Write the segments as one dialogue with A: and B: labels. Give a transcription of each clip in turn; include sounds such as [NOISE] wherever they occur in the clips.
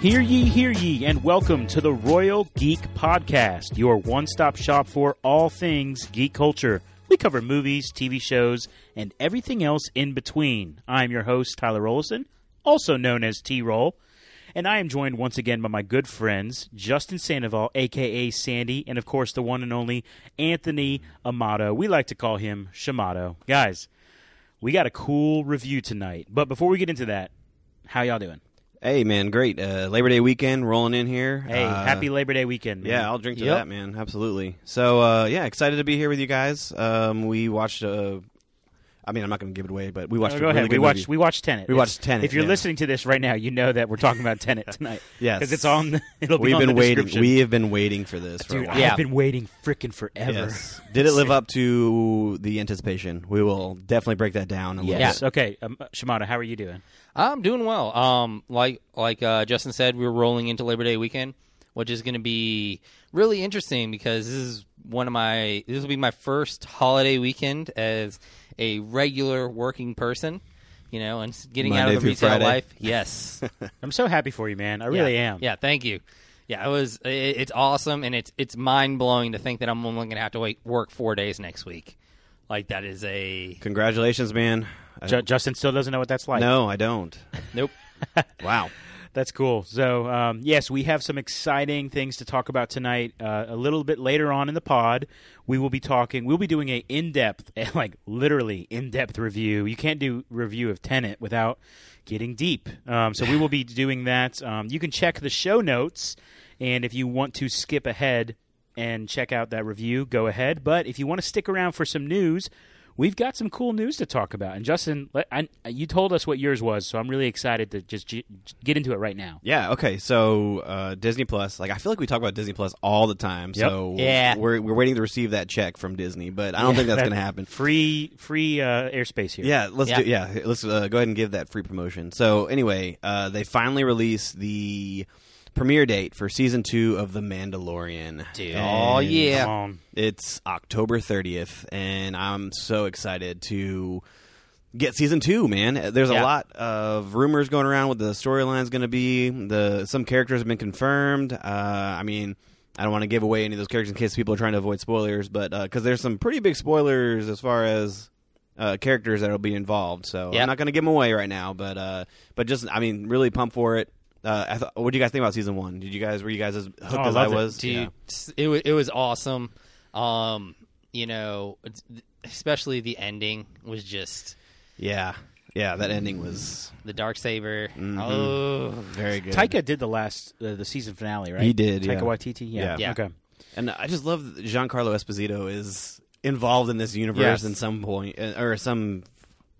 A: Hear ye, hear ye, and welcome to the Royal Geek Podcast, your one stop shop for all things geek culture. We cover movies, TV shows, and everything else in between. I'm your host, Tyler Rollison, also known as T Roll, and I am joined once again by my good friends, Justin Sandoval, aka Sandy, and of course the one and only Anthony Amato. We like to call him Shamato. Guys, we got a cool review tonight, but before we get into that, how y'all doing?
B: Hey man, great uh, Labor Day weekend rolling in here.
A: Hey,
B: Uh,
A: happy Labor Day weekend. man.
B: Yeah, I'll drink to
C: Yep.
B: that, man. Absolutely. So uh, yeah, excited to be here with you guys. Um, we watched. Uh, I mean, I'm not going to give it away, but we watched.
A: No,
B: a
A: go
B: really
A: ahead.
B: Good
A: We watched,
B: movie.
A: we watched Tenet.
B: We watched Tenet,
A: If you're
B: yeah.
A: listening to this right now, you know that we're talking
B: [LAUGHS]
A: about Tenet tonight.
B: Yes.
A: Because it's on the, [LAUGHS] it'll be
B: We've
A: on
B: been
A: the
B: waiting.
A: description.
B: We have been waiting for this for
A: Dude,
B: a while.
A: I've been waiting freaking forever. [LAUGHS]
B: Yes. Did it live up to the anticipation? We will definitely break that down. A little
A: Yes. Okay. Um, Shimada, how are you doing?
C: I'm doing well. Um, like like uh, Justin said, we are rolling into Labor Day weekend, which is going to be really interesting because this is one of my this will be my first holiday weekend as a regular working person, you know, and s- getting out
B: Monday
C: of the
B: through
C: retail
B: Friday.
C: life.
B: [LAUGHS]
C: Yes,
A: I'm so happy for you, man. I really
C: yeah.
A: am.
C: Yeah, thank you. Yeah, it was i it's awesome and it's it's mind blowing to think that I'm only going to have to wait work four days next week. Like that is a
B: bit. Congratulations, man. I-
A: Ju- Justin still doesn't know what that's like.
B: no, I don't.
C: nope.
B: Wow.
A: That's cool. So, um, yes, we have some exciting things to talk about tonight. Uh, a little bit later on in the pod, we will be talking. We'll be doing a in-depth, [LAUGHS] like literally in-depth review. You can't do review of Tenant without getting deep. Um, so we will be [LAUGHS] doing that. Um, you can check the show notes, and if you want to skip ahead and check out that review, go ahead. But if you want to stick around for some news. We've got some cool news to talk about, and Justin, let, I, you told us what yours was, so I'm really excited to just j- j- get into it right now.
B: Yeah. Okay. So uh, Disney Plus. Like I feel like we talk about Disney Plus all the time. So
C: Yeah.
B: we're we're waiting to receive that check from Disney, but I don't think that's
A: that-
B: going
A: [LAUGHS]
B: to happen.
A: free free uh, airspace here.
B: Yeah, let's
C: Yeah.
B: do. Yeah, let's uh, go ahead and give that free promotion. So anyway, uh, they finally released the premiere date for season two of The Mandalorian.
C: Dude.
B: And
C: Aw, yeah.
A: Come on.
B: it's October thirtieth, and I'm so excited to get season two. Man, there's a
C: Yeah.
B: lot of rumors going around what the storyline's going to be. The some characters have been confirmed. Uh, I mean. I don't want to give away any of those characters in case people are trying to avoid spoilers, but because there's some pretty big spoilers as far as uh, characters that'll be involved. So
C: Yep.
B: I'm not going to give them away right now, but uh, but just I mean, really pumped for it. Uh, I thought, what do you guys think about season one? Did you guys were you guys as hooked
A: Oh, I
B: as I
A: loved it.
B: was?
C: dude. s- It was it was awesome. Um, you know, it's- especially the ending was just
B: Yeah. yeah, yeah. That ending was
C: the dark saber.
B: Mm-hmm.
C: Oh,
B: very good.
A: Taika did the last uh, the season finale, right?
B: He did,
A: Taika
B: yeah.
A: Waititi. Yeah.
B: Yeah.
C: Yeah.
A: Okay.
B: And I just love that Giancarlo Esposito is involved in this universe
A: Yes.
B: in some point uh, or some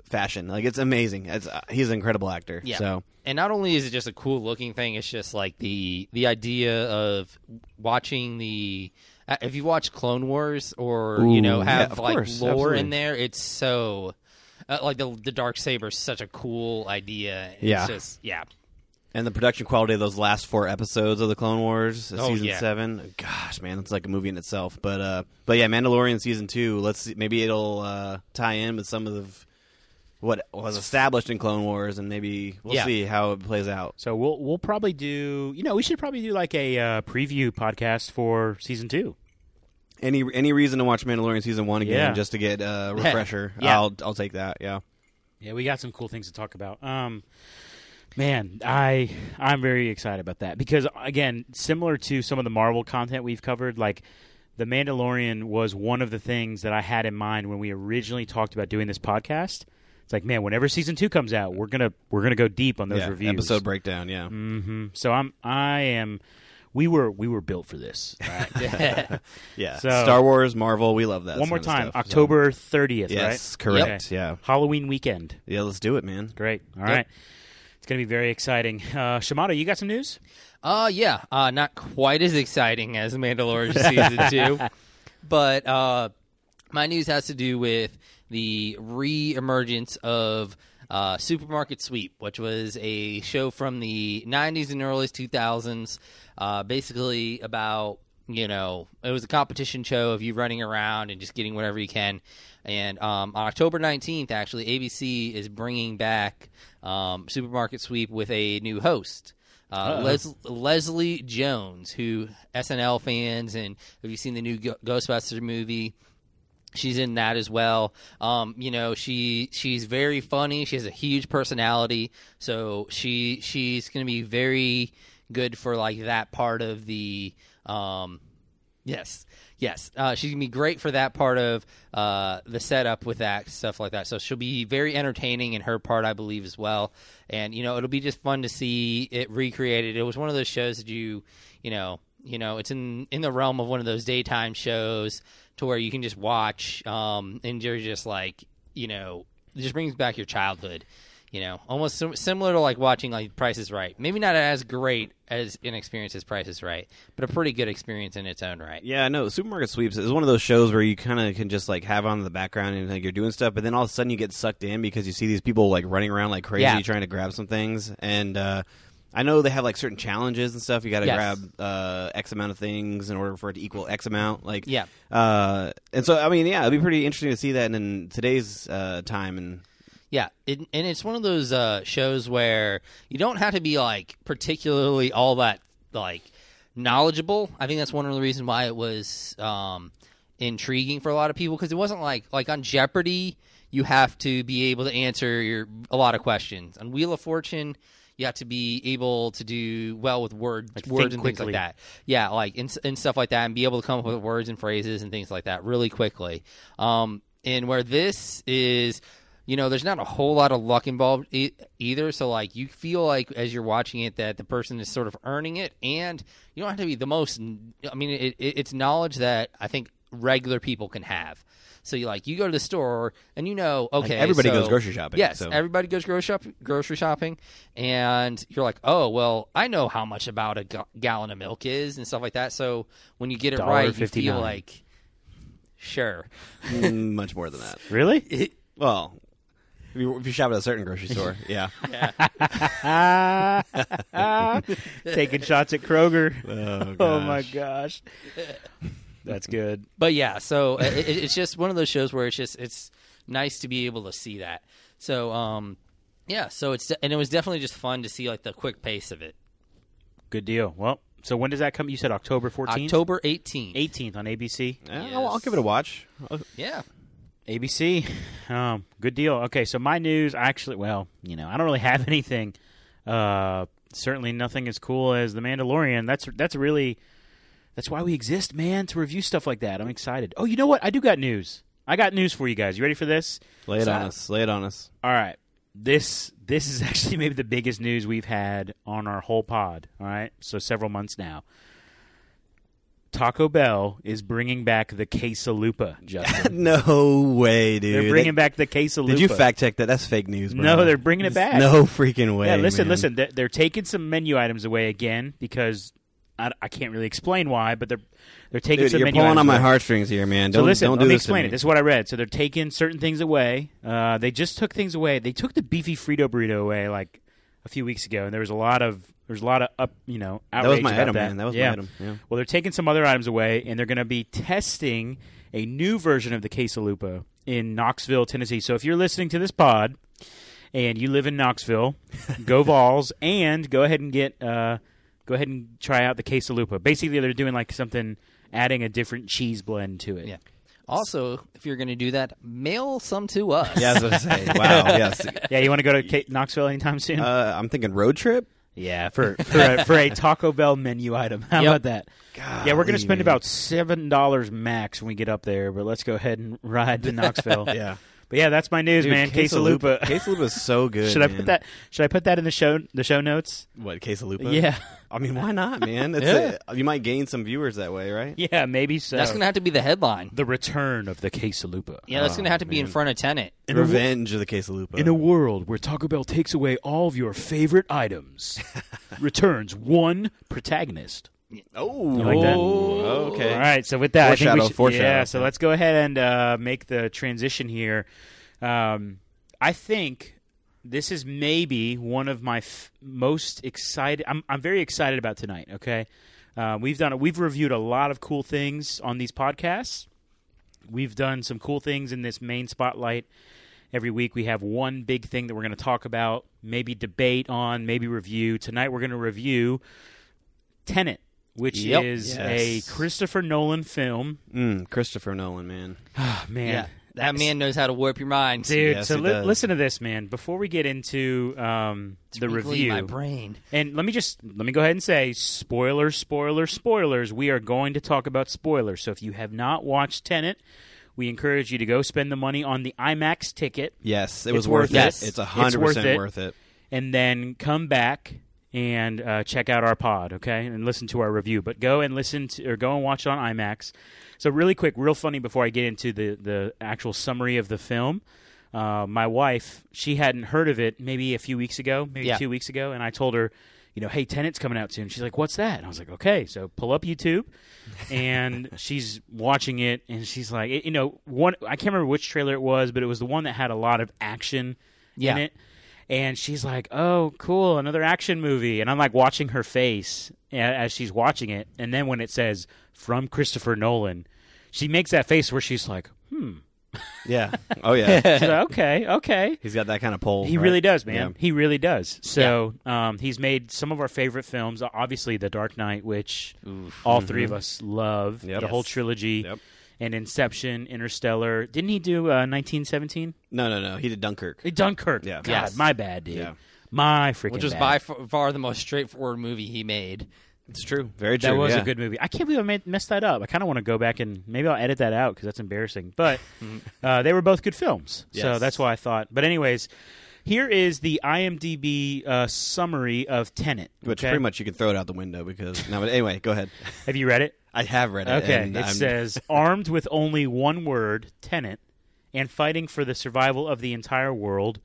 B: fashion. Like it's amazing. It's uh, he's an incredible actor.
C: yeah.
B: So
C: and not only is it just a cool looking thing, it's just like the the idea of watching the. uh, If you watch Clone Wars or you know
B: Ooh,
C: have
B: yeah, of
C: like
B: course,
C: lore
B: absolutely.
C: in there, it's so. Uh, like the the dark saber is such a cool idea. It's
B: Yeah.
C: just yeah.
B: and the production quality of those last four episodes of the Clone Wars,
C: Oh,
B: season
C: yeah.
B: seven. Gosh, man, it's like a movie in itself. But uh, but yeah, Mandalorian season two. Let's see, maybe it'll uh, tie in with some of the, what was established in Clone Wars, and maybe we'll
C: Yeah.
B: see how it plays out.
A: So we'll we'll probably do. You know, we should probably do like a uh, preview podcast for season two.
B: Any any reason to watch Mandalorian season one again
A: Yeah.
B: just to get a refresher?
C: Yeah.
B: I'll I'll take that. Yeah.
A: Yeah, we got some cool things to talk about. Um, man, I I'm very excited about that because again, similar to some of the Marvel content we've covered, like the Mandalorian was one of the things that I had in mind when we originally talked about doing this podcast. It's like, man, whenever season two comes out, we're gonna we're gonna go deep on those
B: Yeah,
A: reviews.
B: Episode breakdown. Yeah.
A: hmm So I'm I am. We were we were built for
B: [LAUGHS]
A: this.
C: [LAUGHS]
B: Yeah.
A: So-
B: Star Wars, Marvel. We love that.
A: One more
B: kind
A: time,
B: of stuff, so-
A: October thirtieth.
B: Yes,
A: right?
B: correct.
A: Okay.
B: Yeah.
A: Halloween weekend.
B: Yeah. Let's do it, man.
A: Great. All right. It's going to be very exciting. Uh, Shimada, you got some news?
C: Uh yeah, uh not quite as exciting as Mandalorian season 2. But uh my news has to do with the re-emergence of uh, Supermarket Sweep, which was a show from the 90s and early 2000s, uh, basically about, you know, it was a competition show of you running around and just getting whatever you can. And um, on October 19th, actually, ABC is bringing back um, Supermarket Sweep with a new host. Uh, Les- Leslie Jones, who SNL fans and have you seen the new Go- Ghostbusters movie? She's in that as well. Um, you know, she she's very funny. She has a huge personality, so she she's going to be very good for like that part of the um, Yes, yes. Uh, she's gonna be great for that part of uh, the setup with that stuff like that. So she'll be very entertaining in her part, I believe, as well. And you know, it'll be just fun to see it recreated. It was one of those shows that you, you know, you know, it's in in the realm of one of those daytime shows to where you can just watch, um, and you're just like, you know, it just brings back your childhood. You know, almost sim- similar to like watching like Price is Right. Maybe not as great as an experience as Price is Right, but a pretty good experience in its own right.
B: Yeah, no, Supermarket Sweeps is one of those shows where you kind of can just like have on in the background and like you're doing stuff, but then all of a sudden you get sucked in because you see these people like running around like crazy
C: Yeah.
B: trying to grab some things. And uh, I know they have like certain challenges and stuff. You got to
C: Yes.
B: grab uh, X amount of things in order for it to equal X amount. Like
C: Yeah.
B: uh, and so I mean, yeah, it'd be pretty interesting to see that in today's uh, time and.
C: Yeah, it, and it's one of those uh, shows where you don't have to be like particularly all that like knowledgeable. I think that's one of the reasons why it was um, intriguing for a lot of people because it wasn't like like on Jeopardy you have to be able to answer your a lot of questions. On Wheel of Fortune you have to be able to do well with words,
A: think
C: words and things
A: quickly.
C: like that. Yeah, like and, s- and stuff like that, and be able to come up with words and phrases and things like that really quickly. Um, and where this is, you know, there's not a whole lot of luck involved e- either. So like, you feel like as you're watching it that the person is sort of earning it, and you don't have to be the most. I mean, it, it, it's knowledge that I think regular people can have. So you like you go to the store and you know okay
B: everybody
C: so-
B: goes grocery shopping,
C: yes
B: so-
C: everybody goes grocery shop grocery shopping and you're like oh well I know how much about a ga- gallon of milk is and stuff like that so when you get it right you feel
A: $1.59.
C: like sure
B: Mm, [LAUGHS] much more than that.
A: [LAUGHS] Really?
B: Well, if you, if you shop at a certain grocery store, yeah.
A: Taking shots at [LAUGHS] Kroger.
B: Oh,
A: Oh my gosh.
B: gosh.
A: [LAUGHS] That's good.
C: but yeah, so i- i it, it's just one of those shows where it's just it's nice to be able to see that. So um, yeah, so it's de- and it was definitely just fun to see like the quick pace of it.
A: Good deal. Well, so when does that come? You said October 14th?
C: October eighteenth.
A: 18th on ABC.
B: Yeah, I'll, I'll give it a watch. I'll-
C: Yeah,
A: ABC. Um, good deal. Okay, so my news actually, well, you know, I don't really have [LAUGHS] anything. Uh, certainly nothing as cool as The Mandalorian. That's that's really that's why we exist, man, to review stuff like that. I'm excited. Oh, you know what? I do got news. I got news for you guys. You ready for this?
B: Lay it
A: So-
B: on us. Lay it on us.
A: All right. This this is [LAUGHS] actually maybe the biggest news we've had on our whole pod, all right? So several months now. Taco Bell is bringing back the quesalupa,
B: [LAUGHS]
A: Justin.
B: [LAUGHS] No way, dude.
A: They're bringing back the quesalupa.
B: Did you fact check that? That's fake news. Bro.
A: No, they're bringing it back.
B: No freaking way.
A: Yeah, listen,
B: man.
A: listen. They're, they're taking some menu items away again because I, I can't really explain why, but they're they're taking
B: Dude,
A: some
B: you're
A: menu
B: pulling
A: items
B: on my
A: away.
B: heartstrings here, man. Don't,
A: so listen,
B: don't do
A: let me
B: this to
A: explain
B: me.
A: it. This is what I read. So they're taking certain things away. Uh, they just took things away. They took the beefy Frito burrito away like a few weeks ago, and there was a lot of there was a lot of up, you know, outrage
B: That was my
A: about
B: item,
A: that.
B: man. That was
A: Yeah.
B: my item.
A: [LAUGHS]
B: Yeah.
A: Well, they're taking some other items away, and they're going to be testing a new version of the quesalupa in Knoxville, Tennessee. So if you're listening to this pod and you live in
B: [LAUGHS]
A: Knoxville, go Vols, and go ahead and get uh, go ahead and try out the quesalupa. Basically, they're doing like something, adding a different cheese blend to it.
C: yeah. Also, if you're going to do that, mail some to us.
B: Yeah, I was gonna say. [LAUGHS] Wow. Yes.
A: Yeah, you want to go [LAUGHS] to K- Knoxville anytime soon?
B: Uh, I'm thinking road trip.
A: [LAUGHS] yeah, for for a, for a Taco Bell menu item. How
C: Yep.
A: about that? yeah, we're gonna
B: Golly,
A: spend
B: man.
A: about seven dollars max when we get up there, but let's go ahead and ride to Knoxville.
B: Yeah.
A: but yeah, that's my news, man. Quesalupa.
B: Quesalupa is so
A: [LAUGHS]
B: good.
A: should I
B: man.
A: put that? Should I put that in the show the show notes?
B: What Quesalupa?
A: Yeah.
B: I mean, why not, man? That's it. You might gain some viewers that way, right?
A: [LAUGHS] Yeah, maybe so.
C: that's going to have to be
A: [LAUGHS]
C: the headline.
A: the return of the Quesalupa.
C: Yeah, that's going to have to be in front of Tenant.
B: Revenge of the Quesalupa.
A: In a world where Taco Bell takes away all of your favorite items, returns one protagonist.
B: oh,
A: You like that?
B: oh, okay.
A: All right. So with that, I think we
B: Foreshadow,
A: should,
B: foreshadow.
A: yeah. So let's go ahead and uh, make the transition here. Um, I think this is maybe one of my f- most excited. I'm I'm very excited about tonight. Okay, uh, we've done we've reviewed a lot of cool things on these podcasts. We've done some cool things in this main spotlight, Every week we have one big thing that we're going to talk about, maybe debate on, maybe review. Tonight we're going to review Tenet, which
C: Yep.
A: is
B: Yes.
A: a Christopher Nolan film.
B: Mm, Christopher Nolan, man.
A: Ah, man.
C: Yeah, that man knows how to warp your mind.
A: Dude,
B: Yes,
A: so
B: he
A: li-
B: does.
A: listen to this, man. Before we get into um, the
C: Twinkling
A: review,
C: My brain.
A: and let me just let me go ahead and say spoilers, spoilers, spoilers. We are going to talk about spoilers. So if you have not watched Tenet, we encourage you to go spend the money on the IMAX ticket
B: Yes, it
A: It's
B: was worth
A: worth
B: it.
A: it. It's
B: It's hundred
A: worth
B: percent
A: it.
B: worth it.
A: and then come back and uh, check out our pod, okay, and listen to our review. But go and listen to, or go and watch it on IMAX. So really quick, real funny before I get into the the actual summary of the film. Uh, my wife, she hadn't heard of it maybe a few weeks ago, maybe
C: Yeah.
A: two weeks ago, and I told her, you know, hey, Tenet's coming out soon. She's like, what's that? And I was like, okay, so pull up YouTube, and
C: [LAUGHS]
A: she's watching it, and she's like, you know, one I can't remember which trailer it was, but it was the one that had a lot of action
C: Yeah.
A: in it. And she's like, "Oh, cool, another action movie." And I'm like watching her face a- as she's watching it. And then when it says from Christopher Nolan, she makes that face where she's
B: [LAUGHS]
A: like, "Hmm."
B: Yeah. Oh yeah.
A: [LAUGHS] She's like, "Okay, okay."
B: He's got that kind of pull.
A: He
B: right?
A: really does, man.
B: Yeah.
A: He really does. So um, he's made some of our favorite films. Obviously, The Dark Knight, which all three of us love,
B: Mm-hmm. Yep.
A: the whole
B: Yes.
A: trilogy,
B: Yep.
A: and Inception, Interstellar. Didn't he do uh, 1917?
B: No, no, no. He did Dunkirk.
A: Dunkirk.
B: Yeah.
A: God,
C: Yes.
A: my bad, dude.
B: Yeah.
A: My freaking
C: which was
A: bad.
C: by f- far the most straightforward movie he made.
B: It's true. Very true.
A: That was
B: yeah.
A: a good movie. I can't believe I made, messed that up. I kind of want to go back and maybe I'll edit that out because that's embarrassing. But
B: [LAUGHS]
A: uh, they were both good films, so
B: Yes.
A: that's why I thought. But anyways, here is the IMDb uh, summary of Tenet.
B: Which
A: okay?
B: pretty much you can throw it out the window because no. But anyway, go ahead. [LAUGHS]
A: have you read it?
B: I have read it.
A: Okay, uh,
B: and
A: it
B: I'm-
A: says
B: [LAUGHS]
A: armed with only one word, Tenet, and fighting for the survival of the entire world.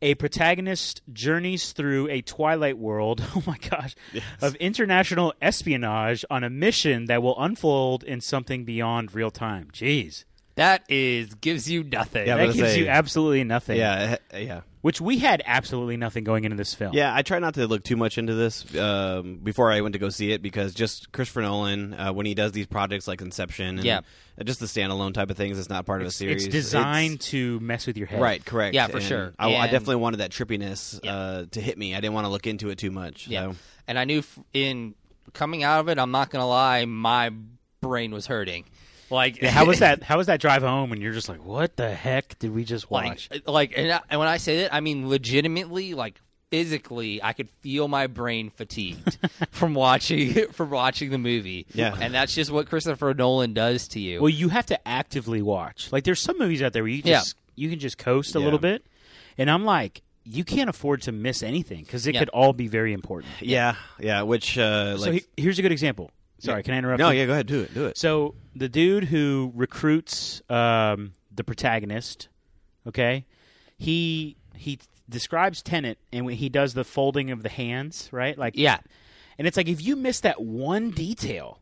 A: A protagonist journeys through a twilight world, [LAUGHS] oh my gosh, of international espionage on a mission that will unfold in something beyond real time. Jeez.
C: That is gives you nothing.
B: Yeah, I'm
A: That
B: gonna
A: gives
B: say-
A: you absolutely nothing.
B: Yeah, eh, yeah,
A: Which we had absolutely nothing going into this film.
B: yeah. I try not to look too much into this um, before I went to go see it because just Christopher Nolan uh, when he does these projects like Inception, and
C: Yeah.
B: uh, just the standalone type of things. It's not part of a series.
A: It's designed to mess with your head.
B: Right, correct.
C: Yeah, for
B: And
C: sure.
B: I, I
C: And-
B: definitely wanted that trippiness uh, to hit me. I didn't want to look into it too much.
C: Yeah.
B: so.
C: And I knew f- in coming out of it, I'm not going to lie, my brain was hurting. Like,
A: How [LAUGHS] was that? How was that drive home? And you're just like, what the heck did we just
C: like,
A: watch?
C: like and, I, and when I say that, I mean legitimately, like physically, I could feel my
A: [LAUGHS]
C: brain fatigued from watching [LAUGHS] from watching the movie.
B: Yeah.
C: and that's just what Christopher Nolan does to you.
A: Well, you have to actively watch. Like there's some movies out there where you just you can just coast a
B: Yeah.
A: little bit, and I'm like, you can't afford to miss anything because it
C: Yeah.
A: could all be very important.
B: yeah, yeah. Which uh, like
A: so he- here's a good example. Sorry, can I interrupt?
B: no,
A: you?
B: yeah. Go ahead, do it, do it.
A: So the dude who recruits um, the protagonist, okay, he he describes Tenet, and when he does the folding of the hands, right? Like
C: yeah,
A: and it's like if you miss that one detail,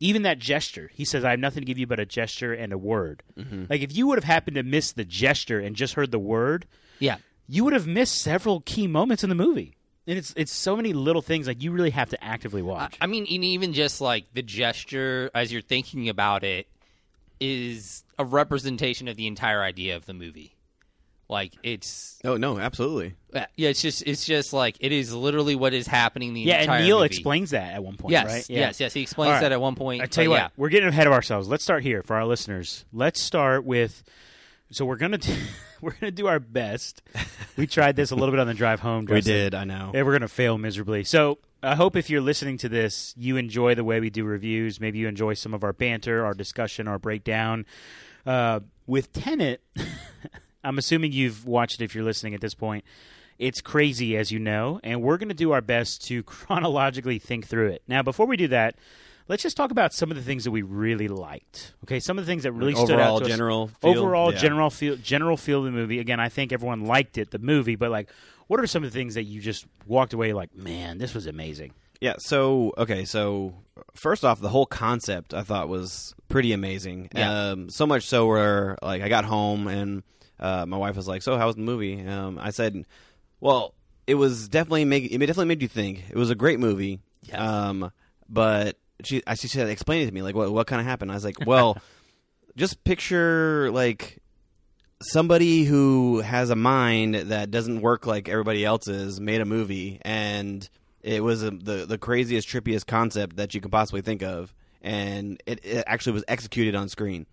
A: even that gesture, he says, "I have nothing to give you but a gesture and a word." Like if you would have happened to miss the gesture and just heard the word,
C: yeah.
A: you would have missed several key moments in the movie. And it's it's so many little things like you really have to actively watch.
C: I mean, and even just like the gesture as you're thinking about it is a representation of the entire idea of the movie. Like it's
B: Oh no, absolutely.
C: yeah, it's just it's just like it is literally what is happening the
A: yeah,
C: entire
A: and Neil
C: movie.
A: explains that at one point,
C: Yes,
A: right? Yeah.
C: yes, yes. He explains
A: All right.
C: that at one point.
A: I tell you
C: but
A: what,
C: yeah.
A: we're getting ahead of ourselves. Let's start here for our listeners. Let's start with. So we're gonna do, [LAUGHS] we're gonna do our best. We tried this a little bit on the drive home.
B: We
A: Justin.
B: did. I know.
A: Yeah, Eh, we're going to fail miserably. So I hope if you're listening to this, you enjoy the way we do reviews. Maybe you enjoy some of our banter, our discussion, our breakdown. Uh, with Tenet, [LAUGHS] I'm assuming you've watched it if you're listening at this point. It's crazy, as you know, and we're going to do our best to [LAUGHS] chronologically think through it. Now, before we do that, let's just talk about some of the things that we really liked. Okay, some of the things that really stood
B: overall
A: out to us.
B: general feel?
A: overall
B: Yeah.
A: general feel general feel of the movie. Again, I think everyone liked it, the movie, but like, what are some of the things that you just walked away like, man, this was amazing?
B: Yeah. So okay. So first off, the whole concept I thought was pretty amazing.
C: Yeah.
B: Um, so much so where like I got home and uh, my wife was like, "So how was the movie?" Um, I said, "Well, it was definitely make it definitely made you think. It was a great movie."
C: Yes.
B: Um, but she I- she said, "Explain it to me. Like what what kind of happened?" I was like, "Well, just picture like." somebody who has a mind that doesn't work like everybody else's made a movie, and it was a, the the craziest, trippiest concept that you could possibly think of, and it, it actually was executed on screen.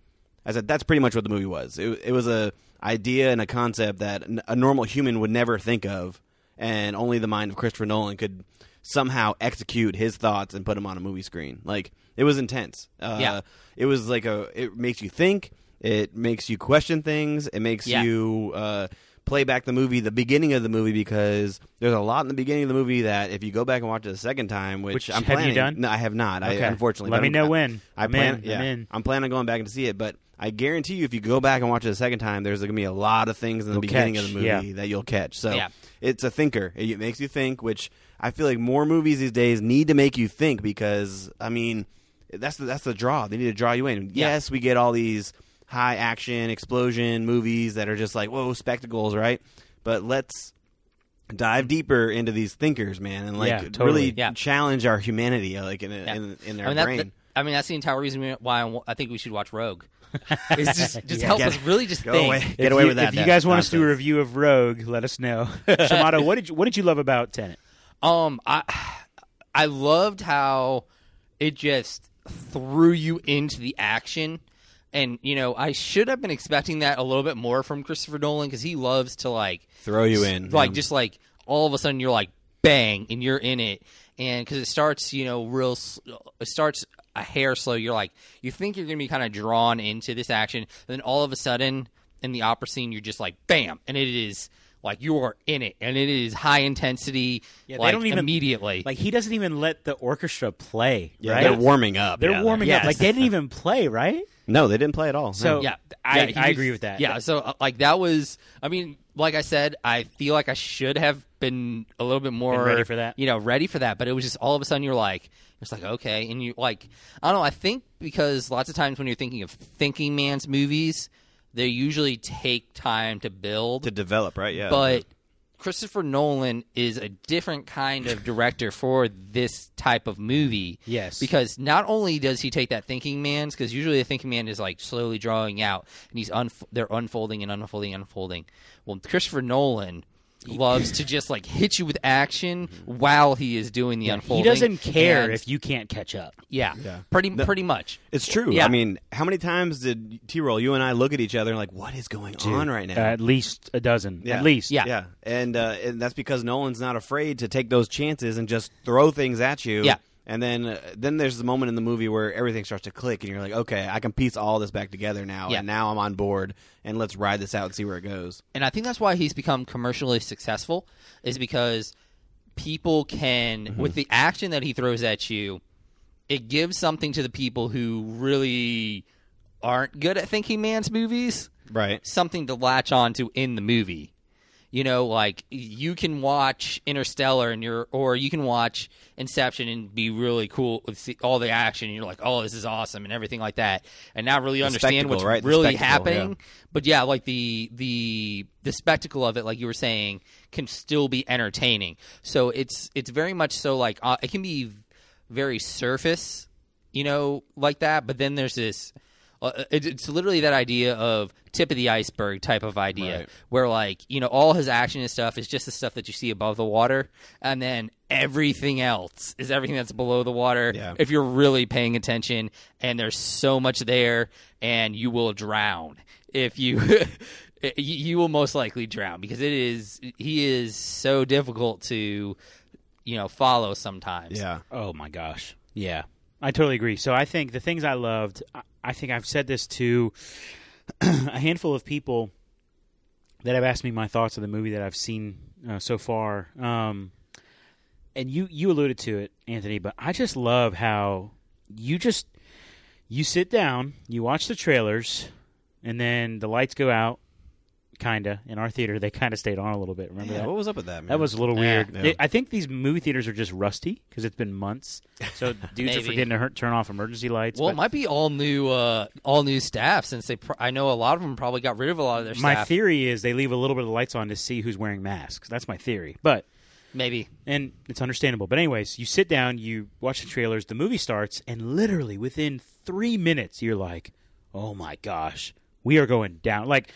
B: I said that's pretty much what the movie was. It, it was a idea and a concept that n- a normal human would never think of, and only the mind of Christopher Nolan could somehow execute his thoughts and put them on a movie screen. Like it was intense. Uh,
C: Yeah.
B: it was like a. It makes you think. It makes you question things. It makes
C: Yeah.
B: you uh, play back the movie, the beginning of the movie, because there's a lot in the beginning of the movie that if you go back and watch it a second time, which,
A: Which
B: I'm
A: have you
B: planning,
A: done?
B: No, I have not.
A: Okay.
B: I unfortunately
A: Let
B: but
A: me
B: I'm-
A: know
B: I-
A: when.
B: I
A: I'm
B: plan.
A: in.
B: Yeah,
A: I'm in.
B: planning on going back and see it, but I guarantee you, if you go back and watch it a second time, there's gonna be a lot of things in the
A: You'll
B: beginning of
A: catch,
B: the movie
A: yeah.
B: that you'll catch. So
C: Yeah.
B: it's a thinker. It, it makes you think, which I feel like more movies these days need to make you think because I mean that's the, that's the draw. They need to draw you in.
C: Yeah.
B: Yes, we get all these high action explosion movies that are just like whoa spectacles, right? But let's dive deeper into these thinkers, man, and like
A: Yeah, totally.
B: really
C: Yeah.
B: challenge our humanity, uh, like in in, in our
C: I mean,
B: brain.
C: that, that- I mean, that's the entire reason we- why I, wa- I think we should
A: [LAUGHS]
C: watch Rogue. It's just, just help
B: Get-
C: us really just
B: go
C: think.
B: away. Get
A: if
B: away
A: you,
B: with that.
A: If you
B: Dad.
A: guys want us to do a
B: Nonsense.
A: review of Rogue, let us [LAUGHS] know. Shamato, what did you what did you love about Tenet?
C: Um, I I loved how it just threw you into the action, and you know I should have been expecting that a little bit more from Christopher Nolan because he loves to like
B: throw you in,
C: like
B: yeah.
C: just like all of a sudden you're like bang and you're in it, and because it starts you know real s- it starts a hair slow. You're like you think you're gonna be kind of drawn into this action, and then all of a sudden in the opera scene you're just like bam, and it is. Like you are in it, and it is high intensity.
A: Yeah, they
C: like
A: don't even-
C: immediately.
A: Like he doesn't even let the orchestra play,
B: Yeah,
A: right?
B: They're warming up.
A: They're
B: yeah,
A: warming up.
C: Yes.
A: Like they didn't even play, right?
B: No, they didn't play at all.
A: So
B: no.
C: yeah,
A: I,
C: yeah,
A: I
C: he-
A: agree with that.
C: Yeah, so uh, like that was. I mean, like I said, I feel like I should have been a little bit more
A: ready for that.
C: You know, ready for that. But it was just all of a sudden you're like, it's like okay, and you like, I don't know. I think because lots of times when you're thinking of thinking man's movies, they usually take time to build
B: to develop, right? Yeah,
C: but Christopher Nolan is a different kind of director for this type of movie.
A: Yes.
C: Because not only does he take that thinking man's, because usually the thinking man is like slowly drawing out and he's unf- they're unfolding and unfolding and unfolding. Well, Christopher Nolan
A: [LAUGHS]
C: loves to just like hit you with action while he is doing the
A: he
C: unfolding.
A: doesn't care
C: And-
A: if you can't catch up.
C: yeah, pretty pretty much.
B: it's true.
C: Yeah.
B: I mean, how many times did T roll you and I look at each other and like, what is going on right now?
A: at least a dozen.
B: Yeah.
A: At least.
C: Yeah.
B: yeah, and uh, and that's because Nolan's not afraid to take those chances and just throw things at you.
C: Yeah.
B: And then, uh, then there's the moment in the movie where everything starts to click, and you're like, "Okay, I can piece all this back together now,
C: Yeah.
B: and now I'm on board, and let's ride this out and see where it goes."
C: and I think that's why he's become commercially successful is because people can
B: Mm-hmm.
C: with the action that he throws at you, it gives something to the people who really aren't good at thinking man's movies,
B: Right?
C: something to latch onto in the movie. You know, like you can watch Interstellar and you're or you can watch Inception and be really cool with see- all the action and you're like, "Oh, this is awesome" and everything like that and not really understand
B: spectacle,
C: what's
B: right? The
C: really
B: spectacle,
C: happening. But yeah, like the the the spectacle of it, like you were saying, can still be entertaining. So it's it's very much so like uh, it can be very surface, you know, like that. But then there's this. Uh, it, it's literally that idea of tip of the iceberg type of idea
B: Right.
C: where like you know all his action and stuff is just the stuff that you see above the water and then everything else is everything that's below the water
B: Yeah.
C: if you're really paying attention and there's so much there and you will drown if you [LAUGHS] you- you will most likely drown because it is he is so difficult to you know follow sometimes
B: Yeah.
A: Oh my gosh. Yeah. I totally agree. So I think the things I loved, I, I think I've said this to [CLEARS THROAT] a handful of people that have asked me my thoughts of the movie that I've seen uh, so far. Um, and you you alluded to it, Anthony, but I just love how you just you sit down, you watch the trailers, and then the lights go out. Kinda in our theater, they kind of stayed on a little bit. Remember
B: Yeah, Oh,
A: that?
B: What was up with that? Man?
A: That was a little weird.
B: Yeah.
A: They- I think these movie theaters are just rusty because it's been months.
C: [LAUGHS]
A: So dudes are
C: Maybe.
A: forgetting to her- turn off emergency lights.
C: Well, it
A: but
C: might be all new, uh, all new staff since they. Pr- I know a lot of them probably got rid of a lot of their
A: my
C: staff.
A: theory is they leave a little bit of the lights on to see who's wearing masks. That's my theory, but
C: Maybe
A: and it's understandable. But anyways, you sit down, you watch the trailers, the movie starts, and literally within three minutes, you're like, "Oh my gosh, we are going down. Like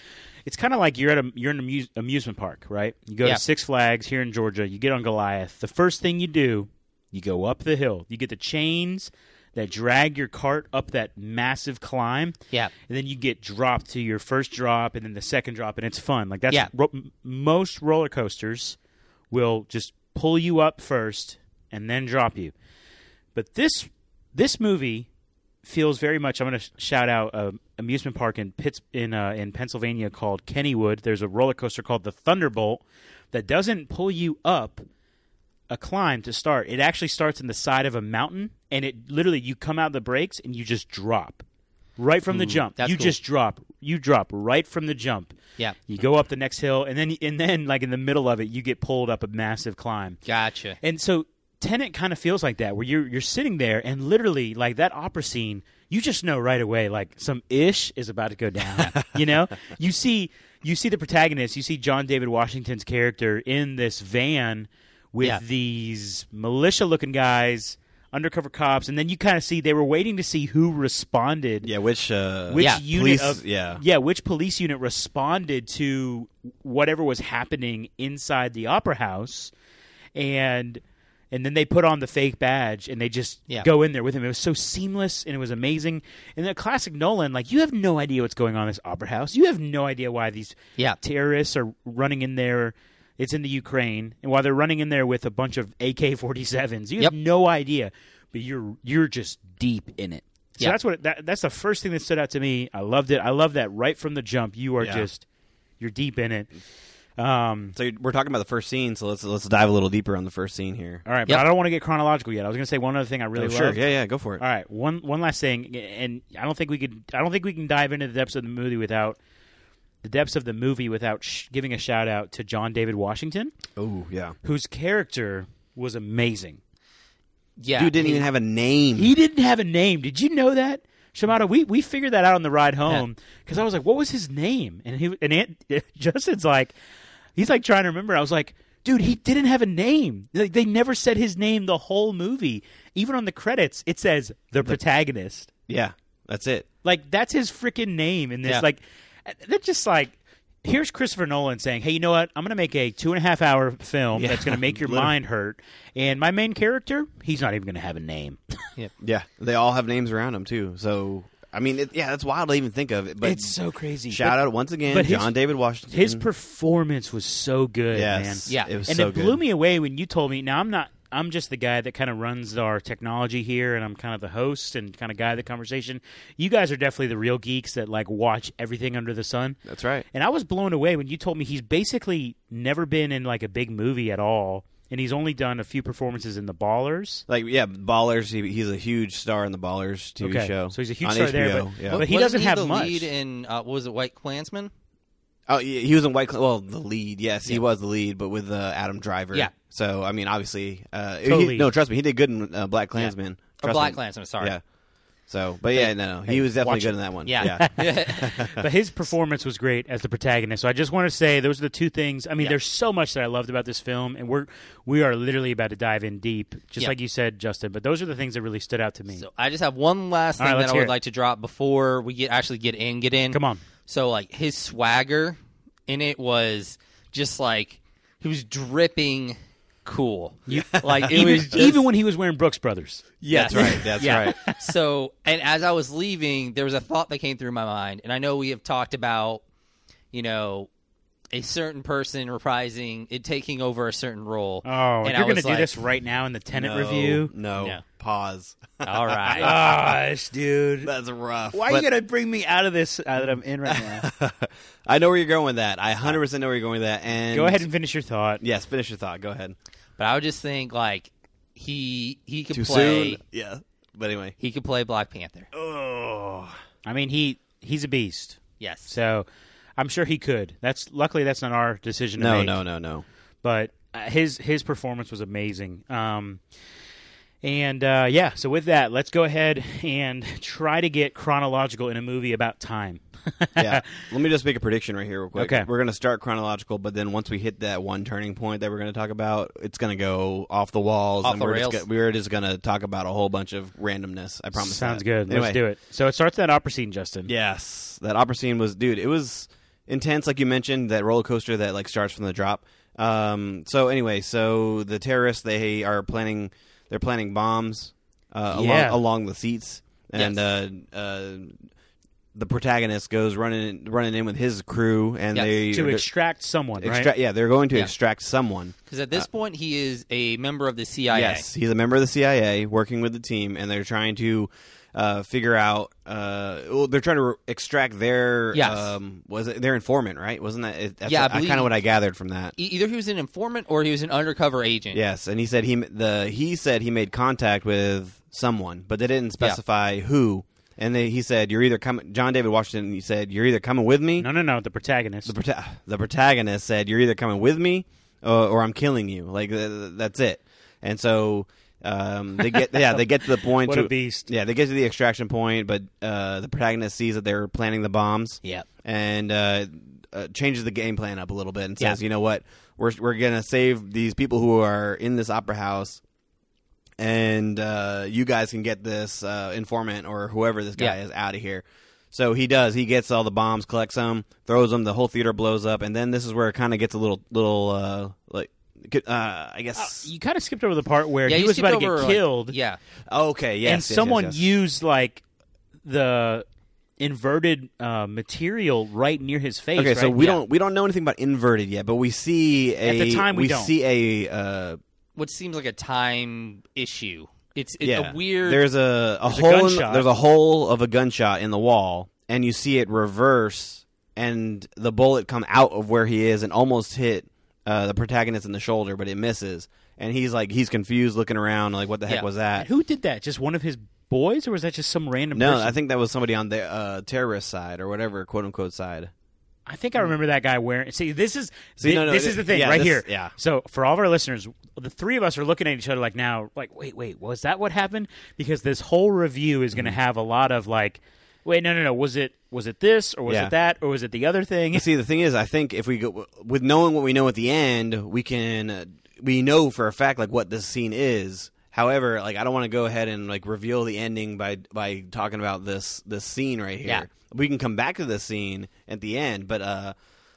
A: it's kind of like you're at a you're in an amuse, amusement park, right? You go
C: Yeah.
A: to Six Flags here in Georgia. You get on Goliath. The first thing you do, you go up the hill. You get the chains that drag your cart up that massive climb.
C: Yeah.
A: And then you get dropped to your first drop and then the second drop and it's fun. Like that's
C: Yeah.
A: ro- m- most roller coasters will just pull you up first and then drop you. But this this movie feels very much. I'm going to shout out a amusement park in Pitts in uh, in Pennsylvania called Kennywood. There's a roller coaster called the Thunderbolt that doesn't pull you up a climb to start. It actually starts in the side of a mountain, and it literally you come out of the brakes and you just drop right from the jump.
C: Hmm, that's
A: you
C: cool.
A: just drop. You drop right from the jump.
C: Yeah.
A: You go up the next hill, and then and then like in the middle of it, you get pulled up a massive climb.
C: Gotcha.
A: And so Tenant kind of feels like that, where you're you're sitting there and literally like that opera scene, you just know right away like some ish is about to go down. you know, you see you see the protagonist, you see John David Washington's character in this van with
C: Yeah.
A: these militia looking guys, undercover cops, and then you kind of see they were waiting to see who responded
B: Yeah, which uh,
A: which
C: Yeah,
A: unit
B: police-
A: of
B: yeah.
A: which police unit responded to whatever was happening inside the opera house and and then they put on the fake badge and they just
C: Yeah.
A: go in there with him. It was so seamless and it was amazing. And the classic Nolan, like you have no idea what's going on in this opera house. You have no idea why these
C: Yeah.
A: terrorists are running in there. It's in the Ukraine, and while they're running in there with a bunch of AK-47s, you
C: Yep.
A: have no idea. But you're you're just deep in it. So
C: Yeah.
A: that's what that, that's the first thing that stood out to me. I loved it. I love that right from the jump. You are
B: Yeah.
A: just you're deep in it. Um,
B: So you- we're talking about the first scene, so let's let's dive a little deeper on the first scene here.
A: all right,
C: Yep.
A: but I don't want to get chronological yet. I was going to say one other thing I really
B: Oh,
A: love.
B: sure, yeah, yeah, go for it.
A: All right, one one last thing, and I don't think we could. I don't think we can dive into the depths of the movie without the depths of the movie without sh- giving a shout out to John David Washington,
B: Oh yeah,
A: whose character was amazing.
C: Yeah.
B: dude didn't even have a name.
A: He didn't have a name. Did you know that? Shimada, we, we figured that out on the ride home because I was like, "What was his name?" And he and Aunt, [LAUGHS] Justin's like, he's like trying to remember. I was like, "Dude, he didn't have a name. Like, they never said his name the whole movie. Even on the credits, it says the protagonist.
B: yeah, that's it.
A: Like that's his freaking name in this.
C: Yeah.
A: Like that's just like here's Christopher Nolan saying, "Hey, you know what? I'm going to make a two and a half hour film
B: Yeah,
A: that's going to make your
B: [LAUGHS] literally.
A: mind hurt, and my main character, he's not even going to have a name."
B: Yeah, they all have names around them too. So I mean, it, yeah, that's wild to even think of it. But
A: it's so crazy.
B: shout
A: But
B: out once again,
A: but his-
B: John David Washington.
A: His performance was so good,
B: yes,
A: man.
C: Yeah.
B: it was
A: and
B: so
A: it blew
B: good.
A: me away when you told me. Now I'm not. I'm just the guy that kind of runs our technology here, and I'm kind of the host and kind of guy of the conversation. You guys are definitely the real geeks that like watch everything under the sun.
B: That's right.
A: And I was blown away when you told me he's basically never been in like a big movie at all, and he's only done a few performances in The
C: [LAUGHS]
A: Ballers.
B: Like yeah, Ballers. He, he's a huge star in the Ballers TV
A: Okay,
B: show.
A: so he's a huge
B: on
A: star
B: HBO,
A: there, but-
B: yeah.
A: but he
C: Wasn't
A: doesn't have
C: the
A: much.
C: lead in uh, what was it White Klansman?
B: Oh, yeah, he was in White. Cl- well, the lead. Yes, he was the lead, but with uh, Adam Driver.
C: Yeah.
B: So I mean, obviously, uh, he-
A: Totally.
B: no, trust me, he did good in uh, Black Klansman.
C: Or
B: Trust
C: Black
B: me.
C: Klansman, sorry.
B: Yeah. So, but yeah, no, no, he was definitely
A: watch
B: good
A: it.
B: in that
A: [LAUGHS]
B: one.
C: [LAUGHS] Yeah.
A: but his performance was great as the protagonist. So I just want to say those are the two things. I mean,
C: Yeah.
A: there's so much that I loved about this film, and we're we are literally about to dive in deep, just
C: Yeah.
A: like you said, Justin. But those are the things that really stood out to me.
C: So I just have one last
A: All right,
C: thing that
A: let's
C: I
A: hear
C: would
A: it.
C: like to drop before we get actually get in, get in.
A: Come on.
C: So like his swagger in it was just like he was dripping cool. like it
A: even,
C: was just,
A: even when [LAUGHS] he was wearing Brooks Brothers.
C: Yes.
B: That's right, that's
C: Yeah.
B: right.
C: [LAUGHS] so, and as I was leaving, there was a thought that came through my mind, and I know we have talked about, you know, a certain person reprising it, taking over a certain role.
A: Oh,
C: and
A: if
C: I
A: you're going to
C: was
A: do
C: like,
A: this right now in the Tenant
B: No,
A: review.
B: No,
C: No.
B: Pause.
C: [LAUGHS]
B: [LAUGHS]
C: All right.
A: Gosh, dude.
B: That's rough.
A: Why
B: But
A: are you going to bring me out of this uh, that I'm in
C: [LAUGHS]
A: right now?
B: [LAUGHS] I know where you're going with that. I 100 percent know where you're going with that. And
A: Go ahead and finish your thought.
B: yes, finish your thought. Go ahead.
C: but I would just think like he he could
B: Too
C: play
B: soon. Yeah. But anyway.
C: he could play Black Panther.
B: Oh.
A: I mean, he he's a beast.
C: Yes.
A: So I'm sure he could. That's luckily that's not our decision to
B: No,
A: make.
B: no, no, no.
A: But uh, his his performance was amazing. Um, And uh, yeah, so with that, let's go ahead and try to get chronological in a movie about time. [LAUGHS]
B: yeah. Let me just make a prediction right here, real quick.
A: Okay.
B: We're going to start chronological, but then once we hit that one turning point that we're going to talk about, it's going to go off the walls.
C: Off
B: and
C: the
B: we're
C: rails.
B: Just gonna, we're just going to talk about a whole bunch of randomness. I promise.
A: Sounds
B: that.
A: good.
B: Anyway,
A: Let's do it. So it starts that opera scene, Justin.
B: Yes, that opera scene was, dude. It was intense, like you mentioned. That roller coaster that like starts from the drop. Um. So anyway, so the terrorists they are planning. They're planning bombs uh,
A: Yeah.
B: along along the seats, and
C: Yes.
B: uh, uh, the protagonist goes running running in with his crew, and
C: Yes.
B: they
A: To
B: they're-
A: extract someone, right?
B: extract. Yeah, they're going to
C: Yeah.
B: extract someone.
C: Because at this point, he is a member of the CIA.
B: uh, Yes, he's a member of the CIA working with the team, and they're trying to uh, figure out. Uh, well, they're trying to re- extract their.
C: Yes.
B: Um, was it their informant? Right? Wasn't that? It, that's
C: Yeah, I
B: kind
C: believe-
B: of what I gathered from that.
C: E- either he was an informant or he was an undercover agent.
B: Yes, and he said he the he said he made contact with someone, but they didn't specify who. And they, he said, "You're either coming." John David Washington. He said, "You're either coming with me."
A: No, no, no. The protagonist.
B: The, prota- the protagonist said, "You're either coming with me, uh, or, or I'm killing you." Like th- th- that's it. And so um,
A: [LAUGHS]
B: they get yeah they get to the point.
A: What a
B: to-
A: beast.
B: Yeah, they get to the extraction point, but uh, the protagonist sees that they're planting the bombs.
C: Yep.
B: and uh, uh, changes the game plan up a little bit and
C: Yeah.
B: says, "You know what? We're we're gonna save these people who are in this opera house." and uh, you guys can get this uh, informant or whoever this guy
C: Yeah.
B: is out of here. So he does. He gets all the bombs, collects them, throws them. The whole theater blows up, and then this is where it kind of gets a little, little, uh, like, uh, I guess.
A: Oh, you kind of skipped over the part where
C: Yeah,
A: he
C: you
A: was about
C: skipped
A: to get
C: over, like-
A: killed,
C: yeah.
B: okay, yes.
A: Oh, and
B: yes, yes,
A: someone
B: yes.
A: used like the inverted uh, material right near his face.
B: Okay, so
A: right?
B: we
A: Yeah.
B: don't we don't know anything about inverted yet, but we see a
A: At the time, we don't.
B: see a uh,
C: What seems like a time issue. It's, it's
B: yeah.
C: a weird.
B: There's a, a
A: There's a
B: hole. in,
A: gunshot.
B: there's a hole of a gunshot in the wall, and you see it reverse, and the bullet come out of where he is and almost hit uh, the protagonist in the shoulder, but it misses. And he's like, he's confused, looking around, like, what the heck
C: Yeah.
B: was that?
A: Who did that? Just one of his boys, or was that just some random?
B: No,
A: person?
B: I think that was somebody on the uh, terrorist side or whatever, quote unquote side.
A: I think I remember that guy wearing. See, this is
B: See,
A: thi-
B: no, no,
A: this
B: it-
A: is the thing
B: yeah,
A: right
B: this-
A: here.
B: yeah.
A: So for all of our listeners, the three of us are looking at each other like now, like wait, wait, was that what happened? Because this whole review is going to
B: Mm-hmm.
A: have a lot of like, wait, no, no, no, was it was it this or was
B: Yeah.
A: it that or was it the other thing?
B: See, the thing is, I think if we go with knowing what we know at the end, we can uh, we know for a fact like what this scene is. However, like I don't want to go ahead and like reveal the ending by by talking about this this scene right here.
C: Yeah.
B: We can come back to this scene at the end, but uh,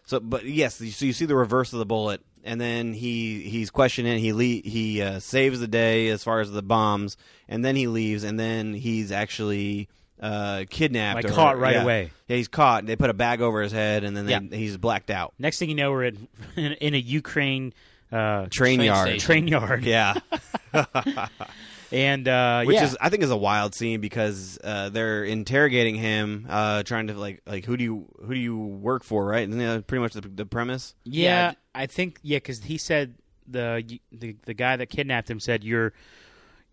B: so but yes, you- so you see the reverse of the bullet, and then he he's questioning. He le- he uh, saves the day as far as the bombs, and then he leaves, and then he's actually. Uh, kidnapped
A: Like
B: or-
A: caught right
B: yeah.
A: away.
B: Yeah, he's caught. They put a bag over his head, and then they, he's blacked out.
A: [LAUGHS] Next thing you know, we're in in, in a Ukraine uh,
B: Train,
C: Train
B: yard.
C: station.
A: train yard,
B: Yeah,
A: and uh,
B: [LAUGHS] which
A: yeah.
B: is I think is a wild scene because uh, they're interrogating him, uh, trying to like like who do you who do you work for, right? And that's pretty much the, the premise.
A: Yeah,
C: Yeah.
A: I think yeah, because he said the, the the guy that kidnapped him said your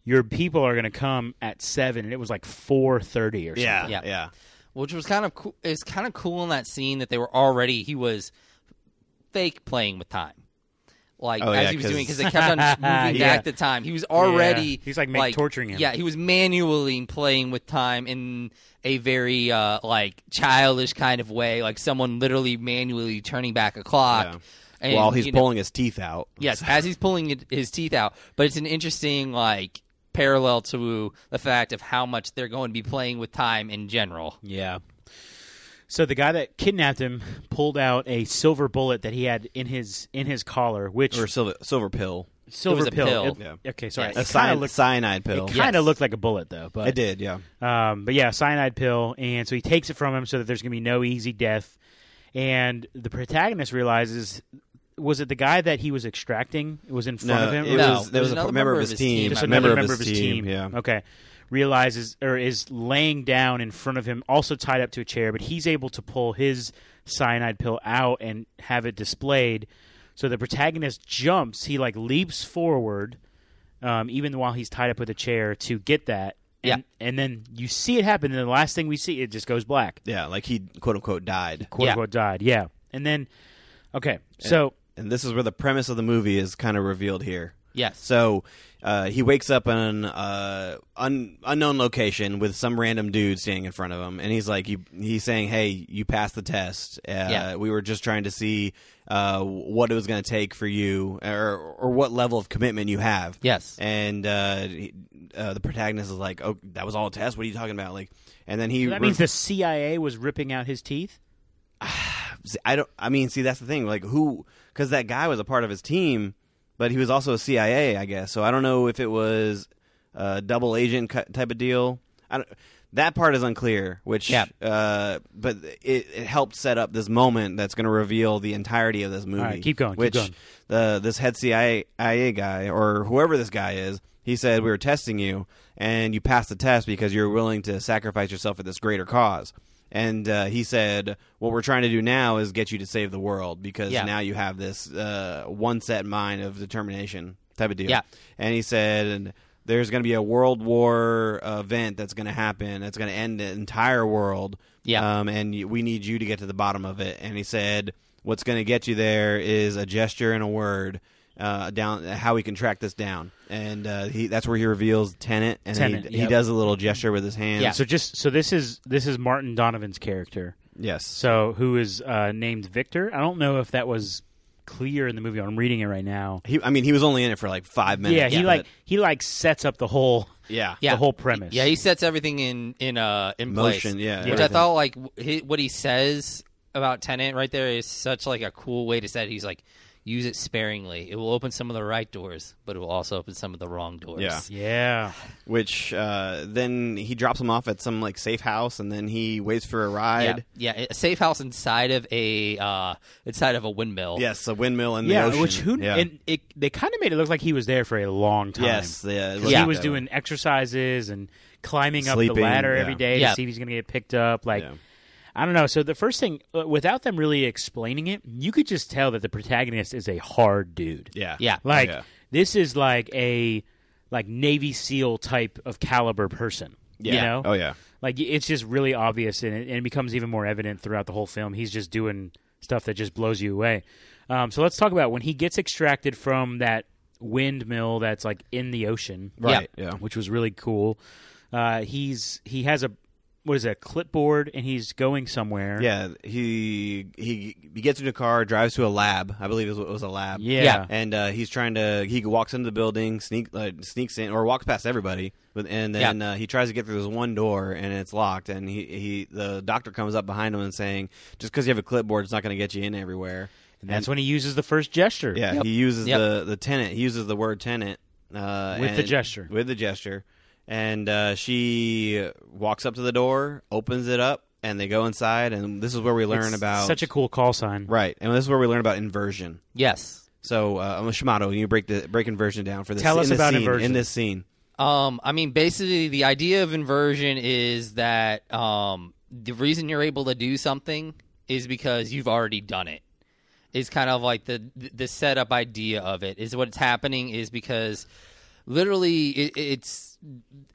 A: your people are going to come at seven, and it was like four thirty or something.
B: yeah,
C: Yeah.
B: yeah.
C: which was kind of cool. It's kind of cool in that scene that they were already he was fake playing with time, like
B: Oh,
C: as
B: yeah,
C: he was
B: 'cause-
C: doing because they
B: [LAUGHS]
C: kept on moving
A: Yeah.
C: back the time. He was already
A: Yeah. He's, like, ma- torturing him.
C: Yeah, he was manually playing with time in a very uh, like childish kind of way, like someone literally manually turning back a clock.
B: Yeah.
C: And,
B: While he's
C: you know,
B: pulling his teeth out. [LAUGHS]
C: Yes, as he's pulling it- his teeth out. But it's an interesting like parallel to the fact of how much they're going to be playing with time in general.
A: yeah. So the guy that kidnapped him pulled out a silver bullet that he had in his in his collar, which
B: or silver silver pill,
A: silver
C: was a pill.
A: It-
B: Yeah.
A: Okay, sorry.
C: Yes.
B: a
A: It kind
B: cyan-
A: of looked
B: cyanide pill.
A: it
C: Yeah.
A: kind of
C: Yes.
A: looked like a bullet though, but
B: It did, yeah.
A: Um, but yeah, cyanide pill, and so he takes it from him so that there's gonna be no easy death. And the protagonist realizes, was it the guy that he was extracting was in front of him?
B: it
A: Or-
C: No,
B: was, there
C: it
B: was,
C: was
B: a
C: another
B: member of his team,
A: just
B: a
A: another member, of his team.
B: Yeah,
A: Okay. Realizes or is laying down in front of him, also tied up to a chair, but he's able to pull his cyanide pill out and have it displayed. So the protagonist jumps. He like leaps forward, um, even while he's tied up with a chair to get that. And, and then you see it happen, and the last thing we see, it just goes black.
B: yeah. Like he quote unquote died.
A: "Quote
C: Yeah.
A: unquote died." Yeah. And then, okay, so
B: and this is where the premise of the movie is kind of revealed here.
C: Yes.
B: So uh, he wakes up in an uh, un- unknown location with some random dude standing in front of him, and he's like, you, he's saying, "Hey, you passed the test. Uh,
C: Yeah.
B: We were just trying to see uh, what it was going to take for you, or or what level of commitment you have."
C: Yes.
B: And uh, he- uh, the protagonist is like, "Oh, that was all a test. What are you talking about?" Like, and then he
A: That
B: re-
A: means the CIA was ripping out his teeth.
B: See, I don't. I mean, see, that's the thing. Like, who? Because that guy was a part of his team, but he was also a CIA, I guess. So I don't know if it was a double agent cu- type of deal. I don't, that part is unclear. Which,
C: Yeah.
B: uh, but it, it helped set up this moment that's going to reveal the entirety of this movie.
A: right, keep going, keep
B: Which
A: going.
B: the this head CIA guy or whoever this guy is, he said we were testing you and you passed the test because you're willing to sacrifice yourself for this greater cause. And uh, he said, "What we're trying to do now is get you to save the world because
C: Yeah.
B: now you have this uh, one set mind of determination type of deal."
C: Yeah.
B: And he said, and "There's going to be a world war event that's going to happen. That's going to end the entire world.
C: Yeah.
B: Um, and y- we need you to get to the bottom of it. And he said, "What's going to get you there is a gesture and a word. Uh, down how we can track this down." And uh, he that's where he reveals Tenet, and
A: Tenet,
B: he, he
A: yep.
B: does a little gesture with his hand.
C: Yeah.
A: So just so this is this is Martin Donovan's character.
B: Yes.
A: So who is uh, named Victor? I don't know if that was clear in the movie. I'm reading it right now.
B: He, I mean, he was only in it for like five minutes.
A: Yeah, he
B: but-
A: like he like sets up the whole
B: yeah,
C: Yeah.
A: the whole premise.
C: Yeah, he sets everything in in uh in
B: motion.
C: place.
B: Yeah,
A: Yeah.
C: Which I
B: everything.
C: thought like w- he, what he says about Tenant right there is such like a cool way to set. it. He's like use it sparingly. It will open some of the right doors, but it will also open some of the wrong doors.
B: Yeah.
A: yeah.
B: Which uh, then he drops him off at some like safe house, and then he waits for a
C: Yeah,
B: ride.
C: yeah, a safe house inside of a uh, inside of a windmill.
B: Yes, a windmill in the
A: Yeah,
B: ocean.
A: which who
B: Yeah.
A: and it they kind of made it look like he was there for a long time.
B: yes, yeah, it
A: 'Cause
B: looked
A: he
B: like
A: was
B: that.
A: doing exercises and climbing up
B: Sleeping,
A: the ladder
B: yeah.
A: every day
C: Yeah.
A: to see if he's going to get picked up. Like,
B: Yeah.
A: I don't know. So the first thing, uh, without them really explaining it, you could just tell that the protagonist is a hard dude.
B: Yeah,
C: Yeah.
A: Like
B: Yeah.
A: this is like a like Navy SEAL type of caliber person. You
B: Yeah.
A: know?
B: Oh yeah.
A: Like it's just really obvious, and it, and it becomes even more evident throughout the whole film. He's just doing stuff that just blows you away. Um, so let's talk about when he gets extracted from that windmill that's like in the ocean,
B: Right. Yeah.
A: which was really cool. Uh, he's he has a what is it, a clipboard, and he's going somewhere.
B: Yeah. He he he gets into a car, drives to a lab. I believe it was, it was a lab.
A: yeah,
C: Yeah.
B: And uh, he's trying to. He walks into the building, sneak uh, sneaks in, or walks past everybody, but, and then uh, he tries to get through this one door, and it's locked. And he, he the doctor comes up behind him and saying, "Just because you have a clipboard, it's not going to get you in everywhere."
A: And that's when he uses the first gesture.
B: Yeah,
C: Yep.
B: he uses
C: Yep.
B: the the tenant. He uses the word tenant uh,
A: With the
B: and-
A: gesture.
B: With the gesture, and uh, she walks up to the door, opens it up, and they go inside. And this is where we learn
A: It's
B: about
A: such a cool call sign.
B: right, and this is where we learn about inversion.
C: Yes.
B: So, uh, Shimato, you break the break inversion down for this.
A: Tell
B: in
A: us
B: this
A: about
B: scene- in
A: inversion.
B: this scene.
C: Um, I mean, basically, the idea of inversion is that um, the reason you're able to do something is because you've already done it. Is kind of like the the setup idea of it. Is what's happening is because literally it, it's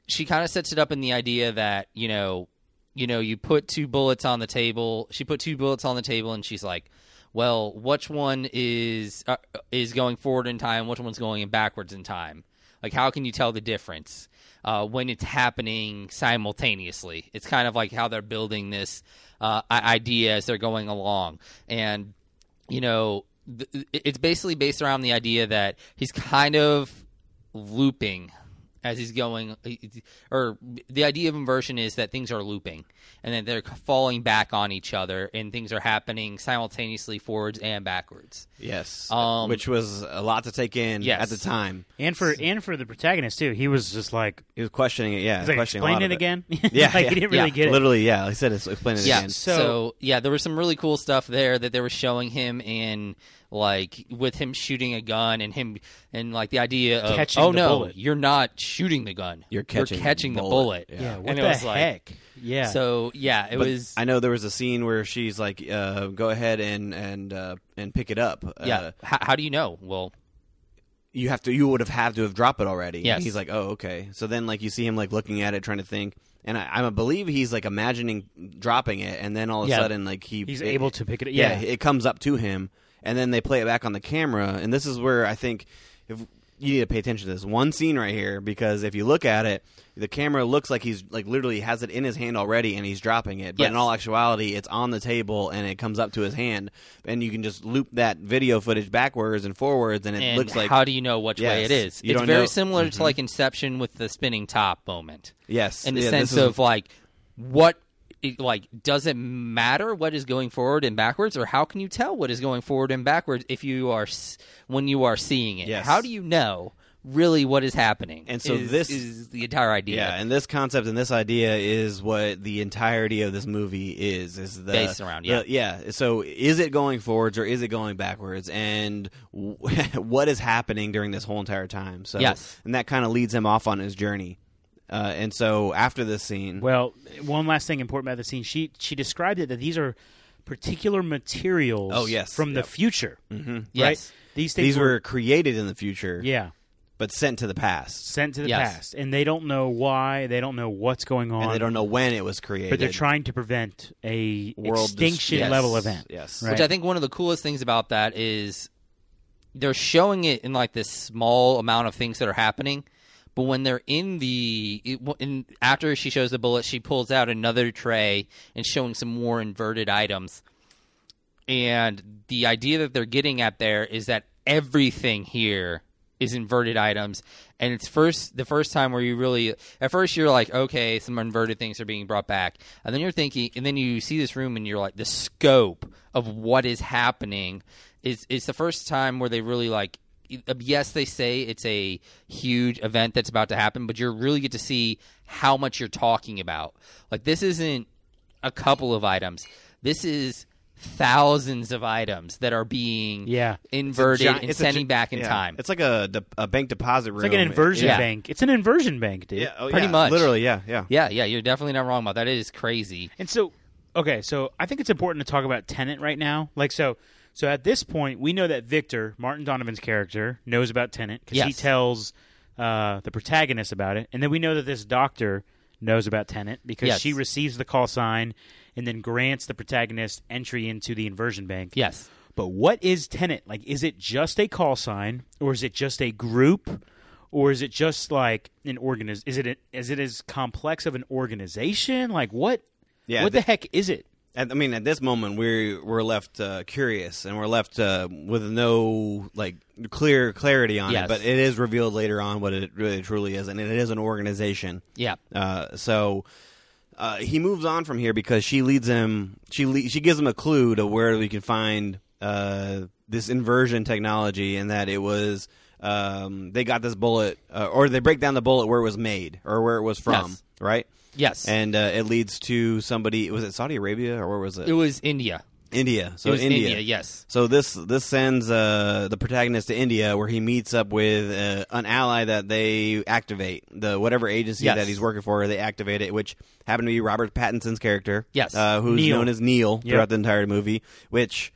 C: she kind of sets it up in the idea that you know you know you put two bullets on the table. She put two bullets on the table, and she's like. Well, which one is uh, is going forward in time? Which one's going backwards in time? Like, how can you tell the difference uh, when it's happening simultaneously? It's kind of like how they're building this uh, i- idea as they're going along. And, you know, th- it- it's basically based around the idea that he's kind of looping as he's going, or the idea of inversion is that things are looping and that they're falling back on each other and things are happening simultaneously forwards and backwards.
B: Yes,
C: Um,
B: which was a lot to take in
C: Yes.
B: at the time.
A: And for and for the protagonist too, he was just like,
B: He was questioning it. Yeah,
A: he's like
B: questioning a lot
A: explain it,
B: of
A: again. [LAUGHS]
B: Yeah,
A: like
B: yeah,
A: he didn't
C: yeah.
A: really get it.
B: Literally, yeah. He said, "Explain it
C: yeah,
B: again."
C: So, yeah, there was some really cool stuff there that they were showing him in like with him shooting a gun and him and like the idea of
A: Catching
C: oh
A: the
C: no,
A: bullet."
C: you're not shooting the gun.
B: You're catching the
C: the
B: bullet."
C: bullet.
A: Yeah,
B: Yeah.
A: what
C: And it
A: the
C: was like-
A: heck? yeah.
C: So yeah, it
B: But
C: was
B: I know there was a scene where she's like, uh, "Go ahead and and uh, and pick it up."
C: yeah.
B: Uh,
C: how, how do you know? Well,
B: you have to. You would have had to have dropped it already.
C: Yes.
B: He's like, "Oh, okay." So then, like, you see him like looking at it, trying to think, and I, I believe he's like imagining dropping it, and then all of a
C: Yeah.
B: sudden, like he
A: he's
B: it-
A: able to pick it.
B: yeah.
A: Yeah,
B: it comes up to him, and then they play it back on the camera, and this is where I think if you need to pay attention to this one scene right here because if you look at it, the camera looks like he's like literally has it in his hand already and he's dropping it. But in
C: Yes.
B: all actuality, it's on the table and it comes up to his hand, and you can just loop that video footage backwards and forwards, and it
C: and
B: looks like
C: how do you know which way
B: Yes.
C: it is?
B: You
C: it's
B: don't
C: very
B: know- Mm-hmm.
C: similar to like Inception with the spinning top moment,
B: yes,
C: in the
B: yeah, this
C: sense
B: is-
C: of like what, it, like does it matter what is going forward and backwards, or how can you tell what is going forward and backwards if you are s- when you are seeing it?
B: Yes.
C: How do you know really what is happening?
B: And so
C: is-
B: this-
C: is the entire idea.
B: Yeah, and this concept and this idea is what the entirety of this movie is. Is the
C: Based around,
B: the-
C: yeah.
B: yeah. So is it going forwards or is it going backwards? And w- [LAUGHS] what is happening during this whole entire time? So
C: Yes.
B: and that kind of leads him off on his journey. Uh, and so after this scene,
A: Well, one last thing important about the scene. She she described it that these are particular materials.
B: Oh, yes.
A: from the
B: Yep. Mm,
A: future. Mm-hmm.
C: Yes.
A: These things
B: these were created in the future,
A: yeah
B: but sent to the past,
A: sent to the
C: Yes.
A: past, and they don't know why. They don't know what's going on.
B: and they don't know when it was created.
A: but they're trying to prevent a
B: World dis-
A: extinction
B: yes,
A: level event.
B: Yes,
A: Right.
C: Which I think one of the coolest things about that is they're showing it in like this small amount of things that are happening, but when they're in the it- in, after she shows the bullet, she pulls out another tray and showing some more inverted items. And the idea that they're getting at there is that everything here is inverted items. And it's first the first time where you really at first you're like, okay, some inverted things are being brought back. And then you're thinking and then you see this room and you're like the scope of what is happening is it's the first time where they really like yes they say it's a huge event that's about to happen but you really get to see how much you're talking about like this isn't a couple of items. This is thousands of items that are being
A: Yeah.
C: inverted
B: Giant-
C: and
B: it's a
C: sending
B: gi-
C: back in
B: yeah.
C: time.
B: It's like a, de- a bank deposit room.
A: It's like an inversion
C: Yeah.
A: bank. It's an inversion bank, dude.
B: Yeah, oh,
C: Pretty
B: yeah,
C: much.
B: Literally, yeah, yeah.
C: yeah, yeah, you're definitely not wrong about that. It is crazy.
A: And so, okay, so I think it's important to talk about Tenant right now. Like, so, so at this point, we know that Victor Martin Donovan's character knows about Tenant because he
C: Yes.
A: tells uh, the protagonist about it, and then we know that this doctor knows about Tenant because
C: Yes.
A: she receives the call sign and then grants the protagonist entry into the inversion bank.
C: Yes.
A: But what is Tenant? Like, is it just a call sign, or is it just a group, or is it just like an organiz? Is it a, is it as complex of an organization? Like, what?
B: Yeah,
A: what the,
B: the-
A: heck is it?
B: At, I mean, at this moment, we're we're left uh, curious and we're left uh, with no like clear clarity on it.
C: Yes.
B: But it is revealed later on what it really truly is, and it is an organization.
C: Yeah.
B: Uh, so uh, he moves on from here because she leads him. She le- she gives him a clue to where we can find uh, this inversion technology, and that it was um, they got this bullet, uh, or they break down the bullet where it was made or where it was from,
C: Yes.
B: right?
C: Yes.
B: And uh, it leads to somebody. Was it Saudi Arabia or where was it?
C: it was India.
B: India. So
C: it was
B: India.
C: India. yes.
B: So this this sends uh, the protagonist to India, where he meets up with uh, an ally that they activate the whatever agency
C: Yes.
B: that he's working for. They activate it, which happened to be Robert Pattinson's character,
C: Yes.
B: uh, who's
A: Neil.
B: known as Neil
A: Yep.
B: throughout the entire movie. Which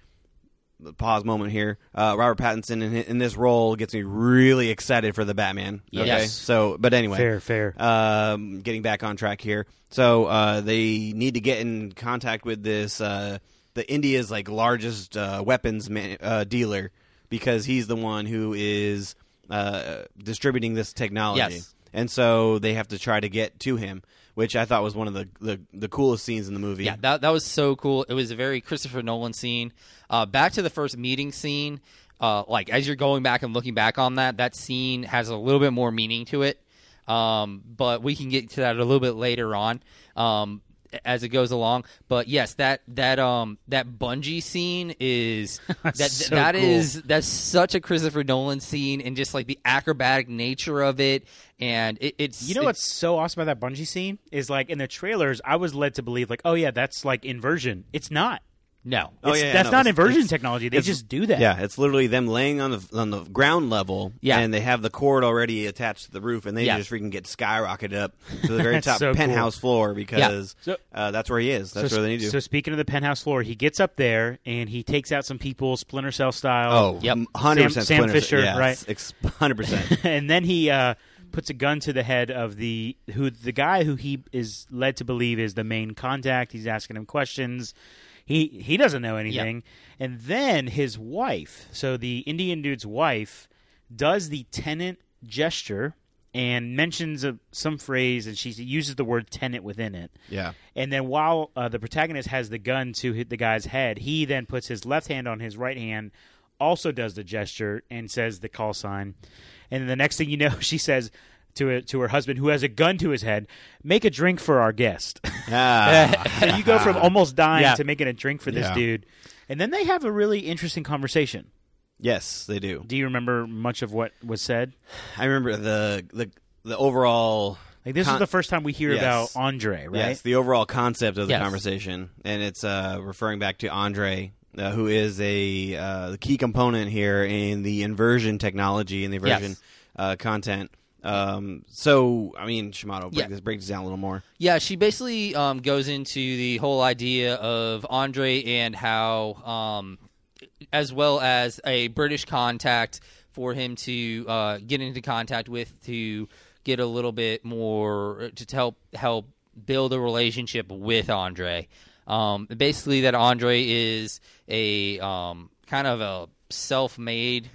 B: pause moment here, uh, Robert Pattinson in, in this role gets me really excited for the Batman. Okay?
C: Yes.
B: So, but anyway,
A: Fair, fair.
B: um, getting back on track here. So uh, they need to get in contact with this uh, the India's like largest uh, weapons man- uh, dealer because he's the one who is uh, distributing this technology.
C: Yes.
B: And so they have to try to get to him, which I thought was one of the the, the coolest scenes in the movie.
C: Yeah, that that was so cool. It was a very Christopher Nolan scene. Uh, back to the first meeting scene. Uh, like as you're going back and looking back on that, that scene has a little bit more meaning to it. Um, but we can get to that a little bit later on um, as it goes along. But yes, that that um that bungee scene
A: [LAUGHS]
C: is that that is
A: So cool.
C: that's such a Christopher Nolan scene and just like the acrobatic nature of it and it, it's
A: you know
C: it's,
A: what's so awesome about that bungee scene is like in the trailers, I was led to believe like, oh yeah, that's like inversion. It's not.
C: no
B: Oh,
A: It's-
B: yeah,
A: that's
B: no,
A: not
B: it's-
A: inversion
B: it's-
A: technology. They
B: it's-
A: just do that.
B: [LAUGHS] Yeah, it's literally them laying on the on the ground level,
C: Yeah.
B: and they have the cord already attached to the roof, and they
C: Yeah.
B: just freaking get skyrocketed up
A: [LAUGHS]
B: to the very
A: That's
B: top
A: so cool.
B: penthouse floor because
A: So-
B: uh, that's where he is. That's
A: so,
B: where they need to.
A: so speaking of the penthouse floor, he gets up there and he takes out some people, Splinter Cell style.
B: oh,
C: Yep.
B: hundred
A: Sam-
B: percent.
A: Sam Fisher, right. [LAUGHS]
B: Hundred percent.
A: and then he uh, puts a gun to the head of the who the guy who he is led to believe is the main contact. He's asking him questions. He he doesn't know anything. And then his wife, so the Indian dude's wife, does the tenant gesture and mentions a, some phrase, and she uses the word tenant within it.
B: Yeah.
A: And then while uh, the protagonist has the gun to hit the guy's head, he then puts his left hand on his right hand, also does the gesture and says the call sign. And then the next thing you know, [LAUGHS] she says to her, to her husband, who has a gun to his head, "Make a drink for our guest." [LAUGHS]
B: Ah.
A: so you go
C: [LAUGHS]
A: from almost dying
C: Yeah.
A: to making a drink for this
B: Yeah.
A: dude. And then they have a really interesting conversation.
B: yes, they do.
A: Do you remember much of what was said?
B: I remember the the the overall
A: Like this is
B: con-
A: the first time we hear
B: Yes.
A: about Andre, right?
B: Yes, the overall concept of the
C: Yes.
B: conversation, and it's uh, referring back to Andre, uh, who is a uh, the key component here in the inversion technology and the
C: Yes.
B: inversion uh, content. Um, so, I mean, Shimano, break
C: Yeah.
B: this break this down a little more.
C: Yeah, she basically um, goes into the whole idea of Andre and how, um, as well as a British contact for him to uh, get into contact with to get a little bit more to help help build a relationship with Andre. Um, basically, that Andre is a um, kind of a self-made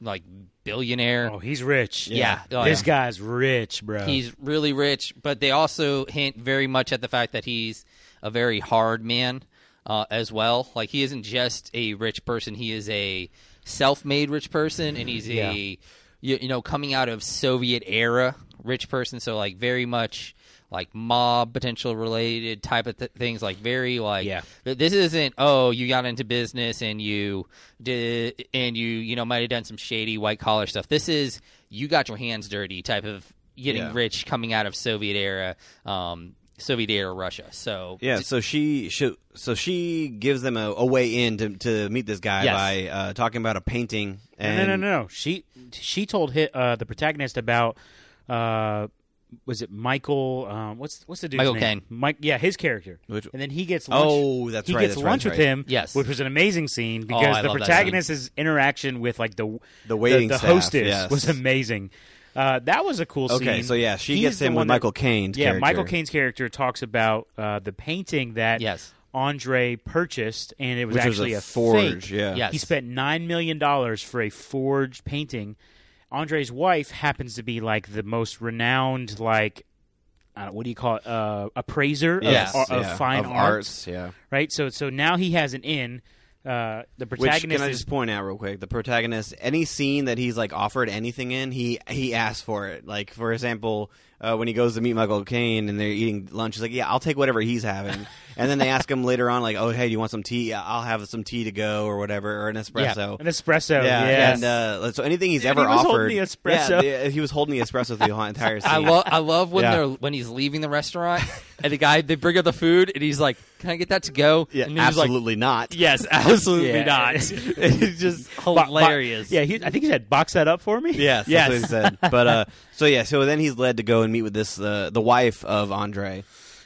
C: like billionaire.
A: Oh, he's rich.
C: Yeah. Yeah. Oh,
A: this
C: yeah.
A: guy's rich, bro.
C: He's really rich, but they also hint very much at the fact that he's a very hard man uh, as well. Like he isn't just a rich person; he is a self-made rich person, and he's
A: Yeah.
C: a you, you know coming out of Soviet era rich person. So like very much like mob potential related type of th- things. Like very like
A: Yeah.
C: th- this isn't oh you got into business and you did and you you know might have done some shady white collar stuff. This is you got your hands dirty type of getting
B: Yeah.
C: rich coming out of Soviet era, um, Soviet era Russia. So
B: Yeah, so she, she so she gives them a, a way in to, to meet this guy
C: Yes.
B: by uh, talking about a painting. And
A: no, no, no, no. She she told hi uh, the protagonist about uh, was it Michael? Um, what's what's the dude's
C: Michael
A: name?
C: Caine.
A: Mike. Yeah, his character.
B: Which-
A: and then he gets lunch.
B: Oh, that's
A: he
B: right,
A: gets
B: that's right,
A: lunch
B: that's
A: with
B: right.
A: him.
C: Yes.
A: which was an amazing scene
C: Oh,
A: because
C: I
A: the
C: love that
A: protagonist's interaction with like the
B: The waiting
A: the,
B: staff,
A: hostess
B: yes.
A: was amazing. Uh, that was a cool scene.
B: Okay, so yeah, she
A: He's
B: gets
A: the
B: him
A: one
B: with
A: that-
B: Michael Caine.
A: yeah, Michael Caine's character talks about uh, the painting that
C: Yes.
A: Andre purchased, and it was
B: which was
A: actually
B: a
A: fake.
B: forge. Yeah,
C: Yes.
A: He spent nine million dollars for a forged painting. Andre's wife happens to be like the most renowned, like uh, what do you call it, uh, appraiser
B: Yes,
A: of, ar- of
B: yeah,
A: fine
B: of
A: arts,
B: arts, yeah.
A: right? So, so now he has an in. Uh, the
B: Which
A: protagonist
B: can I
A: is
B: just point out real quick? The protagonist, any scene that he's like offered anything in, he he asks for it. Like for example, uh, when he goes to meet Michael Caine and they're eating lunch, he's like, "Yeah, I'll take whatever he's having." and then they ask him later on, like, "Oh, hey, do you want some tea? Yeah, I'll have some tea to go or whatever, or an espresso."
A: an espresso.
B: Yeah,
A: yes.
B: and uh, so anything he's
A: And
B: ever
A: he was holding
B: offered,
A: the espresso.
B: Yeah, the- he was holding the espresso the whole entire scene.
C: I love I love when
B: Yeah.
C: they're when he's leaving the restaurant [LAUGHS] and the guy they bring up the food and he's like, "Can I get that to go?"
B: yeah,
C: and he's like,
B: absolutely not.
C: "Yes, absolutely
A: Yeah.
C: not." [LAUGHS] it's just
A: Bo- bo-
C: hilarious.
A: yeah, he, I think he said, "Box that up for me."
B: Yes,
A: yes.
B: that's what he said. But uh, so yeah, so then he's led to go and meet with this uh, the wife of Andre.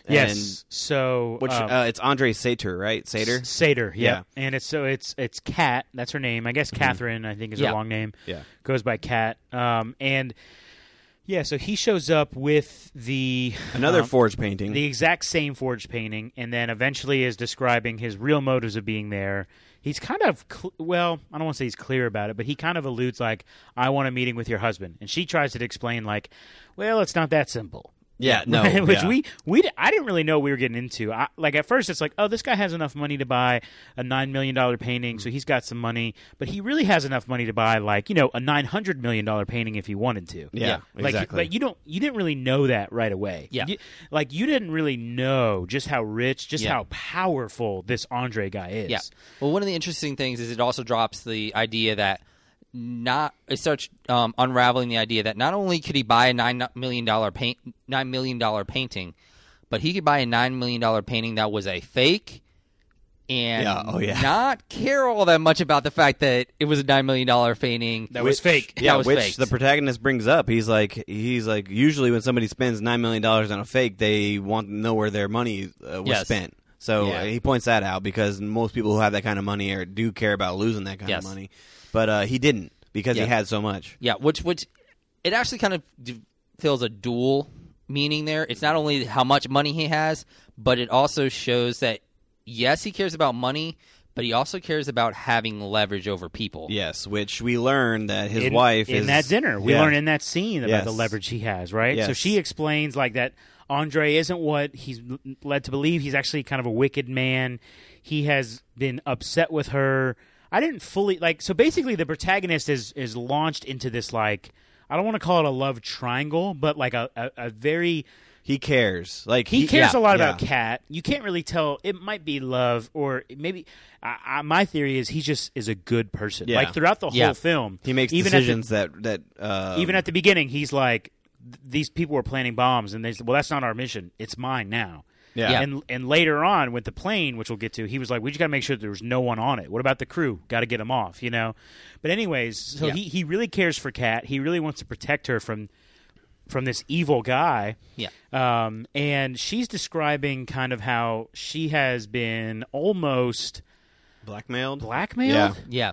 B: And-
A: yes. So,
B: which
A: um,
B: uh, it's Andre Sater, right? Sater.
A: Sater, yeah.
B: Yeah. Mm-hmm.
A: And it's so it's it's Kat. That's her name, I guess. Catherine, I think, is
C: Yeah.
A: her long name.
B: Yeah.
A: goes by Kat. Um, and yeah, so he shows up with the
B: Another
A: um,
B: forge painting.
A: the exact same forged painting, and then eventually is describing his real motives of being there. He's kind of cl- well, I don't want to say he's clear about it, but he kind of alludes like, "I want a meeting with your husband," and she tries to explain like, "Well, it's not that simple." [LAUGHS]
B: yeah, no,
A: which
B: yeah.
A: we we di- I didn't really know we were getting into. I, like at first, it's like, oh, this guy has enough money to buy a nine million dollar painting, so he's got some money. But he really has enough money to buy like you know a nine hundred million dollar painting if he wanted to.
B: Yeah,
A: like
B: exactly.
A: but you don't you didn't really know that right away.
C: Yeah.
A: You- like you didn't really know just how rich, just
C: Yeah.
A: how powerful this Andre guy is.
C: Yeah. Well, one of the interesting things is it also drops the idea that not it starts um, unraveling the idea that not only could he buy a nine million dollar paint nine million dollar painting, but he could buy a nine million dollar painting that was a fake. And
B: Yeah, oh, yeah.
C: not care all that much about the fact that it was a nine million dollar painting.
A: That was fake.
B: yeah,
C: that was
B: which
C: faked.
B: the protagonist brings up. He's like, he's like, usually when somebody spends nine million dollars on a fake, they want to know where their money uh, was
C: Yes.
B: spent. So
A: Yeah.
B: uh, he points that out because most people who have that kind of money are, do care about losing that kind
C: Yes.
B: of money, but uh, he didn't because
C: Yeah.
B: he had so much.
C: Yeah, which which it actually kind of d- fills a dual meaning there. It's not only how much money he has, but it also shows that yes, he cares about money, but he also cares about having leverage over people.
B: Yes, which we learn that his
A: in,
B: wife
A: in
B: is
A: that dinner. We
B: Yeah.
A: learn in that scene about the
B: Yes.
A: leverage he has, right? So
B: Yes.
A: she explains like that Andre isn't what he's l- led to believe. He's actually kind of a wicked man. He has been upset with her. I didn't fully like so basically the protagonist is is launched into this like I don't want to call it a love triangle, but like a, a, a very
B: he cares. Like
A: he cares a
B: yeah,
A: lot
B: yeah.
A: about Cat. You can't really tell. It might be love, or maybe I, I, my theory is he just is a good person.
B: Yeah.
A: Like throughout the whole
C: Yeah.
A: film,
B: He makes
A: even at the
B: decisions that that uh,
A: even at the beginning, he's like, "Th- "These people were planting bombs," and they said, "Well, that's not our mission. It's mine now."
B: Yeah. Yeah.
A: And and later on with the plane, which we'll get to, he was like, "We just got to make sure there was no one on it. What about the crew? Got to get them off, you know." But anyways, so
C: Yeah.
A: he he really cares for Kat. He really wants to protect her from from this evil guy.
C: Yeah.
A: Um, and she's describing kind of how she has been almost
B: blackmailed.
A: blackmailed.
B: Yeah.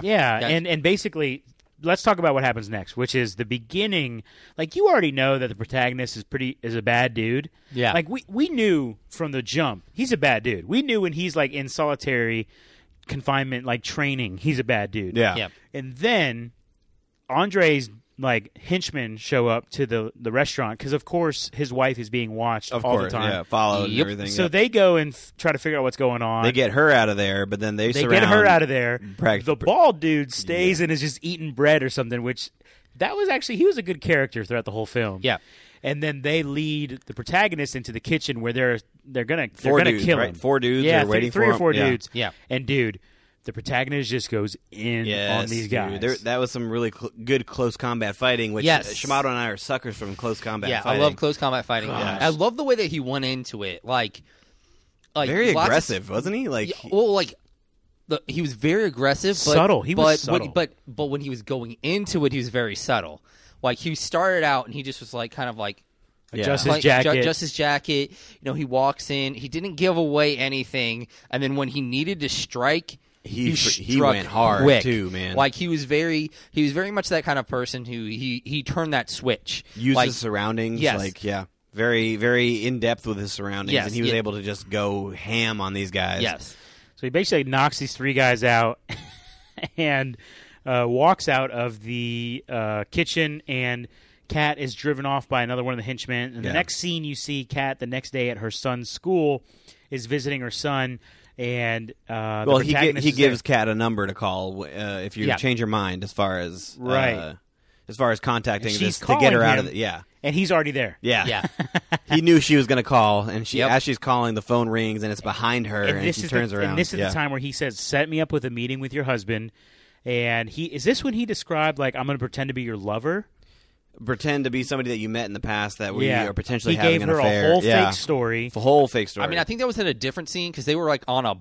B: yeah,
A: Yeah,
C: Gotcha.
A: and and basically, let's talk about what happens next, which is the beginning. Like you already know that the protagonist is pretty is a bad dude.
C: Yeah.
A: like we we knew from the jump he's a bad dude. We knew when he's like in solitary confinement, like training, he's a bad dude.
B: yeah,
C: Yeah.
A: and then Andre's like henchmen show up to the the restaurant because of course his wife is being watched
B: Of
A: all
B: course,
A: the time.
B: yeah, followed
C: Yep.
B: and everything.
A: So
B: yeah.
A: they go and f- try to figure out what's going on.
B: they get her out of there, but then they,
A: They
B: surround
A: get her out of there.
B: prac-
A: the bald dude stays and is just eating bread or something, which that was actually he was a good character throughout the whole film.
C: Yeah.
A: And then they lead the protagonist into the kitchen where they're they're gonna they're
B: 4
A: gonna
B: dudes,
A: kill
B: right?
A: him.
B: Four dudes
A: yeah,
B: are
A: three,
B: waiting
A: three
B: for
A: or four
B: him. Yeah.
A: dudes.
C: Yeah.
A: And dude, the protagonist just goes in
B: Yes,
A: on these
B: dude.
A: guys.
B: There- that was some really cl- good close combat fighting. Which
C: Yes.
B: Shimado and I are suckers from close combat.
C: yeah,
B: fighting.
C: I love close combat fighting.
B: Gosh.
C: I love the way that he went into it, like, like
B: Very
C: lots of-
B: aggressive, wasn't he? Like,
C: Yeah,
A: oh,
C: well, like the, he was very aggressive, but,
A: Subtle. He was
C: but when-
A: subtle.
C: but but when he was going into it, he was very subtle. Like he started out and he just was like kind of like
A: Adjust
C: like,
A: his jacket.
C: ju- just his jacket. You know, he walks in. He didn't give away anything, and then when he needed to strike.
B: He
C: He,
B: fr- he
C: struck
B: went hard,
C: quick.
B: too, man.
C: Like he was very, he was very much that kind of person who he he turned that switch.
B: use
C: like,
B: his surroundings.
C: Yes.
B: Like, yeah. Very, very in depth with his surroundings,
C: Yes,
B: and he was
C: yeah.
B: able to just go ham on these guys.
C: yes,
A: So he basically knocks these three guys out [LAUGHS] and uh, walks out of the uh, kitchen and Kat is driven off by another one of the henchmen. And
B: Yeah.
A: the next scene you see Kat the next day at her son's school is visiting her son and uh, the
B: Well, he gi-
A: protagonist
B: he
A: is there.
B: gives Kat a number to call uh, if you
A: Yeah.
B: change your mind as far as
A: Right.
B: uh, as far as contacting
A: And
B: this
A: she's
B: to get her
A: calling
B: out of
A: him.
B: it. Yeah,
A: and he's already there.
B: yeah, [LAUGHS]
C: yeah,
B: he knew she was going to call, and she
C: Yep.
B: as she's calling, the phone rings, and it's behind her, and,
A: And this
B: she
A: is
B: turns
A: the,
B: around.
A: And this is
B: Yeah.
A: the time where he says, "Set me up with a meeting with your husband." And he is this when he described like I'm going to pretend to be your lover.
B: Pretend to be somebody that you met in the past that we
A: yeah,
B: are potentially
A: he
B: having
A: gave
B: an
A: her
B: affair.
A: a whole
B: yeah.
A: fake story.
B: A whole fake story.
C: I mean, I think that was in a different scene because they were like on a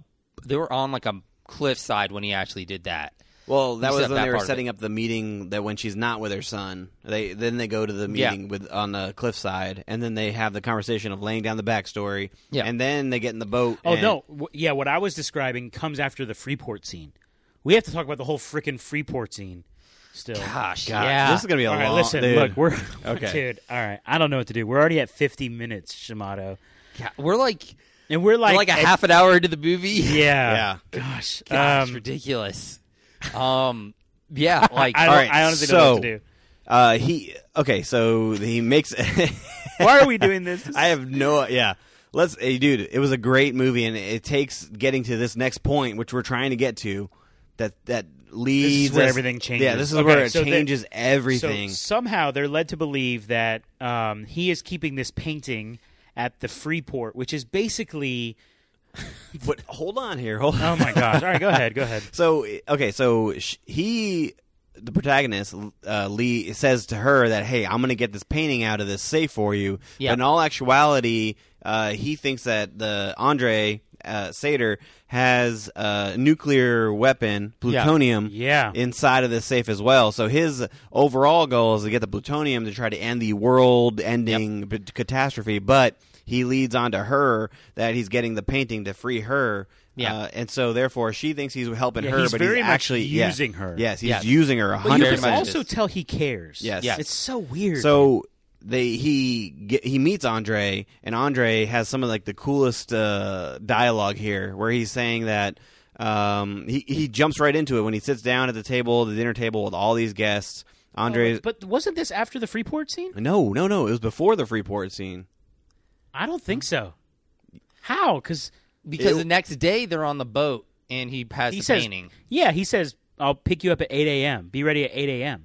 C: they were on like a cliffside when he actually did that.
B: Well, that
C: You
B: was
C: said
B: when
C: that
B: they were
C: part of
B: setting up the meeting that when she's not with her son, they then they go to the
C: Yeah.
B: meeting with on the cliffside, and then they have the conversation of laying down the backstory.
C: Yeah.
B: and then they get in the boat.
A: Oh
B: and-
A: no, w- yeah, what I was describing comes after the Freeport scene. We have to talk about the whole freaking Freeport scene. Still,
C: Gosh,
B: God,
C: yeah.
B: this is gonna be a
A: all right.
B: long.
A: listen,
B: dude.
A: look, we're [LAUGHS]
B: Okay.
A: dude. All right, I don't know what to do. We're already at fifty minutes, Shimato,
C: God, we're like
A: and we're
C: we're
A: like,
C: like a
A: at-
C: half an hour into the movie.
A: Yeah, gosh,
C: [LAUGHS] Gosh,
A: um,
C: ridiculous. Um, yeah, like
A: I,
B: All
A: don't,
B: right,
A: I honestly don't know what
B: so-
A: to do.
B: Uh, he okay, so he makes. [LAUGHS]
A: Why are we doing this?
B: I have no. Yeah, let's, hey, dude. It was a great movie, and it takes getting to this next point, which we're trying to get to. That that leads
A: where
B: us-
A: everything
B: Yeah, this
A: changes.
B: is
A: Okay,
B: where it
A: so the-
B: changes everything.
A: So somehow they're led to believe that um, he is keeping this painting at the Freeport, which is
B: [LAUGHS]
A: basically.
B: but hold on here. Hold on.
A: Oh my gosh! All right, go ahead, go ahead.
B: So okay, so sh- he, the protagonist, uh, Lee says to her that, "Hey, I'm going to get this painting out of this safe for you."
C: Yeah.
B: But in all actuality, uh, he thinks that the Andre uh, Sater has a nuclear weapon, plutonium,
A: Yeah.
B: inside of this safe as well. So his overall goal is to get the plutonium to try to end the world-ending b- catastrophe, but. He leads on to her that he's getting the painting to free her,
C: Yeah.
B: uh, and so therefore she thinks he's helping
A: Yeah,
B: her,
A: he's
B: but
A: very
B: he's
A: much
B: actually yeah.
A: using her.
B: Yes, he's
C: Yes.
B: using her
A: But you
B: hundred
A: can
C: much
B: percent.
A: also tell he cares.
B: Yes. Yes.
A: it's so weird.
B: So they he ge- he meets Andre, and Andre has some of like the coolest uh, dialogue here, where he's saying that. Um, he he jumps right into it when he sits down at the table, the dinner table with all these guests. Andre's
A: But wasn't this after the Freeport scene?
B: no, no, no. It was before the Freeport scene.
A: I don't think so. How? Because
C: because
B: Ew.
C: the next day they're on the boat and he has
A: he
C: the
A: says,
C: painting.
A: "Yeah," he says, "I'll pick you up at eight a.m. Be ready at eight a.m."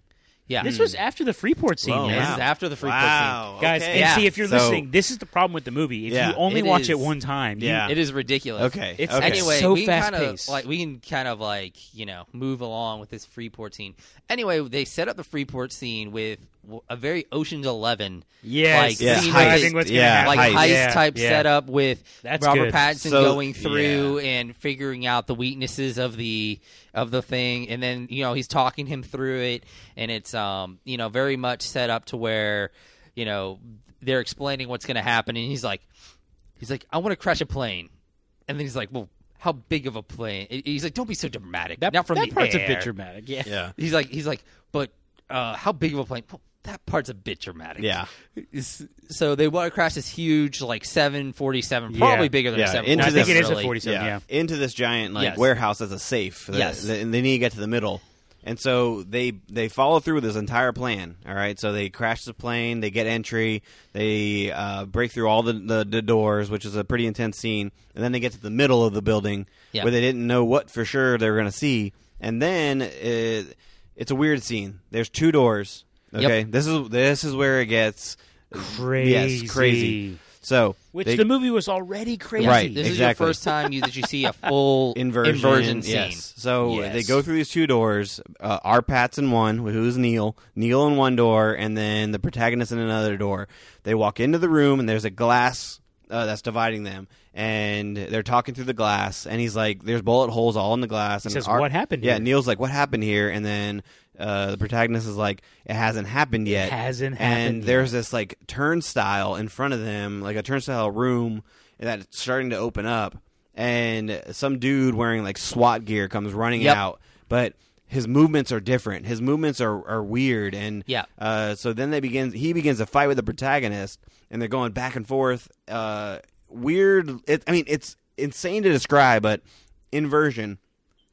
C: Yeah,
A: This was after the Freeport scene,
B: Whoa,
C: Yeah,
A: man.
C: this is after the free pull scene.
B: Wow,
A: Guys,
B: okay.
A: and
C: Yeah.
A: see if you're
B: So-
A: listening, this is the problem with the movie. If
B: Yeah.
A: you only
C: It
A: watch
C: is.
A: it one time, you-
B: Yeah.
C: It is ridiculous.
B: Okay,
A: It's-
B: okay.
C: Anyway,
A: so
C: we can kind of
A: fast-paced.
C: like we can kind of like you know move along with this Freeport scene. Anyway, they set up the Freeport scene with w- a very Ocean's Eleven
A: yes,
C: like
B: Yeah,
C: scene
B: heist.
C: with-
A: driving what's
B: Yeah,
A: gonna
C: like
B: heist.
A: happen.
C: heist
A: Yeah,
C: type
A: yeah.
C: setup with
A: That's
C: Robert
A: good.
C: Pattinson
B: So-
C: going through and figuring out the weaknesses of the of the thing, and then you know he's talking him through it, and it's um you know very much set up to where you know they're explaining what's going to happen, and he's like he's like I want to crash a plane, and then he's like well how big of a plane? And He's like don't be so dramatic.
A: That,
C: Not from
A: that
C: the
A: part's
C: air."
A: a bit dramatic. Yeah.
B: Yeah.
C: He's like he's like but uh how big of a plane? Well, that part's a bit dramatic.
B: Yeah.
C: Is- so they want to crash this huge like 747 probably
A: Yeah.
C: bigger than
B: Yeah,
C: a
B: into
C: 747
A: I think it is
C: really.
A: a 47. Yeah.
B: into this giant like
C: Yes.
B: warehouse as a safe. The-
C: Yes.
B: the- and they need to get to the middle. And so they they follow through with this entire plan. All right, so they crash the plane, they get entry, they uh, break through all the, the the doors, which is a pretty intense scene. And then they get to the middle of the building
C: Yeah.
B: where they didn't know what for sure they were going to see. And then it, it's a weird scene. There's two doors.
C: Yep.
B: Okay, this is this is where it gets
A: Crazy.
B: Yes, crazy. So
A: Which
B: they-
A: the movie was already crazy.
B: Right.
C: this
B: exactly.
C: is your first time you, that you see a
B: [LAUGHS]
C: full
B: inversion,
C: scene
B: Yes. So
C: Yes.
B: they go through these two doors. Uh, our Pat's in one, who's Neil. Neil in one door, and then the protagonist in another door. They walk into the room, and there's a glass uh, that's dividing them, and they're talking through the glass. And he's like, "There's bullet holes all in the glass." And
A: says,
B: our-
A: "What happened
B: Yeah.
A: here?"
B: Neil's like, "What happened here?" And then. Uh, the protagonist is like, it hasn't happened yet.
A: hasn't
B: And
A: happened
B: there's this like turnstile in front of them, like a turnstile room that's starting to open up, and some dude wearing like SWAT gear comes running
C: Yep.
B: out, but his movements are different. His movements are, are weird, and
C: Yeah.
B: Uh, so then they begins. He begins a fight with the protagonist, and they're going back and forth. Uh, weird. It, I mean, it's insane to describe, but inversion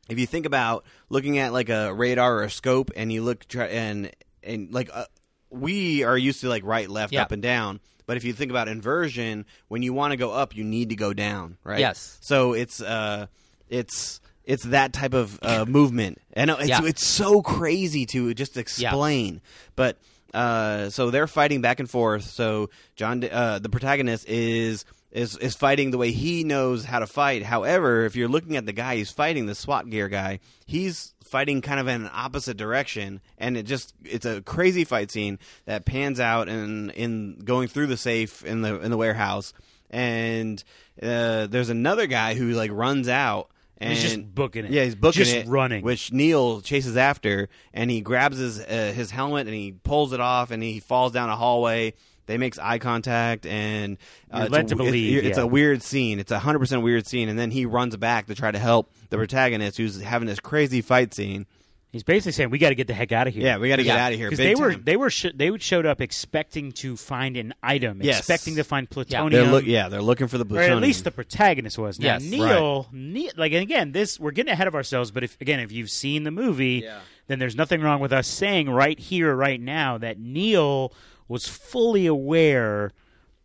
B: if you think about looking at like a radar or a scope and you look try, and and like uh, we are used to like right left
C: Yeah.
B: up and down but if you think about inversion when you want to go up you need to go down right
C: Yes.
B: so it's uh it's it's that type of uh, movement and it's,
C: Yeah.
B: it's so crazy to just explain but uh so they're fighting back and forth so john uh the protagonist is is is fighting the way he knows how to fight however if you're looking at the guy who's fighting the swat gear guy he's fighting kind of in an opposite direction and it just it's a crazy fight scene that pans out and in going through the safe in the in the warehouse and uh, there's another guy who like runs out and
A: He's just booking it.
B: yeah he's booking
A: Just
B: it
A: running.
B: which Neil chases after, and he grabs his uh, his helmet and he pulls it off, and he falls down a hallway. They makes eye contact, and uh,
A: You're
B: it's
A: led
B: a-
A: to
B: it's-
A: believe,
B: it's,
A: yeah.
B: a weird scene. It's a hundred percent weird scene, and then he runs back to try to help the protagonist, who's having this crazy fight scene.
A: He's basically saying we got to get the heck out of here.
B: Yeah, we got to get
C: Yeah,
B: out of here.
A: because
B: Big
A: they were
B: time.
A: they were sh- they showed up expecting to find an item,
B: Yes.
A: expecting to find plutonium.
B: They're look, yeah, they're looking for the
A: or
B: plutonium.
A: at least the protagonist was. Now,
C: Yes.
A: Neil, Ne- like and again, this we're getting ahead of ourselves. But if again, if you've seen the movie, then there's nothing wrong with us saying right here, right now, that Neil was fully aware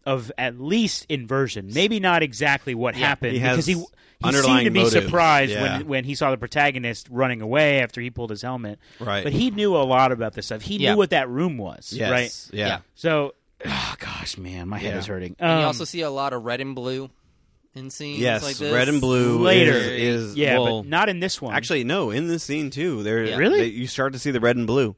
A: of at least inversion. Maybe not exactly what happened
B: he has
A: because he he
B: underlying
A: seemed to be
B: motives.
A: surprised
B: Yeah.
A: when when he saw the protagonist running away after he pulled his helmet.
B: Right.
A: but he knew a lot about this stuff. He
C: Yeah.
A: knew what that room was.
B: yes,
A: right.
B: Yeah.
C: Yeah.
A: So, oh, gosh, man, my head
B: Yeah.
A: is hurting.
C: and you
A: Um,
C: also see a lot of red and blue in scenes
B: Yes,
C: like this
B: red and blue
A: Later.
B: is, is
A: yeah,
B: well,
A: but not in this one.
B: Actually, no. In this scene too, there
C: Yeah.
A: Really?
B: they- you start to see the red and blue.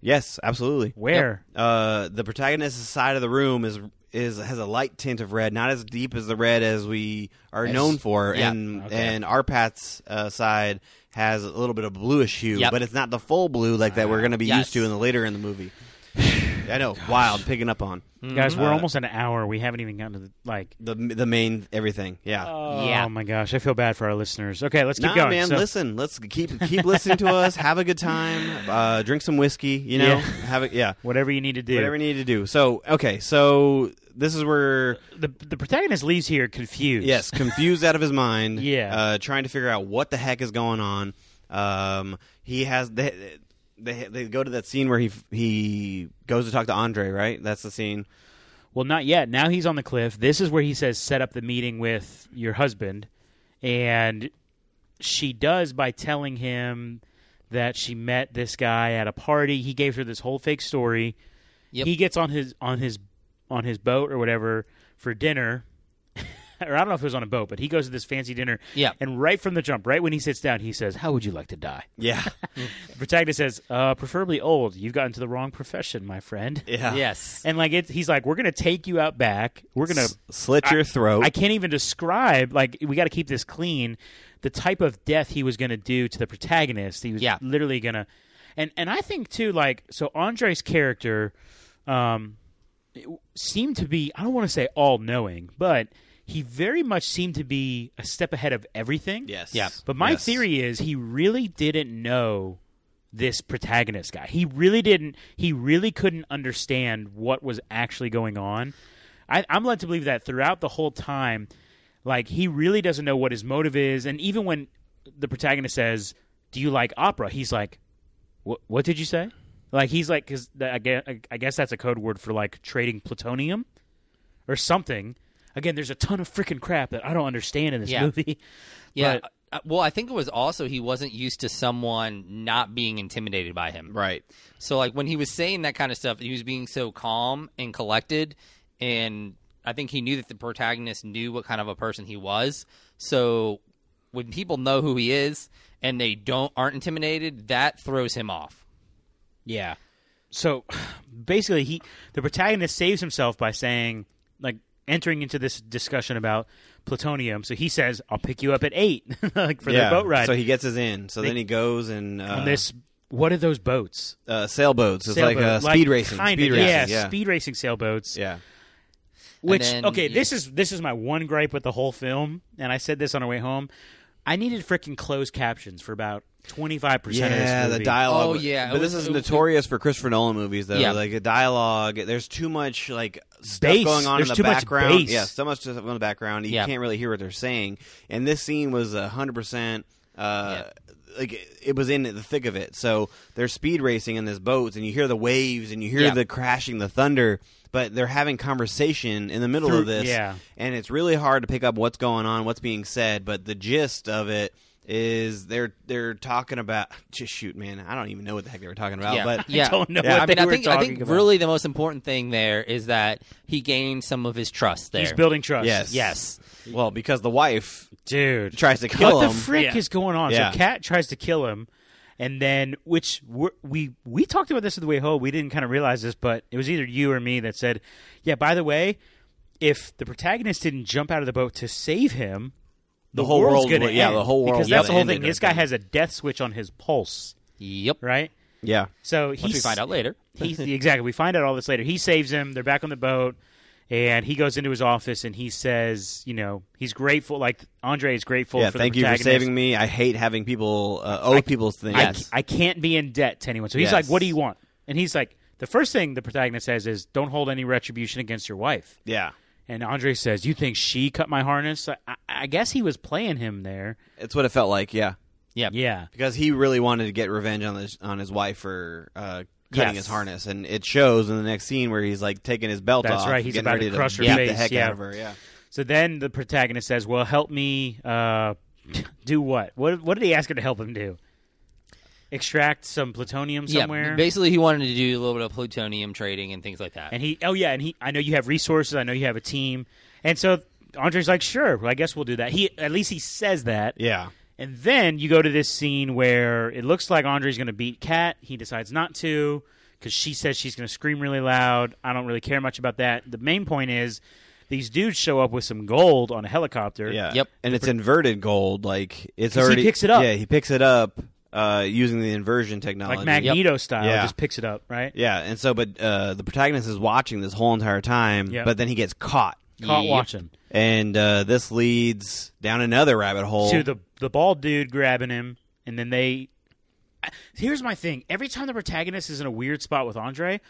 B: Yes, absolutely.
A: where?
B: Uh, the protagonist's side of the room is is has a light tint of red, not as deep as the red as we are known for,
C: yeah,
B: and
A: okay.
B: and Arpat's uh, side has a little bit of bluish hue,
C: Yep.
B: but it's not the full blue like that we're going to be used
C: Yes.
B: to in the later in the movie. I know, wild, picking up on
A: Guys, we're
B: Uh,
A: almost at an hour. We haven't even gotten to the, like.
B: the the main everything. Uh, Yeah,
A: Oh,
C: Yeah.
A: my gosh, I feel bad for our listeners. Okay, let's keep
B: nah,
A: going.
B: man,
A: So-
B: listen, let's keep keep listening to us. Have a good time. Uh, drink some whiskey. You know,
A: Yeah.
B: have it. Yeah.
A: Whatever you need to do.
B: Whatever you need to do. So okay, so this is where
A: the the protagonist leaves here confused. [LAUGHS]
B: yes, confused out of his mind.
A: Yeah.
B: uh, trying to figure out what the heck is going on. Um, he has they, they they go to that scene where he he goes to talk to Andre. Right, that's the scene.
A: Well, not yet. Now he's on the cliff. This is where he says, "Set up the meeting with your husband," and she does by telling him that she met this guy at a party. He gave her this whole fake story.
C: Yep.
A: He gets on his on his on his boat or whatever for dinner. [LAUGHS] or I don't know if it was on a boat, but he goes to this fancy dinner.
C: Yeah.
A: And right from the jump, right when he sits down, he says, "How would you like to
C: [LAUGHS]
A: die?" [LAUGHS]
B: Yeah,
A: The protagonist says, uh, "Preferably old. You've gotten to the wrong profession, my friend."
B: yeah,
C: Yes.
A: And like it's, he's like, "We're gonna take you out back. We're gonna."
B: S- slit your throat.
A: I can't even describe. Like, we got to keep this clean. The type of death he was going to do to the protagonist. He was
C: Yeah.
A: literally going to, and and I think too. Like, so Andre's character, um, it seemed to be. I don't want to say all knowing, but he very much seemed to be a step ahead of everything.
B: yes,
C: Yeah.
A: But my
B: Yes.
A: theory is he really didn't know this protagonist guy. He really didn't. He really couldn't understand what was actually going on. I, I'm led to believe that throughout the whole time, like he really doesn't know what his motive is. And even when the protagonist says, "Do you like opera?" he's like, "What? What did you say?" Like he's like, because I guess, I guess that's a code word for like trading plutonium or something. Again, there's a ton of freaking crap that I don't understand in this
C: Yeah.
A: movie. [LAUGHS]
C: Yeah.
A: But-
C: Uh, well, I think it was also he wasn't used to someone not being intimidated by him.
B: Right.
C: So like when he was saying that kind of stuff, he was being so calm and collected, and I think he knew that the protagonist knew what kind of a person he was. So when people know who he is and they don't aren't intimidated, that throws him off.
A: Yeah. So [SIGHS] basically he the protagonist saves himself by saying like entering into this discussion about plutonium. So he says, I'll pick you up at eight [LAUGHS] like for
B: yeah.
A: the boat ride.
B: So he gets his in. So then he goes and uh,
A: on this what are those boats?
B: uh, sailboats. It's like uh,
A: Sailboat,
B: speed racing.
A: kinda,
B: speed racing.
A: Yeah,
B: yeah.
A: speed racing sailboats.
B: yeah.
A: Which
C: then-
A: okay, this is this is my one gripe with the whole film, and I said this on our way home. I needed freaking closed captions for about twenty five percent of this
B: Yeah,
A: movie.
B: the dialogue.
C: Oh, yeah,
B: but
C: it
B: this
C: was-
B: is
C: it was-
B: notorious for Christopher Nolan movies, though.
C: Yeah.
B: Like the dialogue, there's too much like stuff
A: Bass.
B: going on
A: There's
B: in the
A: too much
B: background.
A: bass.
B: Yeah, so much stuff in the background. You
C: Yeah.
B: can't really hear what they're saying. And this scene was hundred percent. Uh, Like it was in the thick of it, so they're speed racing in this boats, and you hear the waves, and you hear
C: Yeah.
B: the crashing, the thunder. But they're having conversation in the middle
A: Through-
B: of this,
A: yeah.
B: and it's really hard to pick up what's going on, what's being said, but the gist of it is they're they're talking about [LAUGHS] just shoot, man. I don't even know what the heck they were talking about,
C: [LAUGHS] yeah,
B: but
C: yeah.
A: Oh, don't know
B: Yeah,
A: what
B: I
C: I mean,
A: they
C: I
A: were
C: think I
A: talking
C: think
A: about.
C: really the most important thing there is that he gained some of his trust there.
A: he's building trust.
B: Yes.
C: yes,
B: well, because the wife
A: Dude.
B: tries to kill
A: what
B: him.
A: the frick
C: Yeah.
A: is going on?
B: Yeah.
A: So Kat tries to kill him, and then which we're, we we talked about this on the way home. We didn't kind of realize this, but it was either you or me that said, "Yeah, by the way, if the protagonist didn't jump out of the boat to save him, the,
B: whole
A: world's
B: world
A: gonna
B: would- yeah,
A: end."
B: the whole world
A: because that's
B: would've
A: the whole
B: ended
A: thing. This
B: right
A: guy
B: then.
A: has a death switch on his pulse,
C: yep.
A: right?
B: yeah,
A: So
C: Which we find out later.
A: He's exactly. We find out all this later. He saves him. They're back on the boat, and he goes into his office and he says, "You know, he's grateful. Like Andre is grateful.
B: yeah.
A: for
B: Thank
A: the
B: you for
A: protagonist.
B: saving me. I hate having people uh, owe people things.
A: I, I can't be in debt to anyone. So he's
B: Yes.
A: like, "What do you want?" And he's like, "The first thing the protagonist says is, don't hold any retribution against your wife."
B: yeah.
A: And Andre says, "You think she cut my harness?" I, I- I guess he was playing him there.
B: It's what it felt like. Yeah,
C: Yeah,
A: Yeah,
B: because he really wanted to get revenge on his on his wife for uh, cutting
A: Yes.
B: his harness, and it shows in the next scene where he's like taking his belt
A: That's
B: off.
A: right, he's
B: getting
A: about to
B: ready to
A: crush her
B: beat the
A: face,
B: heck
A: yeah.
B: out of her. Yeah.
A: So then the protagonist says, "Well, help me uh, [LAUGHS] do what? What? What did he ask her to help him do? Extract some plutonium somewhere."
C: Yeah, basically, he wanted to do a little bit of plutonium trading and things like that.
A: and he, oh yeah, and he, I know you have resources. I know you have a team. And so Andre's like, "Sure, well, I guess we'll do that." He at least he says that.
B: Yeah.
A: And then you go to this scene where it looks like Andre's going to beat Kat. He decides not to because she says she's going to scream really loud. I don't really care much about that. The main point is these dudes show up with some gold on a helicopter.
B: Yeah.
C: Yep.
B: And it's inverted gold. Like it's
A: 'Cause he
B: already
A: picks it up.
B: Yeah, he picks it up uh, using the inversion technology.
A: Like Magneto style,
B: Uh, Yeah.
A: just picks it up, right?
B: Yeah, and so but uh, the protagonist is watching this whole entire time,
A: Yep.
B: but then he gets caught,
A: Caught
C: Yep.
A: watching.
B: and uh, this leads down another rabbit hole.
A: to the the bald dude grabbing him, and then they. I- Here's my thing: every time the protagonist is in a weird spot with Andre,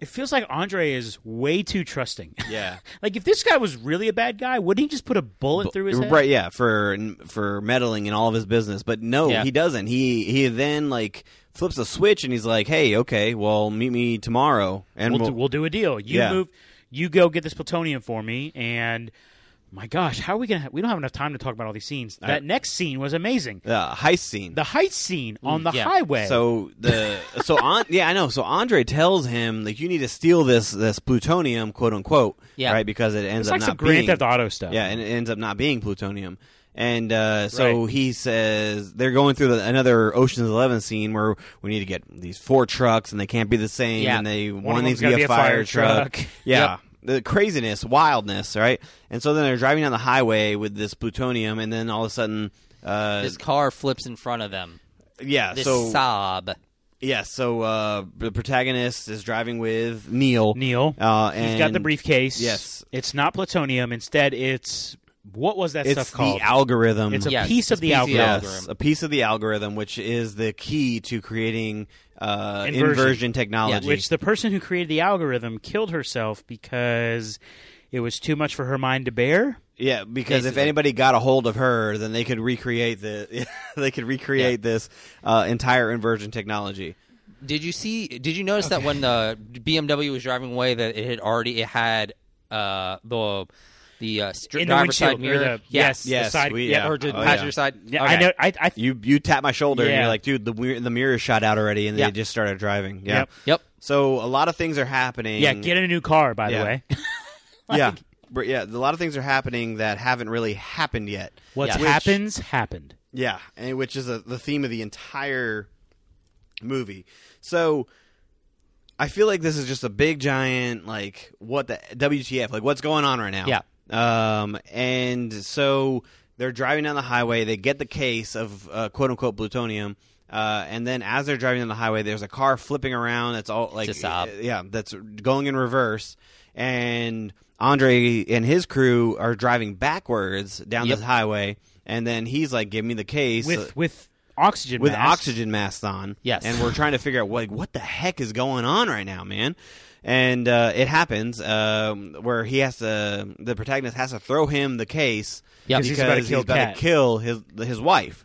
A: It feels like Andre is way too trusting. [LAUGHS]
B: Yeah.
A: like if this guy was really a bad guy, wouldn't he just put a bullet through his head?
B: Right, yeah, for for meddling in all of his business, but no,
C: Yeah.
B: he doesn't. He he then like flips a switch and he's like, "Hey, okay, well, meet me tomorrow." And
A: We'll
B: we'll-
A: do, we'll do a deal. You
B: Yeah.
A: move. You go get this plutonium for me, and my gosh, how are we gonna? Ha- we don't have enough time to talk about all these scenes. That next scene was amazing.
B: uh, heist scene.
A: The height scene on the
C: yeah.
A: highway.
B: Mm, So the
A: [LAUGHS]
B: so on yeah I know so Andre tells him like you need to steal this this plutonium quote unquote
C: Yeah.
B: right because it
A: it's
B: ends up
A: like
B: not
A: some Grand
B: being
A: Theft Auto stuff.
B: yeah and it ends up not being plutonium and uh, so
A: Right.
B: he says they're going through the, another Ocean's Eleven scene where we need to get these four trucks and they can't be the same
C: Yeah.
B: and they
A: of
B: one, needs
A: them's
B: to be
A: gotta
B: a fire, truck,
A: [LAUGHS]
B: yeah.
C: Yep.
B: The craziness, wildness, right? And so then they're driving down the highway with this plutonium, and then all of a sudden, uh,
C: This car flips in front of them.
B: yeah.
C: This
B: so
C: sob.
B: yeah, so uh, the protagonist is driving with Neil.
A: Neil.
B: Uh, and
A: He's got the briefcase.
B: Yes.
A: It's not plutonium. Instead, it's what was that
B: It's
A: stuff
B: the
A: called?
B: algorithm.
A: it's a
C: Yes,
A: piece
C: it's
A: of the
C: piece of
A: algorithm.
C: the
B: yes,
C: algorithm.
B: a piece of the algorithm, which is the key to creating uh,
A: Inversion.
B: inversion. technology.
A: Which the person who created the algorithm killed herself because it was too much for her mind to bear.
B: yeah, because if
C: Basically.
B: anybody got a hold of her, then they could recreate the [LAUGHS] they could recreate this uh, entire inversion technology.
C: Did you see? Did you notice that when the BMW was driving away, that it had already it had uh, the the uh, stri-
A: In the
C: driver's side
A: windshield, or
C: mirror?
A: the-
C: yes,
A: yes, the side-
B: we,
A: yeah,
B: yeah,
C: or to
B: Oh,
C: passenger side.
A: Yeah,
C: Okay.
A: I know. I, I
B: You you tap my shoulder and
A: Yeah.
B: you're like, dude, the we- the mirror shot out already, and
C: Yeah.
B: they just started driving. Yeah.
A: Yep.
C: Yep.
B: So a lot of things are happening.
A: yeah. Get a new car, by the
B: Mm. Yeah.
A: way.
B: yeah, But yeah. A lot of things are happening that haven't really happened yet.
A: What
C: Yeah. Which-
A: happens happened.
B: Yeah, and which is a, the theme of the entire movie. So I feel like this is just a big giant like what the WTF? Like what's going on right now?
C: Yeah.
B: Um, and so they're driving down the highway. They get the case of uh, quote unquote plutonium. Uh, and then as they're driving down the highway, there's a car flipping around. That's all like
C: a sob.
B: yeah, that's going in reverse. And Andre and his crew are driving backwards down
C: Yep.
B: this highway. And then he's like, "Give me the case
A: With with oxygen.
B: with
A: masks.
B: oxygen masks on.
C: Yes.
B: and we're trying to figure out like what the heck is going on right now, man. And uh, it happens um, where he has to, the protagonist has to throw him the case
C: Yeah. 'Cause
A: he's
B: because
A: about to kill
B: he's about
A: Kat.
B: to kill his his wife.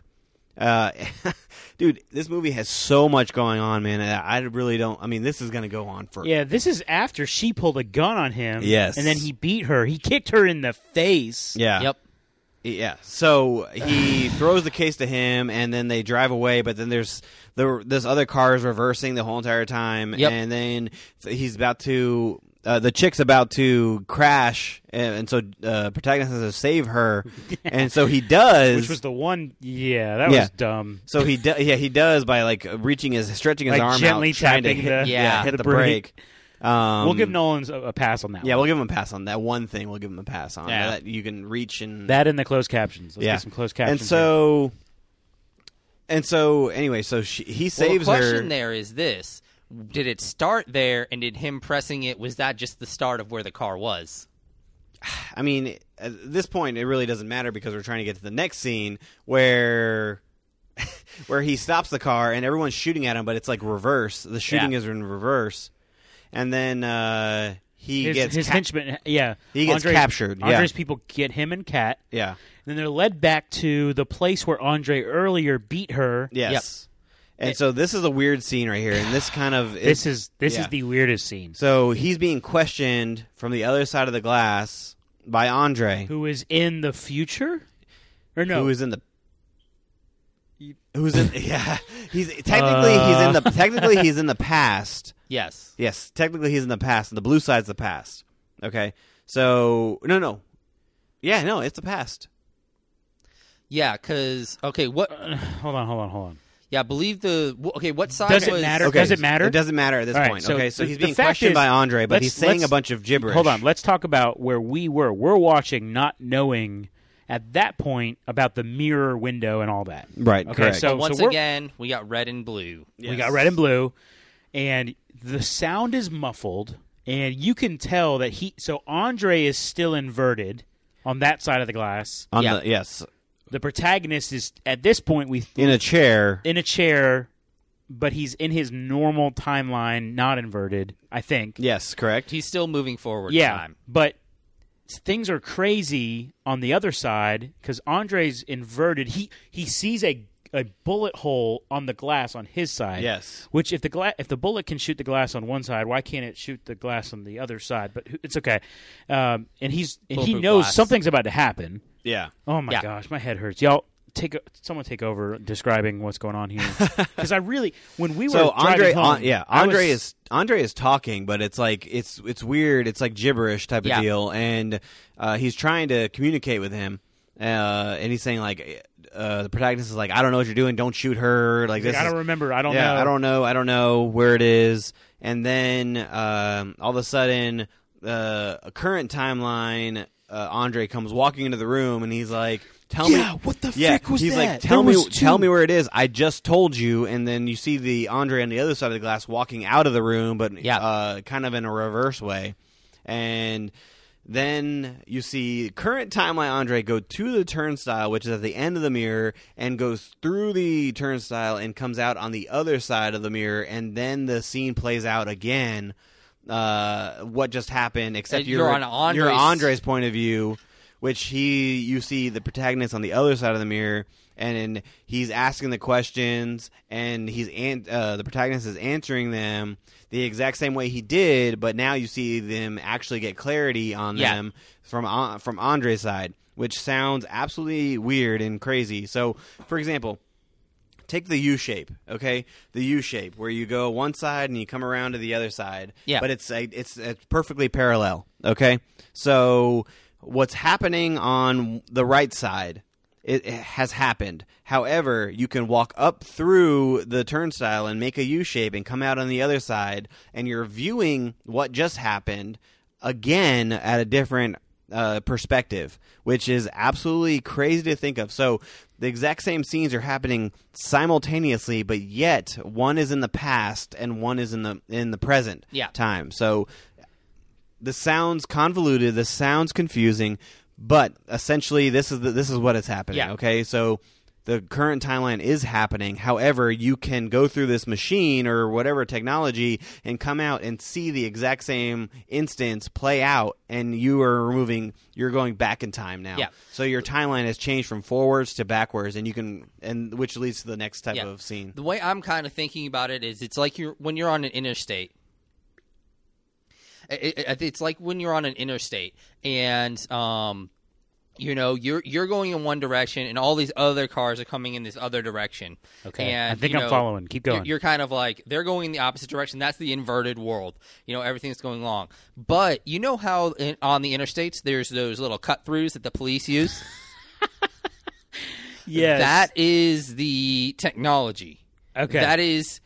B: Uh, [LAUGHS] dude, this movie has so much going on, man. I I really don't. I mean, this is going to go on for
A: Yeah, this is after she pulled a gun on him.
B: Yes.
A: And then he beat her. He kicked her in the face.
B: yeah,
C: Yep.
B: Yeah. So he [LAUGHS] throws the case to him, and then they drive away. But then there's the this other car is reversing the whole entire time,
C: Yep.
B: and then he's about to. Uh, the chick's about to crash, and, and so uh, protagonist has to save
C: [LAUGHS]
B: her, and so he does.
A: Which was the one. Yeah, that
B: Yeah.
A: was dumb.
B: so he do, yeah he does by like reaching his stretching his
A: Like
B: arm
A: gently
B: out, trying to
A: tapping
B: hit,
A: the-
B: yeah,
C: Yeah.
B: hit
A: the
B: the,
A: brake.
B: brake. Um,
A: we'll give Nolan's a, a pass on that.
B: yeah
A: one.
B: we'll give him a pass on that one thing. We'll give him a pass on
C: Yeah.
B: that you can reach and
A: that in the closed captions. Let's
B: Yeah.
A: get some closed captions.
B: And so, and so, anyway, so she, he saves
C: well, the
B: her.
C: question there is this: Did it start there, and did him pressing it was that just the start of where the car was?
B: I mean, at this point, it really doesn't matter because we're trying to get to the next scene where. [LAUGHS] where he stops the car and everyone's shooting at him, but it's like reverse. The shooting
C: Yeah.
B: is in reverse, and then uh, he
A: here. his,
B: gets
A: his
B: ca-
A: henchman. Yeah,
B: He gets
A: Andre's-
B: captured, yeah.
A: Andre's people get him and Kat.
B: yeah,
A: Then they're led back to the place where Andre earlier beat her.
B: yes. And so this is a weird scene right here, and this kind
A: [SIGHS]
B: of
A: This is this
B: yeah.
A: is the weirdest scene.
B: so he's being questioned from the other side of the glass by Andre.
A: Who is in the future? Or no?
B: who is in the who's in [LAUGHS] yeah he's technically he's
A: Uh.
B: in the technically he's
A: [LAUGHS]
B: in the past
C: Yes.
B: yes technically he's in the past and the blue side's the past okay so no no yeah no it's the past
C: Yeah. Because okay, what?
A: hold on, hold on, hold on.
C: Yeah, I believe the wh- okay. What side
A: Does it
C: was?
A: matter?
B: okay
A: Er, Does it matter?
B: it doesn't matter at this
A: All right,
B: point
A: so
B: okay so
A: the-
B: he's
A: the
B: being
A: fact
B: questioned
A: is-
B: by Andre but
A: let's-
B: he's saying
A: let's-
B: a bunch of gibberish
A: Hold on. Let's talk about where we were. We're watching, not knowing at that point about the mirror window and all that.
B: Right,
A: Okay.
B: correct.
A: So,
C: Once
A: so we're-
C: again, we got red and blue.
A: we
B: Yes.
A: got red and blue, and the sound is muffled, and you can tell that he. So Andre is still inverted on that side of the glass.
B: on
C: Yeah.
B: the yes
A: The protagonist is at this point we
B: in a chair
A: in a chair but he's in his normal timeline, not inverted. I think.
B: Yes, correct.
C: He's still moving forward. in
A: yeah,
C: time.
A: but s- things are crazy on the other side because Andre's inverted. He he sees a a bullet hole on the glass on his side.
B: Yes.
A: Which if the gla- if the bullet can shoot the glass on one side, why can't it shoot the glass on the other side? But who- it's okay. Um, and he's and he
C: Bulletproof
A: knows
C: glass.
A: something's about to happen.
B: Yeah.
A: Oh my
C: Yeah.
A: gosh, my head hurts. Y'all take o- someone take over describing what's going on here
B: [LAUGHS]
A: because I really when we were
B: So
A: driving
B: Andre,
A: home,
B: An- yeah,
A: I
B: Andre
A: was-
B: is Andre is talking, but it's like it's it's weird. It's like gibberish type of
C: Yeah.
B: deal, and uh, he's trying to communicate with him, uh, and he's saying like uh, the protagonist is like, I don't know what you're doing. Don't shoot her. Like
A: Like,
B: this.
A: I
B: is-
A: don't remember. I don't
B: yeah,
A: know.
B: I don't know. I don't know where it is. And then um, all of a sudden, uh, a current timeline, uh, Andre comes walking into the room, and he's like, "Tell me."
A: Yeah, what the
B: Yeah,
A: frick was
B: he's
A: that?
B: like, "Tell
A: There
B: me,
A: was two.
B: tell me where it is." I just told you, and then you see the Andre on the other side of the glass walking out of the room, but
C: Yeah.
B: uh, kind of in a reverse way, and. Then you see current timeline Andre go to the turnstile, which is at the end of the mirror, and goes through the turnstile and comes out on the other side of the mirror, and then the scene plays out again. Uh, what just happened? Except
C: And you're on
B: you're
C: Andre's-
B: Andre's point of view, which he you see the protagonist on the other side of the mirror, and he's asking the questions, and he's an, uh, the protagonist is answering them the exact same way he did, but now you see them actually get clarity on
C: Yeah.
B: them from An- from Andre's side, which sounds absolutely weird and crazy. So, for example. Take the U shape, okay? The U shape where you go one side and you come around to the other side.
C: Yeah.
B: But it's a, it's it's perfectly parallel. Okay, so what's happening on the right side it, it has happened. However, you can walk up through the turnstile and make a U shape and come out on the other side, and you're viewing what just happened again at a different uh, perspective, which is absolutely crazy to think of. So the exact same scenes are happening simultaneously, but yet one is in the past and one is in the in the present
C: Yeah.
B: time. So this sounds convoluted. This sounds confusing, but essentially this is the, this is what is happening.
C: Yeah.
B: Okay, so the current timeline is happening. However, you can go through this machine or whatever technology and come out and see the exact same instance play out, and you are removing. You're going back in time now.
C: Yeah.
B: So your timeline has changed from forwards to backwards, and you can and which leads to the next type
C: Yeah.
B: of
C: [LAUGHS]
B: scene.
C: The way I'm kind of thinking about it is, it's like you're when you're on an interstate. It- it- it's like when you're on an interstate, and um, you know you're you're going in one direction, and all these other cars are coming in this other direction.
A: Okay,
C: and,
A: I think
C: you
A: I'm
C: know,
A: following. Keep
C: you're-
A: going.
C: You're kind of like they're going in the opposite direction. That's the inverted world. You know everything's going long, but you know how in, on the interstates there's those little cut throughs that the police use.
A: yes.
C: That is the technology.
A: Okay.
C: That is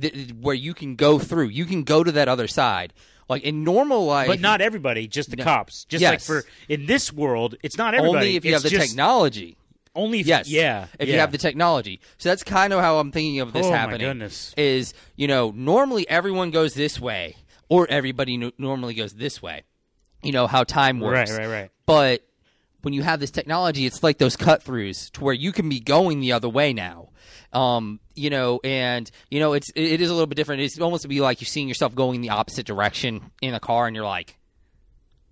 C: th- th- where you can go through. You can go to that other side. Like in normal life,
A: but not everybody, just the cops. Just like
C: Yes.
A: for in this world, it's not everybody.
C: only if you
A: It's
C: have the
A: just-
C: technology.
A: Only if,
C: Yes.
A: yeah.
C: If you
A: yeah.
C: have the technology. So that's kind of how I'm thinking of this
A: Oh, my
C: happening.
A: goodness.
C: Is, you know, normally everyone goes this way, or everybody no- normally goes this way. You know, how time works.
A: Right, right, right.
C: But when you have this technology, it's like those cut throughs to where you can be going the other way now. Um, you know, and you know, it's it is a little bit different. It's almost to be like you're seeing yourself going the opposite direction in a car, and you're like,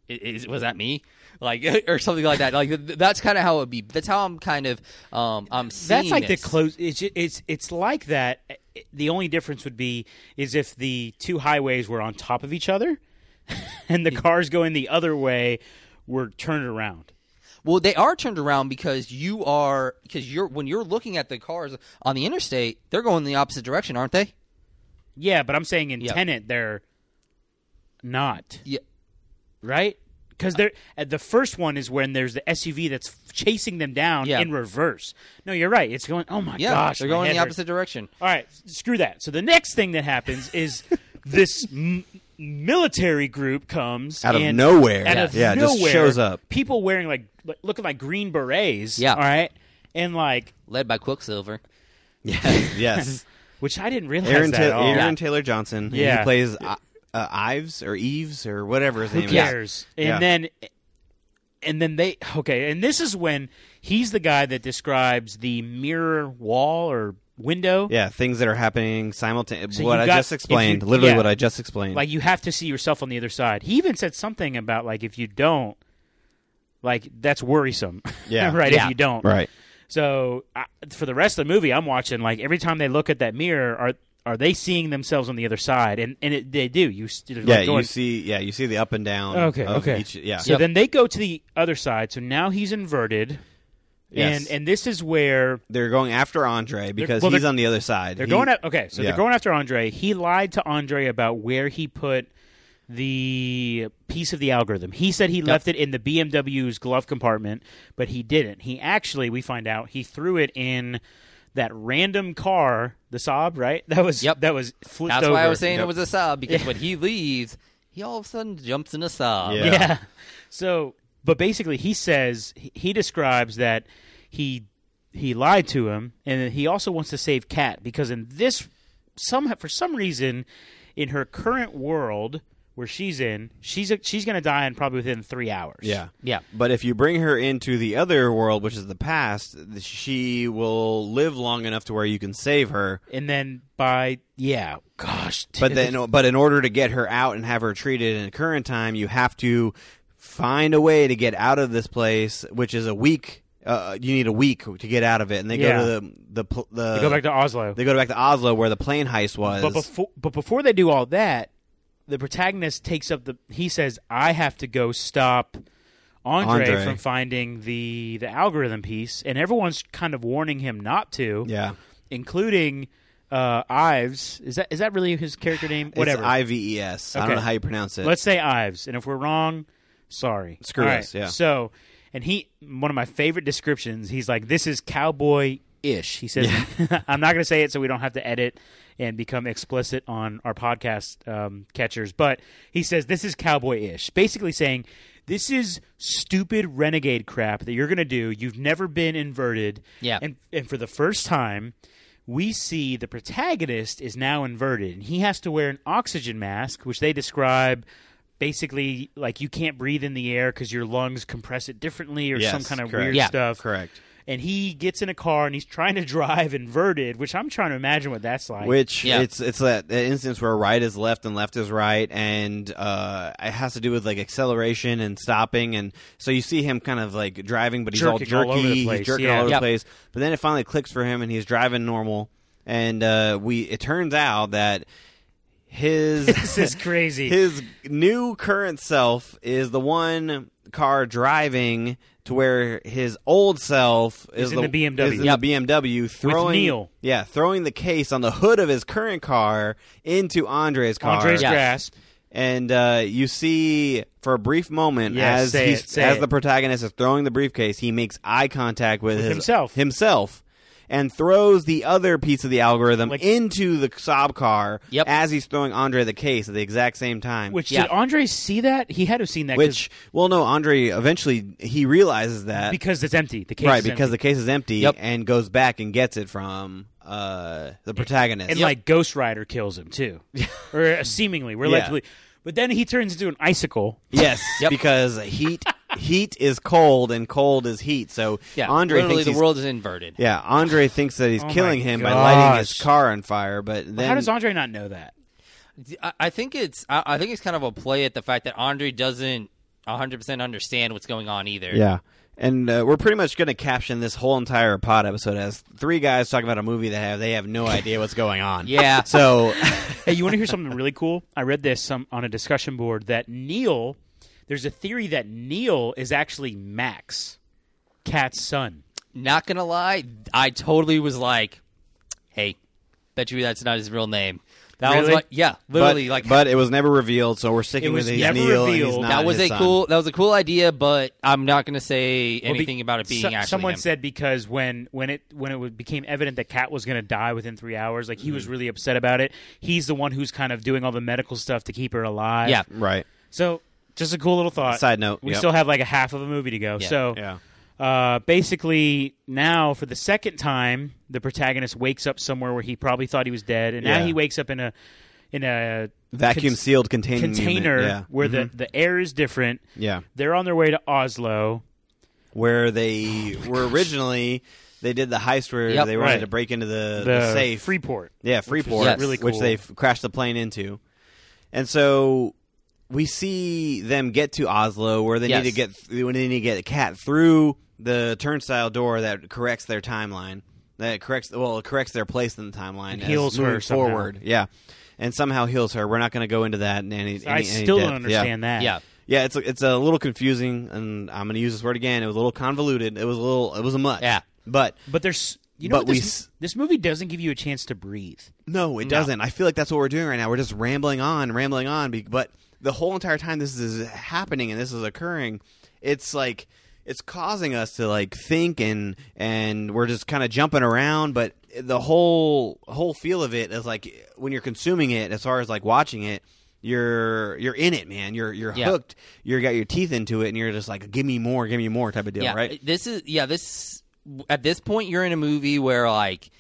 C: "I- is, was that me? Like [LAUGHS] or something like that. Like th- that's kind of how it be. That's how I'm kind of um I'm seeing.
A: That's like
C: this.
A: the close. It's it's it's like that. eh, The only difference would be is if the two highways were on top of each other, [LAUGHS] and the cars going the other way were turned around.
C: Well, they are turned around because you are because you're when you're looking at the cars on the interstate, they're going the opposite direction, aren't they?
A: Yeah, but I'm saying in
C: Yeah.
A: Tenant they're not
C: Yeah.
A: right because they're at the first one is when there's the SUV that's chasing them down
C: Yeah.
A: in reverse. No, you're right. It's going. Oh my
C: Yeah,
A: gosh,
C: they're
A: my
C: going
A: head
C: the
A: hurts.
C: opposite direction.
A: All right, screw that. So the next thing that happens is this m- military group comes
B: Out of
A: and-
B: nowhere.
A: Out
B: Yeah.
A: of
B: Yeah, it just
A: nowhere,
B: shows up.
A: People wearing like, like looking like green berets.
C: Yeah.
A: All right, and like
C: led by Quicksilver.
B: Yes. yes.
A: which I didn't realize
B: Aaron,
A: that
B: Ta-
A: at all.
B: Aaron Taylor Johnson. and
A: Yeah.
B: He plays I- uh, Ives or Eves or whatever his
A: Who
B: name is.
A: cares? And
B: Yeah.
A: then, and then they okay. And this is when he's the guy that describes the mirror wall or window.
B: Yeah, things that are happening simultaneously.
A: So
B: what
A: you
B: I
A: got-
B: just
A: if
B: explained,
A: you-
B: literally
A: yeah.
B: what I just explained.
A: Like you have to see yourself on the other side. He even said something about like if you don't, like that's worrisome. [LAUGHS]
B: Yeah.
A: right.
C: Yeah.
A: If you don't,
B: right.
A: So I, for the rest of the movie, I'm watching like every time they look at that mirror, are are they seeing themselves on the other side? And and it, they do. You st- like
B: Yeah,
A: going-
B: you see. Yeah, you see the up and down.
A: Okay,
B: of
A: okay.
B: Each, yeah.
A: So
C: Yep.
A: then they go to the other side. So now he's inverted.
B: Yes.
A: And and this is where
B: they're going after Andre because
A: well,
B: he's
A: they're-
B: on the other side.
A: they're
B: He-
A: going at okay, so
B: yeah.
A: they're going after Andre. He lied to Andre about where he put the piece of the algorithm. He said he left it in the BMW's glove compartment, but he didn't. He actually, we find out, he threw it in that random car, the Saab, right? [LAUGHS] That was
C: Yep.
A: that was flipped
C: That's
A: over.
C: why I was saying
B: Yep.
C: it was a sob because when he leaves, he all of a sudden jumps in a sob.
B: Yeah.
A: Yeah. So, but basically, he says he- he describes that he he lied to him, and then he also wants to save Kat because in this some for some reason in her current world where she's in, she's a, she's gonna die in probably within three hours.
B: Yeah.
C: Yeah.
B: But if you bring her into the other world, which is the past, th- she will live long enough to where you can save her.
A: and then by yeah, gosh,
B: But then, but in order to get her out and have her treated in current time, you have to find a way to get out of this place, which is a week. Uh, you need a week to get out of it, and they
A: Yeah.
B: go to the the pl- the.
A: they go back to Oslo.
B: they go back to Oslo where the plane heist was.
A: But before, but before they do all that, the protagonist takes up the. He says, "I have to go stop Andre,
B: Andre.
A: from finding the the algorithm piece," and everyone's kind of warning him not to,
B: yeah,
A: including uh, Ives. Is that is that really his character name? Whatever.
B: It's I V E S. I don't
A: Okay.
B: know how you pronounce it.
A: Let's say Ives, and if we're wrong, sorry.
B: Screw
A: All
B: us, yeah.
A: So, and he one of my favorite descriptions. He's like, "This is cowboy." Ish. He says, [LAUGHS] I'm not going to say it so we don't have to edit and become explicit on our podcast um, catchers, but he says, This is cowboy ish. Basically saying, This is stupid renegade crap that you're going to do. You've never been inverted.
C: Yeah.
A: And, and for the first time, we see the protagonist is now inverted and he has to wear an oxygen mask, which they describe basically like you can't breathe in the air because your lungs compress it differently or
B: Yes,
A: some kind of
B: correct.
A: weird
C: Yeah,
A: stuff.
B: correct.
A: And he gets in a car and he's trying to [LAUGHS] drive inverted, which I'm trying to imagine what that's like.
B: Which
C: Yeah.
B: it's it's that, that instance where right is left and left is right, and uh, it has to do with like acceleration and stopping, and so you see him kind of like driving, but he's all
A: Jerking all
B: jerky,
A: over the
B: he's
A: place,
B: jerking
A: yeah.
B: all over
C: Yep.
B: the place. But then it finally clicks for him, and he's driving normal, and uh, we it turns out that
A: [LAUGHS] [LAUGHS]
B: his [LAUGHS]
A: this is crazy.
B: his new current self is the one car driving to where his old self is
A: in the BMW.
B: is in
A: Yep.
B: the BMW throwing
A: Neil.
B: Yeah, throwing the case on the hood of his current car into Andre's car.
A: Andre's
C: Yeah.
A: grasp.
B: And uh, you see for a brief moment
A: Yes,
B: as
A: say
B: he's,
A: it, say
B: as
A: it.
B: the protagonist is throwing the briefcase, he makes eye contact with, his,
A: himself.
B: himself and throws the other piece of the algorithm
A: Like-
B: into the Saab car
C: Yep.
B: as he's throwing Andre the case at the exact same time.
A: Which
C: Yeah.
A: did Andre see that? He had to have seen that 'cause-
B: Which, well, no, Andre eventually he realizes that
A: because it's empty. The case
B: right
A: is
B: because
A: empty.
B: the case is empty
C: Yep.
B: and goes back and gets it from uh, the protagonist.
A: and like Ghost Rider kills him
C: [LAUGHS]
A: too, or uh, seemingly we're led
B: Yeah.
A: to believe. But then he turns into an icicle. [LAUGHS]
B: yes,
C: Yep.
B: because heat heat is cold and cold is heat. So
C: Yeah.
B: Andre
C: Literally,
B: thinks
C: the
B: he's-
C: world is inverted.
B: Yeah, Andre thinks that he's
A: Oh my
B: killing him by lighting his
A: gosh.
B: car on fire, but then
A: How does Andre not know that?
C: I, I think it's I, I think it's kind of a play at the fact that Andre doesn't 100% understand what's going on either.
B: yeah. And uh, we're pretty much going to caption this whole entire pod episode as three guys talking about a movie that have they have no idea what's going on.
C: Yeah.
A: [LAUGHS]
B: So
A: Hey, you want to hear something really cool? I read this some, on a discussion board that Neil. There's a theory that Neil is actually Max, Cat's son.
C: Not going to lie, I totally was like, "Hey, bet you that's not his real name." That was
A: Really?
C: like yeah, literally
B: but,
C: like
B: but it was never revealed, so we're
A: It
B: sticking
A: was
B: with he's
A: never
B: Neil. and he's
A: revealed.
B: not
C: that was
B: his
C: a
B: son.
C: cool that was a cool idea, but I'm not going to say
A: Well, be-
C: anything about it being
A: so-
C: actually
A: someone
C: him.
A: said because when when it when it was- became evident that Cat was going to die within three hours, like he
C: Mm-hmm.
A: was really upset about it. He's the one who's kind of doing all the medical stuff to keep her alive.
C: Yeah.
B: Right.
A: So just a cool little thought.
B: Side note,
A: Uh, We
B: yep.
A: still have like a half of a movie to go.
C: Yeah.
A: So
B: Yeah.
A: Uh, basically, now for the second time, the protagonist wakes up somewhere where he probably thought he was dead, and now
B: Yeah.
A: he wakes up in a in a
B: Vacuum
A: con-
B: sealed container.
A: container
B: Yeah. Mm-hmm.
A: where the the air is different.
B: Yeah.
A: They're on their way to Oslo. [SIGHS]
B: Where they were originally. they did the heist where
C: Yep.
B: they wanted
A: Right.
B: to break into the,
A: the,
B: the safe.
A: Freeport.
B: Yeah, Freeport,
C: Yes.
A: really
B: which
A: cool.
B: they f- crashed the plane into, and so we see them get to Oslo, where they
C: Yes.
B: need to get th- when they need to get a cat through the turnstile door that corrects their timeline, that corrects well, it corrects their place in the timeline,
A: And
B: as
A: heals her
B: moving
A: somehow.
B: forward, yeah, and somehow heals her. We're not going to go into that in any.
A: I
B: any- any
A: still don't
B: depth. Yeah.
A: understand that.
C: Yeah.
B: Yeah, it's a, it's a little confusing, and I'm going to use this word again. It was a little convoluted. It was a little. It was a much.
C: Yeah.
B: but
A: But there's you know
B: But
A: what
B: we
A: this,
B: s-
A: this movie doesn't give you a chance to breathe.
B: No, it doesn't. I feel like that's what we're doing right now. We're just rambling on, rambling on. be- But the whole entire time this is happening and this is occurring, it's like it's causing us to like think and and we're just kind of jumping around. But the whole whole feel of it is like when you're consuming it, as far as like watching it, you're you're in it, man. You're you're
C: Yeah.
B: hooked. You got your teeth into it, and you're just like, give me more, give me more type of deal,
C: yeah,
B: right?
C: This is yeah. This at this point you're in a movie where like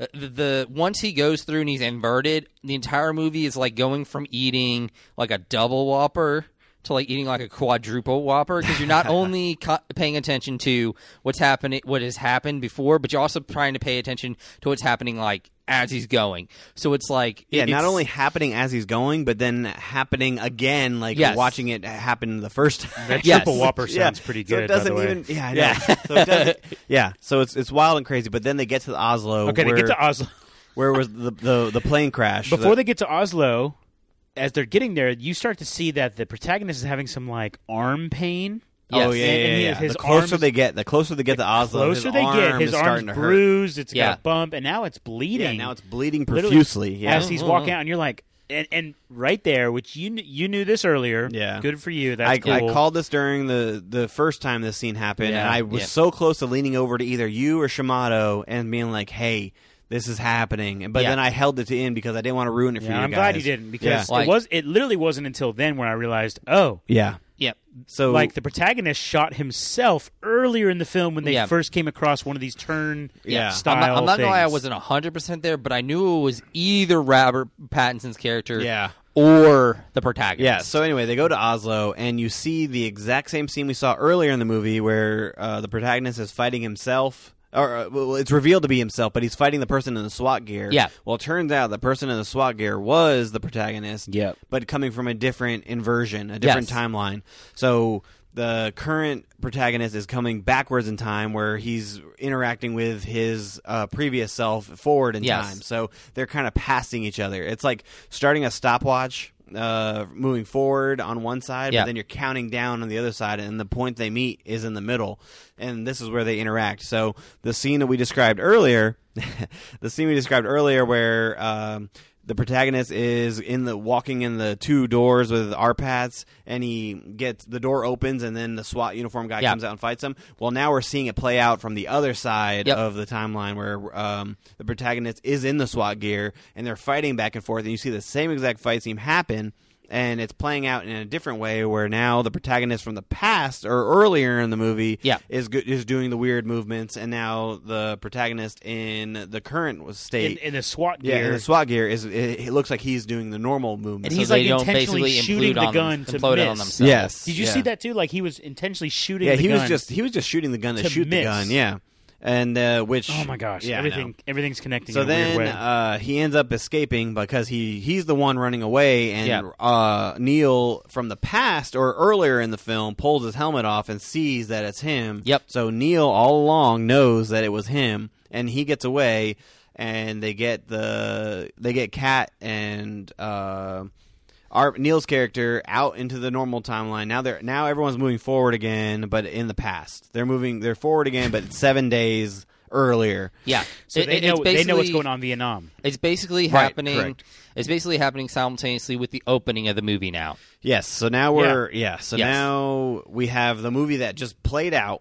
C: uh, the, the once he goes through and he's inverted, the entire movie is like going from eating like a double whopper to like eating like a quadruple whopper because
B: [LAUGHS]
C: you're not only co- paying attention to what's happening, what has happened before, but you're also trying to pay attention to what's happening like as he's going. So it's like
B: Yeah, not
C: it's-
B: only happening as he's going, but then happening again, like
C: Yes.
B: watching it happen the first time.
A: That
C: Yes.
A: triple whopper sounds pretty good.
B: So it
A: by the
B: doesn't
A: way.
B: even. Yeah, I know.
C: Yeah.
B: [LAUGHS] so
A: [LAUGHS]
B: it doesn't, yeah. So it's it's wild and crazy. But then they get to the Oslo.
A: Okay,
B: where,
A: they get to Oslo.
B: where was the, the the plane crash?
A: Before
B: the,
A: they get to Oslo, as they're getting there, you start to see that the protagonist is having some like arm pain.
C: yes.
B: oh yeah, yeah,
A: and- and
B: yeah,
A: his-
B: yeah.
A: his
B: the closer
A: arms-
B: they get, the closer they get to Oslo,
A: Closer
B: his
A: they
B: arm
A: get, his
B: is
A: arm's
B: starting to hurt.
A: bruised. It's
C: Yeah.
A: got a bump, and now it's bleeding.
B: Yeah, now it's bleeding
A: Literally,
B: profusely. Yeah, Mm-hmm.
A: as
C: Mm-hmm.
A: he's walking out, and you're like, and, and right there, which you kn- you knew this earlier.
B: Yeah.
A: good for you. That's
B: I,
A: cool.
B: I called this during the the first time this scene happened, and
C: Yeah,
B: I was
C: yeah.
B: so close to leaning over to either you or Shimado and being like, "Hey, this is happening," but
C: Yeah.
B: then I held it to end because I didn't want to ruin it for
A: Yeah,
B: you.
A: I'm glad
B: guys.
A: you didn't because
C: Yeah. Like-
A: it was it literally wasn't until then where I realized, oh,
B: yeah.
C: Yep.
B: So
A: like the protagonist shot himself earlier in the film when they
C: Yeah.
A: first came across one of these turn
B: Yeah.
A: style.
C: I'm not, I'm not gonna lie, I
A: things.
C: wasn't 100 percent there, but I knew it was either Robert Pattinson's character,
B: Yeah.
C: or the protagonist.
B: Yeah. So anyway, they go to Oslo, and you see the exact same scene we saw earlier in the movie, where uh, the protagonist is fighting himself. Or uh, well, it's revealed to be himself, but he's fighting the person in the SWAT gear.
C: Yeah.
B: Well, it turns out the person in the SWAT gear was the protagonist.
A: Yep.
B: But coming from a different inversion, a different
C: Yes.
B: timeline. So the current protagonist is coming backwards in time, where he's interacting with his uh, previous self forward in
C: Yes.
B: time. So they're kind of passing each other. It's like starting a stopwatch, uh, moving forward on one side,
C: Yeah.
B: but then you're counting down on the other side, and the point they meet is in the middle, and this is where they interact. So the scene that we described earlier, [LAUGHS] the scene we described earlier, where um, the protagonist is in the walking in the two doors with our paths, and he gets the door opens, and then the SWAT uniform guy
C: Yeah.
B: comes out and fights him. Well, now we're seeing it play out from the other side
C: Yep.
B: of the timeline where um, the protagonist is in the SWAT gear and they're fighting back and forth, and you see the same exact fight scene happen, and it's playing out in a different way where now the protagonist from the past or earlier in the movie
C: Yeah.
B: is go- is doing the weird movements, and now the protagonist in the current
A: in,
B: state.
A: in the SWAT
B: yeah, in
A: gear.
B: the SWAT gear is it, it looks like he's doing the normal movement.
A: And he's
C: so
A: like
C: they don't
A: intentionally
C: basically
A: shooting
C: implode
A: the
C: on them-
A: gun to
C: implode on
A: miss.
C: themselves.
A: Did you
B: Yeah.
A: see that too? Like he was intentionally shooting.
B: Yeah,
A: the
B: he was
A: gun.
B: just he was just shooting the gun to,
A: To
B: shoot the
A: miss.
B: gun. Yeah, and uh, which
A: Oh my gosh!
B: yeah, I know.
A: everything everything's connecting.
B: So
A: in a
B: then
A: weird way.
B: uh, he ends up escaping because he he's the one running away, and
C: Yeah.
B: uh, Neil from the past or earlier in the film pulls his helmet off and sees that it's him.
C: Yep.
B: So Neil all along knows that it was him, and he gets away, and they get the they get Cat and. Uh, our Neil's character out into the normal timeline. Now they're now everyone's moving forward again, but in the past. They're moving they're forward again, but it's seven days earlier.
C: yeah.
A: so
C: It-
A: they
C: it-
A: know
C: it's
A: they know what's
C: basically-
A: going on in Vietnam.
C: It's basically
B: Right,
C: happening.
B: correct.
C: It's basically happening simultaneously with the opening of the movie now.
B: Yes. So now we're yeah. so
C: Yes.
B: now we have the movie that just played out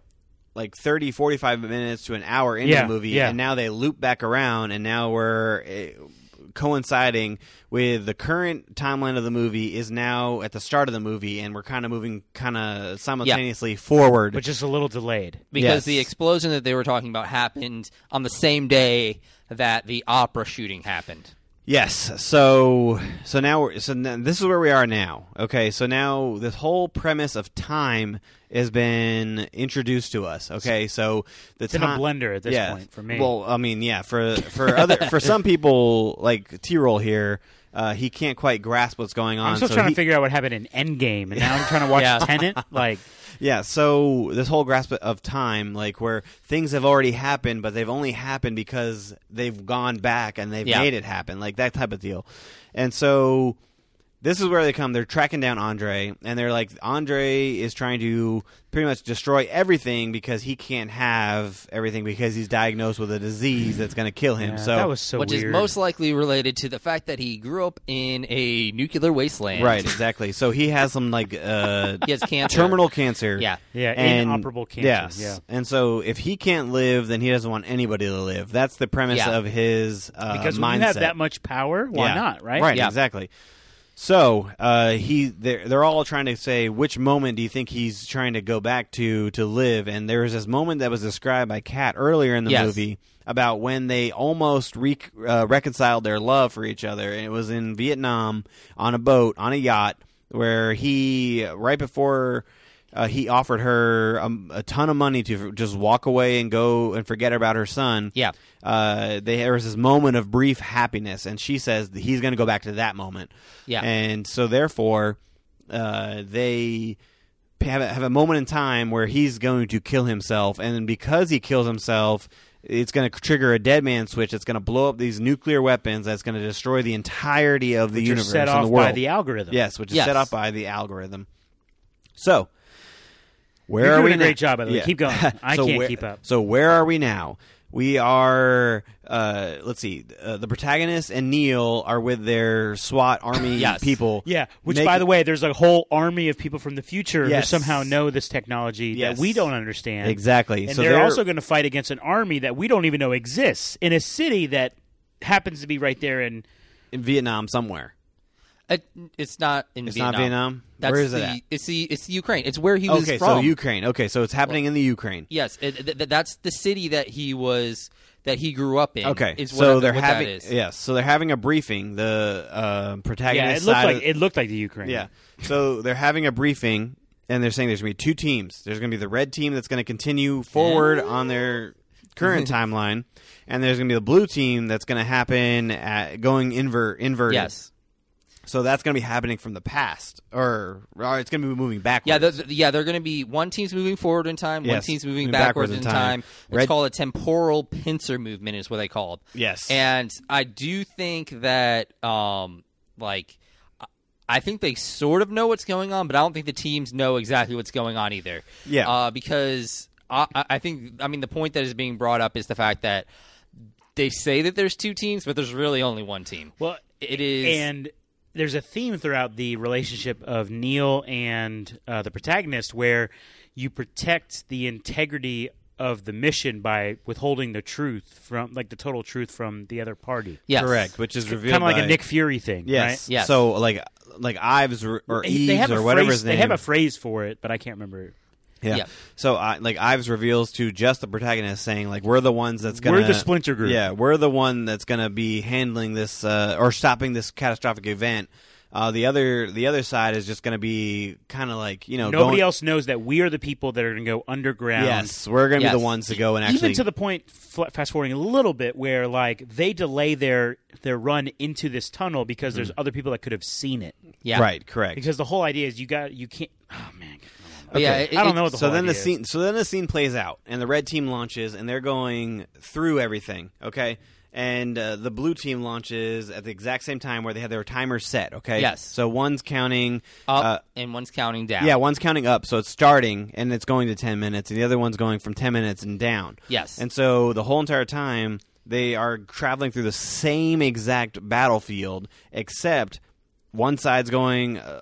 B: like 30 45 minutes to an hour into
A: Yeah,
B: the movie
A: yeah.
B: and now they loop back around and now we're eh, coinciding with the current timeline of the movie is now at the start of the movie and we're kind of moving kind of simultaneously forward.
A: but just a little delayed.
C: because
B: Yes.
C: the explosion that they were talking about happened on the same day that the opera shooting happened.
B: Yes. So so now we're, so now, this is where we are now. Okay. So now this whole premise of time has been introduced to us. Okay. So the
A: It's in a
B: time
A: blender at this
B: yeah.
A: point for me.
B: Well, I mean, yeah, for for other
A: [LAUGHS]
B: for some people like T roll here, uh, he can't quite grasp what's going on.
A: I'm still
B: so
A: trying
B: he-
A: to figure out what happened in Endgame, and now I'm trying to
B: [LAUGHS]
A: watch
C: Yeah.
A: Tenant. Like,
B: Yeah, so this whole grasp of time, like where things have already happened, but they've only happened because they've gone back and they've
C: Yeah.
B: made it happen, like that type of deal. And so this is where they come. They're tracking down Andre, and they're like, Andre is trying to pretty much destroy everything because he can't have everything because he's diagnosed with a disease that's going to kill him.
A: yeah,
B: so
A: that was so
C: which
A: weird.
C: is most likely related to the fact that he grew up in a nuclear wasteland.
B: right, exactly. So he has some like
A: [LAUGHS]
B: uh,
C: [LAUGHS] He has cancer.
B: terminal cancer.
C: Yeah.
A: yeah,
B: and,
A: inoperable cancer.
B: Yes.
A: Yeah.
B: And so if he can't live, then he doesn't want anybody to live. That's the premise
C: Yeah.
B: of his uh,
A: Because
B: mindset.
A: when you have that much power, why
B: Yeah.
A: not? Right?
B: Right.
C: Yeah.
B: Exactly. So uh, he, they're, they're all trying to say which moment do you think he's trying to go back to to live? And there was this moment that was described by Kat earlier in the
C: Yes.
B: movie about when they almost re- uh, reconciled their love for each other, and it was in Vietnam on a boat on a yacht where he right before. Uh, he offered her um, a ton of money to just walk away and go and forget about her son
C: Yeah.
B: uh, they, there was this moment of brief happiness, and she says that he's going to go back to that moment.
C: Yeah.
B: and so therefore, uh, they have a, have a moment in time where he's going to kill himself, and because he kills himself, it's going to trigger a dead man switch. It's going to blow up these nuclear weapons. That's going to destroy the entirety of the
A: Which are
B: universe
A: set
B: and
A: off
B: the world.
A: by the algorithm.
B: yes, which is
C: Yes.
B: set up by the algorithm. So. Where
A: You're
B: are
A: doing
B: we
A: a great
B: now?
A: job, by the way. Keep
B: [LAUGHS]
A: going. I
B: So
A: can't
B: where-
A: keep up.
B: so where are we now? We are. Uh, let's see. Uh, the protagonist and Neil are with their SWAT
A: [COUGHS]
B: army
C: Yes.
B: people.
A: Yeah, which
B: Make-
A: by the way, there's a whole army of people from the future who
B: Yes.
A: somehow know this technology
B: Yes.
A: that we don't understand.
B: exactly.
A: And
B: so
A: they're, also going to fight against an army that we don't even know exists in a city that happens to be right there in
B: in Vietnam somewhere.
C: It, it's not in
B: It's
C: Vietnam.
B: not Vietnam.
C: That's
B: where is
C: the,
B: it? At?
C: It's the it's the Ukraine. It's where he was
B: Okay,
C: from.
B: so Ukraine. Okay, so it's happening in the Ukraine.
C: Yes, it, th- th- that's the city that he was that he grew up in.
B: Okay,
C: is
B: so
C: what,
B: they're
C: what
B: having
C: That is.
B: yes, so they're having a briefing. The uh,
A: yeah,
B: protagonist
A: it looked
B: side
A: like
B: of-
A: it looked like the Ukraine.
B: Yeah. So they're having a briefing, and they're saying there's going to be two teams. There's going to be the red team that's going to continue forward on their
A: [LAUGHS]
B: current timeline, and there's going to be the blue team that's going to happen at going invert inverted.
C: Yes.
B: So that's going to be happening from the past, or, or it's going to be moving backwards.
C: Yeah, those, yeah, they're going to be one team's moving forward in time, one
B: Yes,
C: team's moving
B: moving
C: backwards,
B: backwards
C: in
B: in
C: time.
B: time.
C: It's
B: Red-
C: called a temporal pincer movement, is what they call it.
B: Yes.
C: and I do think that, um, like, I- I think they sort of know what's going on, but I don't think the teams know exactly what's going on either.
B: Yeah.
C: uh, because I, I I think, I mean, the point that is being brought up is the fact that they say that there's two teams, but there's really only one team.
A: Well,
C: It is-
A: and there's a theme throughout the relationship of Neil and uh, the protagonist where you protect the integrity of the mission by withholding the truth from, like the total truth from the other party.
C: Yes.
B: correct. Which is revealed
A: kind of like
B: by-
A: a Nick Fury thing.
B: Yes.
A: right?
C: Yes.
B: So like like Ives or, or
A: He- they
B: Eves
A: have
B: or
A: a
B: whatever
A: phrase,
B: his name.
A: They have a phrase for it, but I can't remember. it.
B: Yeah.
C: Yeah.
B: So I like Ives reveals to just the protagonist saying like we're the ones that's
A: We're
B: gonna
A: the splinter group.
B: Yeah, we're the one that's gonna be handling this uh, or stopping this catastrophic event. Uh, the other the other side is just gonna be kind of like you know
A: Nobody
B: going,
A: else knows that we are the people that are going to go underground.
B: Yes, we're gonna
C: Yes.
B: be the ones to go and actually
A: Even to the point, fl- fast forwarding a little bit, where like they delay their their run into this tunnel because there's
B: Hmm.
A: other people that could have seen it.
C: Yeah.
B: right correct.
A: Because the whole idea is you got you can't. Oh man,
C: But yeah, it-
A: I
C: it-
A: don't know what the
B: so
A: whole
B: then the
A: idea is.
B: scene so then the scene plays out and the red team launches and they're going through everything okay and uh, the blue team launches at the exact same time where they had their timer set okay
C: Yes.
B: so one's counting
C: Up
B: uh,
C: and one's counting down.
B: Yeah, one's counting up, so it's starting and it's going to 10 minutes, and the other one's going from 10 minutes and down.
C: Yes.
B: And so the whole entire time, they are traveling through the same exact battlefield, except one side's going a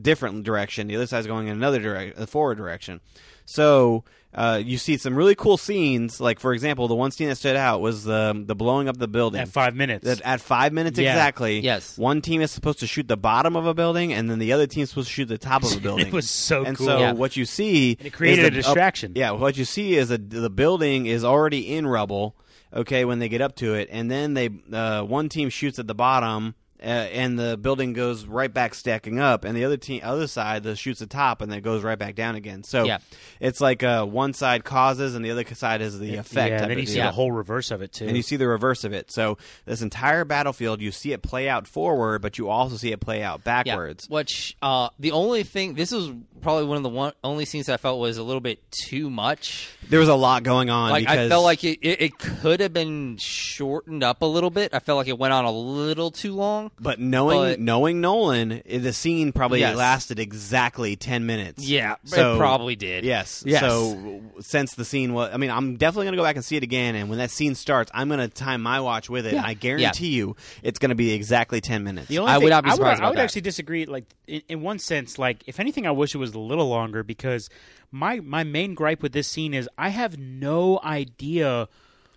B: different direction, the other side's going in another direction, a forward direction. So. Uh, you see some really cool scenes, like for example, the one scene that stood out was the the blowing up the building
A: at five minutes.
B: that at five minutes
A: Yeah.
B: exactly.
C: Yes.
B: One team is supposed to shoot the bottom of a building, and then the other team is supposed to shoot the top
A: [LAUGHS]
B: of a building.
A: was so
B: and
A: cool.
B: so
C: Yeah.
B: what you see
A: it created
B: is
A: a
B: the-
A: distraction.
B: yeah, what you see is that the building is already in rubble. okay when they get up to it, and then they uh, one team shoots at the bottom. Uh, and the building goes right back stacking up, and the other team, other side, the shoots the top, and then it goes right back down again. So
C: Yeah.
B: it's like uh, one side causes, and the other side is the effect.
A: yeah,
B: type
A: and then
B: of
A: you see
B: deal.
A: the whole reverse of it too.
B: And you see the reverse of it. So this entire battlefield, you see it play out forward, but you also see it play out
C: Yeah,
B: backwards.
C: which uh, the only thing this was probably one of the one, only scenes I felt was a little bit too much.
B: There was a lot going on.
C: Like I
B: because-
C: felt like it, it, it could have been shortened up a little bit. I felt like it went on a little too long.
B: but knowing
C: but-
B: knowing Nolan, i- the scene probably
C: Yes.
B: lasted exactly ten minutes.
C: Yeah,
B: So-
C: it probably did.
B: Yes.
C: Yes.
B: So w- since the scene was, I mean, I'm definitely gonna go back and see it again. And when that scene starts, I'm gonna time my watch with it.
C: Yeah.
B: and I guarantee you, it's gonna be exactly ten minutes.
A: The only
C: I would
A: thing-
C: not be
A: I
C: surprised
A: would, I
C: about
A: would
C: that.
A: actually disagree. Like in, in one sense, like if anything, I wish it was a little longer because my my main gripe with this scene is I have no idea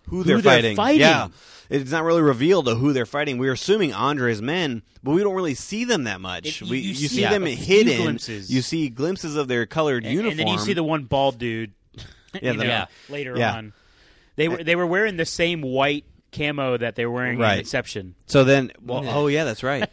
B: who they're, fighting.
A: fighting.
B: Yeah, it's not really revealed to who they're fighting. We're assuming Andre's men, but we don't really see them that much.
A: It- you-
B: we,
A: you
B: see,
A: see
B: them
A: a few
B: hidden.
A: glimpses.
B: You see glimpses of their colored
A: And- and
B: uniform.
A: then you see the one bald dude.
B: Yeah,
A: you know,
B: the-
C: Yeah.
A: later
B: Yeah.
A: on, they were they were wearing the same white camo that they were wearing
B: Right.
A: in Inception.
B: So then, well,
C: Yeah.
B: oh yeah, that's
C: [LAUGHS]
B: right.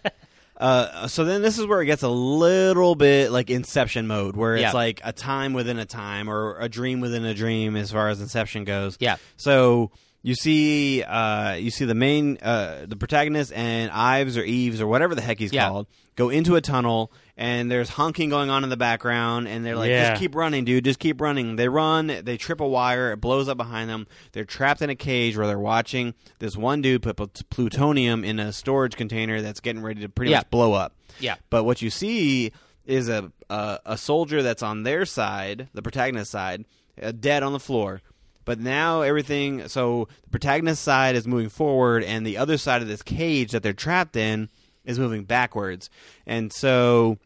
B: Uh, so then this is where it gets a little bit like Inception mode, where it's
C: Yeah.
B: like a time within a time or a dream within a dream as far as Inception goes.
C: Yeah.
B: So you see, uh, you see the main, uh, the protagonist and Ives or Eves or whatever the heck he's
C: Yeah.
B: called go into a tunnel and there's honking going on in the background and they're like,
A: Yeah.
B: just keep running, dude, just keep running. They run, they trip a wire, it blows up behind them. They're trapped in a cage where they're watching this one dude put plut- plutonium in a storage container that's getting ready to pretty
C: Yeah.
B: much blow up.
C: Yeah.
B: But what you see is a a, a soldier that's on their side, the protagonist's side, uh, dead on the floor. But now everything, so the protagonist's side is moving forward, and the other side of this cage that they're trapped in is moving backwards. And so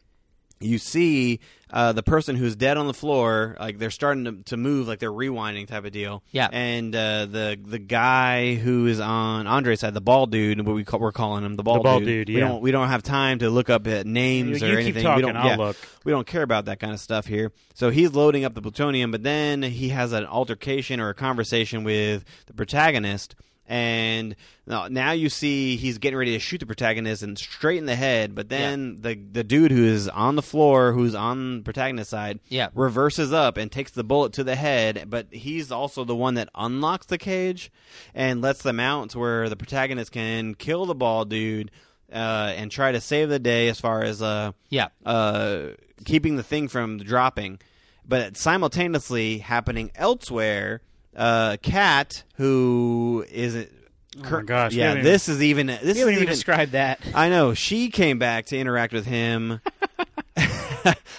B: you see uh, the person who's dead on the floor, like they're starting to, to move, like they're rewinding type of deal.
C: Yeah.
B: And uh, the the guy who is on Andre's side, the bald dude, what we call, we're calling him the bald,
A: bald dude,
B: We
A: yeah.
B: don't we don't have time to look up at names
A: You-
B: or
A: you keep
B: anything.
A: talking,
B: we don't,
A: I'll
B: yeah,
A: look.
B: We don't care about that kind of stuff here. So he's loading up the plutonium, but then he has an altercation or a conversation with the protagonist. And now now you see he's getting ready to shoot the protagonist and straight in the head, but then the the dude who is on the floor, who's on the protagonist's side,
C: Yeah.
B: reverses up and takes the bullet to the head, but he's also the one that unlocks the cage and lets them out to where the protagonist can kill the bald dude uh, and try to save the day as far as uh,
C: Yeah.
B: uh, keeping the thing from dropping. But simultaneously happening elsewhere, uh, Cat, who is.
A: Oh my gosh, we
B: Yeah,
A: haven't
B: this is even. This
A: You haven't
B: is
A: even described that.
B: I know she came back to interact with him.
C: [LAUGHS]
B: [LAUGHS]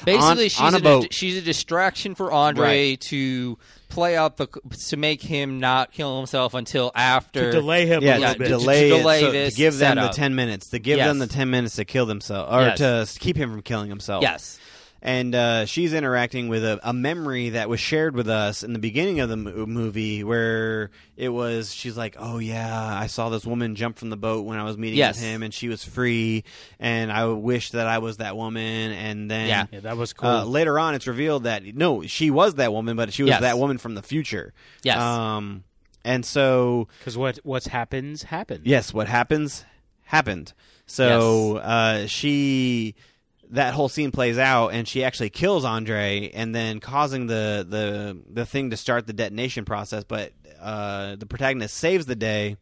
C: Basically,
B: on,
C: she's
B: on a
C: di-
B: boat.
C: she's a distraction for Andre
B: Right.
C: to play up the to make him not kill himself until after.
A: Delay him a
B: yeah,
A: little
B: to
A: bit.
B: delay,
C: To
B: it,
C: delay
B: so-
C: this
B: to give them
C: setup.
B: the ten minutes, to give
C: Yes.
B: them the ten minutes to kill themselves or
C: Yes.
B: to s- keep him from killing himself.
C: Yes.
B: and uh, she's interacting with a, a memory that was shared with us in the beginning of the mo- movie, where it was she's like, "Oh yeah, I saw this woman jump from the boat when I was meeting
C: Yes.
B: with him, and she was free, and I wish that I was that woman." And then
C: Yeah.
A: Yeah, that was cool.
B: uh, later on, it's revealed that no, she was that woman, but she was
C: Yes.
B: that woman from the future.
C: Yes.
B: Um, and so
A: Because what what's happens happens.
B: yes, what happens happened. So uh, she that whole scene plays out, and she actually kills Andre, and then causing the the the thing to start the detonation process. But uh, the protagonist saves the day,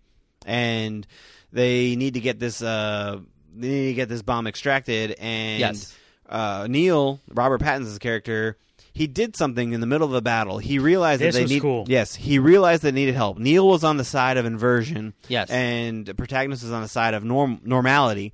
B: and they need to get this uh, they need to get this bomb extracted. And
C: Yes.
B: uh, Neil Robert Pattinson's character. He did something in the middle of the battle. He realized
A: This
B: that they
A: was
B: need
A: cool.
B: yes, he realized they needed help. Neil was on the side of inversion,
C: Yes.
B: and the protagonist is on the side of norm- normality.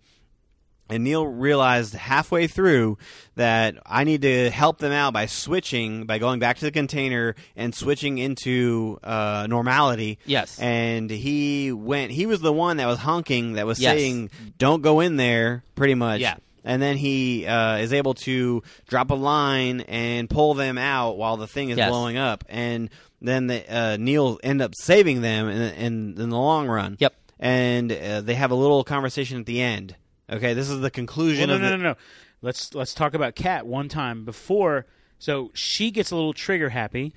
B: And Neil realized halfway through that I need to help them out by switching, by going back to the container and switching into uh, normality.
C: Yes.
B: And he went. He was the one that was honking, that was
C: Yes.
B: saying, "Don't go in there," pretty much.
C: Yeah.
B: And then he uh, is able to drop a line and pull them out while the thing is
C: Yes.
B: blowing up. And then the, uh, Neil end up saving them in, in, in the long run.
C: Yep.
B: And uh, they have a little conversation at the end. Okay, this is the conclusion
A: Well,
B: of
A: no, no,
B: the-
A: no, no. Let's let's talk about Kat one time before. So she gets a little trigger happy.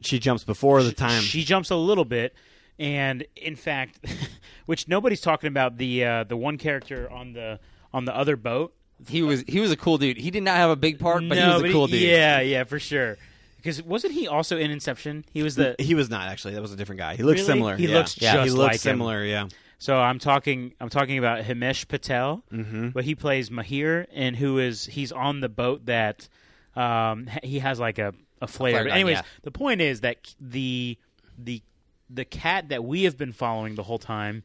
B: She jumps before the time.
A: She jumps a little bit. and in fact, [LAUGHS] which nobody's talking about the uh, the one character on the on the other boat.
C: He was he was a cool dude. He did not have a big part, but he
A: No,
C: was a cool
A: he-
C: dude.
A: Yeah, yeah, for sure. Because wasn't he also in Inception? He was the
B: he was not actually. That was a different guy. He looks
A: Really?
B: similar.
A: He
B: yeah.
A: looks
B: yeah, he
A: just
B: looks
A: like him.
B: similar. Yeah.
A: So I'm talking I'm talking about Himesh Patel,
C: Mm-hmm.
A: but he plays Mahir, and who is he's on the boat that um, h- he has like a a flare.
C: flare
A: but
C: gun,
A: anyways,
C: yeah.
A: the point is that c- the the the cat that we have been following the whole time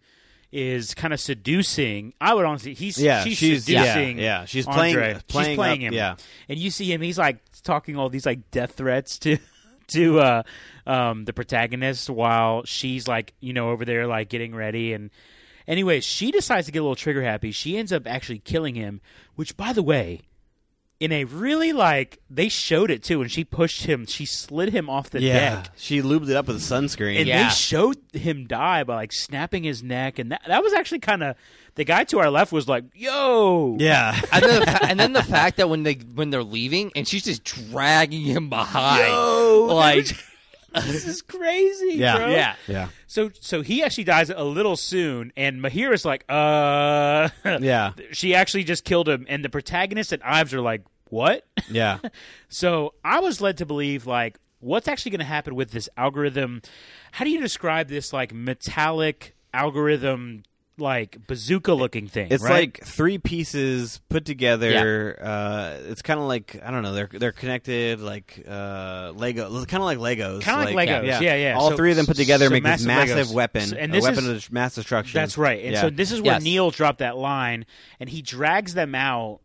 A: is kind of seducing. I would honestly, he's
B: Yeah,
A: she's,
B: she's- yeah,
A: seducing.
B: yeah, she's playing-
A: Andre.
B: playing
A: she's playing
B: up,
A: him.
B: yeah.
A: and you see him. He's like talking all these like death threats to [LAUGHS] to uh, um, the protagonist while she's like you know over there like getting ready and. Anyway, she decides to get a little trigger happy. She ends up actually killing him, which, by the way, in a really like they showed it too. And she pushed him, she slid him off the deck,
B: She lubed it up with sunscreen.
A: and
C: Yeah.
A: they showed him die by like snapping his neck, and that that was actually kind of the guy to our left was like, "Yo,
B: yeah. [LAUGHS]
C: and, then the fa- and then the fact that when they when they're leaving and she's just dragging him behind,
A: Yo,
C: like
A: [LAUGHS] this is crazy,
B: Yeah.
A: bro."
C: yeah,
B: yeah.
A: So so he actually dies a little soon, and Mahir is like, "Uh, [LAUGHS]
B: Yeah.
A: she actually just killed him." And the protagonist and Ives are like, "What?" [LAUGHS]
B: Yeah.
A: So I was led to believe like what's actually going to happen with this algorithm? How do you describe this like metallic algorithm like bazooka looking thing?
B: It's
A: right?
B: like three pieces put together. Uh, it's kind of like I don't know. They're they're connected like uh, Lego. Kind of like Legos.
A: Kinda like Legos, yeah, yeah.
B: All
A: So-
B: three of them put together
A: so
B: make this
A: massive
B: massive
A: Legos.
B: weapon.
A: So- and
B: a
A: this
B: weapon
A: is-
B: of mass destruction.
A: That's right. And
B: yeah.
A: so this is where
C: Yes.
A: Neil dropped that line and he drags them out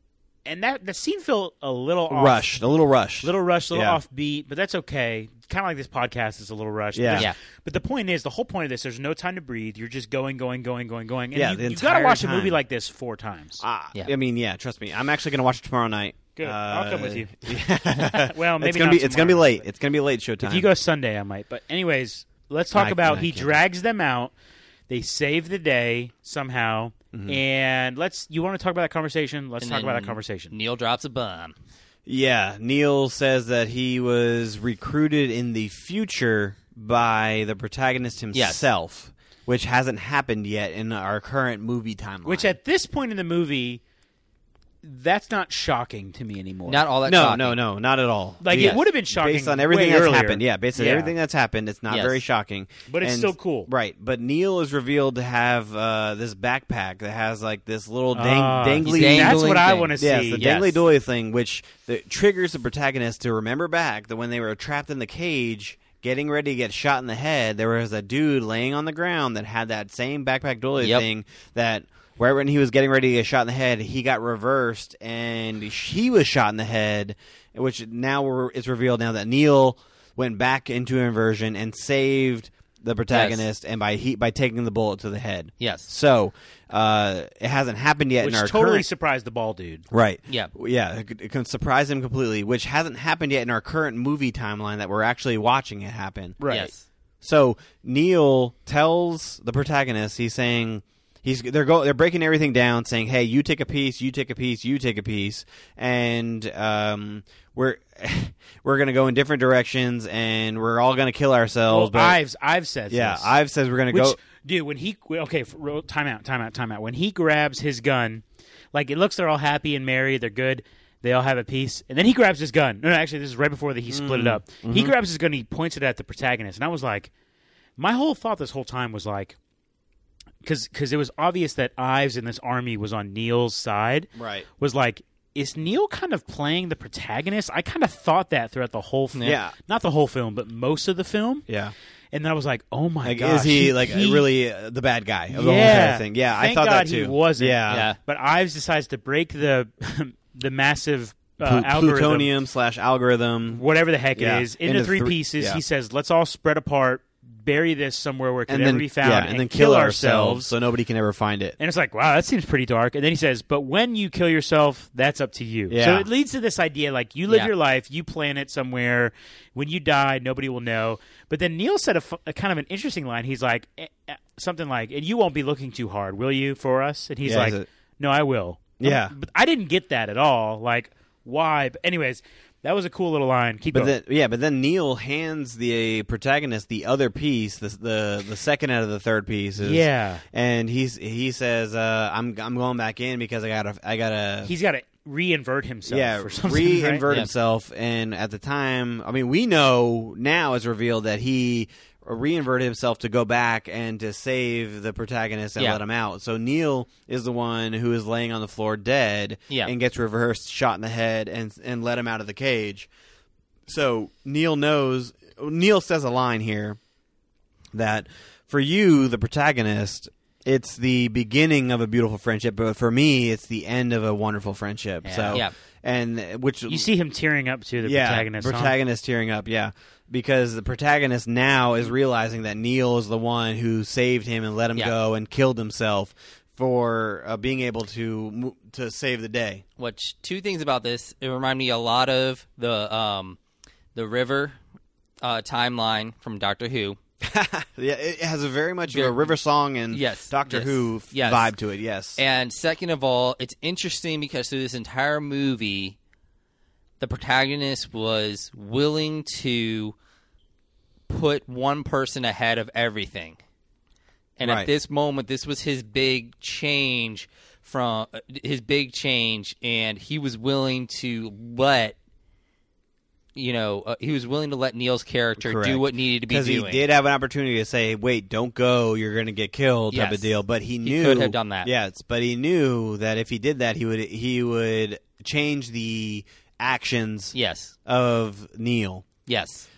A: and that the scene felt a little off.
B: rushed, a little rushed.
A: Little rush, little
B: Yeah.
A: offbeat, but that's okay. Kind of like this podcast is a little rush.
B: Yeah.
A: But,
C: Yeah.
A: but the point is, the whole point of this, there's no time to breathe. You're just going, going, going, going, going. And
B: Yeah,
A: you,
B: the
A: you've gotta
B: entire
A: watch
B: time.
A: a movie like this four times.
B: Ah,
C: Yeah.
B: I mean, yeah. Trust me, I'm actually going to watch it tomorrow night. Uh,
A: Good. I'll come with you.
B: [LAUGHS] yeah.
A: [LAUGHS] Well, maybe
B: it's gonna
A: not
B: be it's gonna be
A: tomorrow,
B: late. It's gonna be late showtime.
A: If you go Sunday, I might. But anyways, let's talk
B: I-
A: about
B: I
A: he
B: can't.
A: drags them out. They save the day somehow.
B: Mm-hmm.
A: And let's you want to talk about that conversation? Let's
C: And
A: talk about
C: then
A: that conversation.
C: Neil drops a bomb.
B: yeah, Neil says that he was recruited in the future by the protagonist himself, which hasn't happened yet in our current movie timeline.
A: Which at this point in the movie, that's not shocking to me anymore.
C: Not all that.
B: no,
C: shocking.
B: no, no, not at all.
A: like
B: Yeah.
A: it would have been shocking
B: based on everything
A: way
B: that's
A: earlier.
B: happened. Yeah, based on
A: Yeah.
B: everything that's happened, it's not
C: Yes.
B: very shocking.
A: But it's
B: And-
A: still cool.
B: right? But Neil is revealed to have uh, this backpack that has like this little dang-
A: Ah,
B: dangly.
C: dang-
A: that's what I
C: thing.
A: want to see.
B: Yes, the
C: yes.
B: dangly doily thing, which the, triggers the protagonist to remember back that when they were trapped in the cage, getting ready to get shot in the head, there was a dude laying on the ground that had that same backpack doily
C: Yep.
B: thing that. Right when he was getting ready to get shot in the head, he got reversed, and he was shot in the head. Which now we're, it's revealed now that Neil went back into inversion and saved the protagonist, and by he by taking the bullet to the head.
C: Yes.
B: So uh, it hasn't happened yet
A: which
B: in our
A: totally
B: current
A: surprised the ball dude.
B: Right.
C: Yeah.
B: Yeah. It could, it could surprise him completely, which hasn't happened yet in our current movie timeline that we're actually watching it happen.
A: Right.
C: Yes.
B: So Neil tells the protagonist, he's saying, he's they're go they're breaking everything down, saying, "Hey, you take a piece, you take a piece, you take a piece," and um, we're [LAUGHS] we're gonna go in different directions, and we're all gonna kill ourselves.
A: Well,
B: but
A: Ives Ives says
B: yeah,
A: this.
B: Ive says we're gonna
A: Which,
B: go.
A: dude, when he okay, f- real- time out, time out, time out. When he grabs his gun, like it looks they're all happy and merry, they're good, they all have a piece, and then he grabs his gun. No, no actually, this is right before that he split it
B: Mm,
A: up.
B: mm-hmm.
A: He grabs his gun, he points it at the protagonist, and I was like, my whole thought this whole time was like, because it was obvious that Ives in this army was on Neil's side,
B: Right.
A: Was like. Is Neil kind of playing the protagonist? I kind of thought that throughout the whole film.
B: Yeah.
A: Not the whole film, but most of the film.
B: Yeah.
A: And then I was like, oh my
B: Like,
A: gosh.
B: is he like really uh, the bad guy of the whole
A: yeah.
B: entire thing? Yeah, I
A: Thank
B: thought
A: God
B: that too.
A: He wasn't.
B: Yeah.
C: Yeah.
A: But Ives decides to break the [LAUGHS] the massive uh,
B: Plu-
A: algorithm,
B: plutonium slash algorithm.
A: whatever the heck
B: Yeah.
A: it is, into,
B: Into
A: three
B: three-
A: pieces.
B: yeah.
A: He says, let's all spread apart, bury this somewhere where it can
B: and
A: never
B: then
A: be found,
B: yeah, and, then kill,
A: ourselves.
B: so nobody can ever find it.
A: And it's like, wow, that seems pretty dark. And then he says, but when you kill yourself, that's up to you.
B: Yeah.
A: So it leads to this idea like, you live
C: Yeah.
A: your life, you plan it somewhere. When you die, nobody will know. But then Neil said a, fu- a kind of an interesting line. He's like, eh, eh, something like, and you won't be looking too hard, will you, for us? And he's
B: Yeah,
A: like,
B: is it-
A: no, I will.
B: Yeah.
A: Um, But I didn't get that at all. Like, why? But, anyways, That was a cool little line. Keep
B: But
A: going.
B: then, yeah, but then Neil hands the uh, protagonist the other piece, the the, the second out of the third piece. Is,
A: Yeah.
B: and he's he says, uh, "I'm I'm going back in because I gotta I gotta
A: He's got to reinvert himself.
B: yeah
A: or [LAUGHS] something,
B: reinvert
A: right?
C: Yeah.
B: himself." And at the time, I mean, we know now it's revealed that he reinverted himself to go back and to save the protagonist and
C: Yeah.
B: let him out. So Neil is the one who is laying on the floor dead
C: Yeah.
B: and gets reversed, shot in the head, and and let him out of the cage. So Neil knows. Neil says a line here that for you, the protagonist, it's the beginning of a beautiful friendship, but for me, it's the end of a wonderful friendship. So,
C: Yeah.
B: and uh, which
A: You see him tearing up to the
B: yeah,
A: protagonist. huh?
B: protagonist tearing up, yeah, because the protagonist now is realizing that Neil is the one who saved him and let him
C: Yeah.
B: go and killed himself for uh, being able to mo- to save the day.
C: Which two things about this? It reminded me a lot of the um, the river uh, timeline from Doctor Who.
B: Yeah, it has a very much
C: Very-
B: a river song and
C: Yes,
B: Doctor
C: yes,
B: Who f-
C: yes.
B: vibe to it. Yes,
C: And second of all, it's interesting because through this entire movie, the protagonist was willing to put one person ahead of everything. And
B: Right.
C: at this moment, this was his big change from uh, his big change, and he was willing to let. You know, uh, he was willing to let Neil's character
B: Correct.
C: do what needed to be
B: because he
C: doing.
B: did have an opportunity to say, "Wait, don't go. You're going to get killed." Type
C: Yes.
B: of deal. But he knew
C: could have done that.
B: Yes, but he knew that if he did that, he would he would change the actions
C: Yes,
B: of Neil.
C: yes.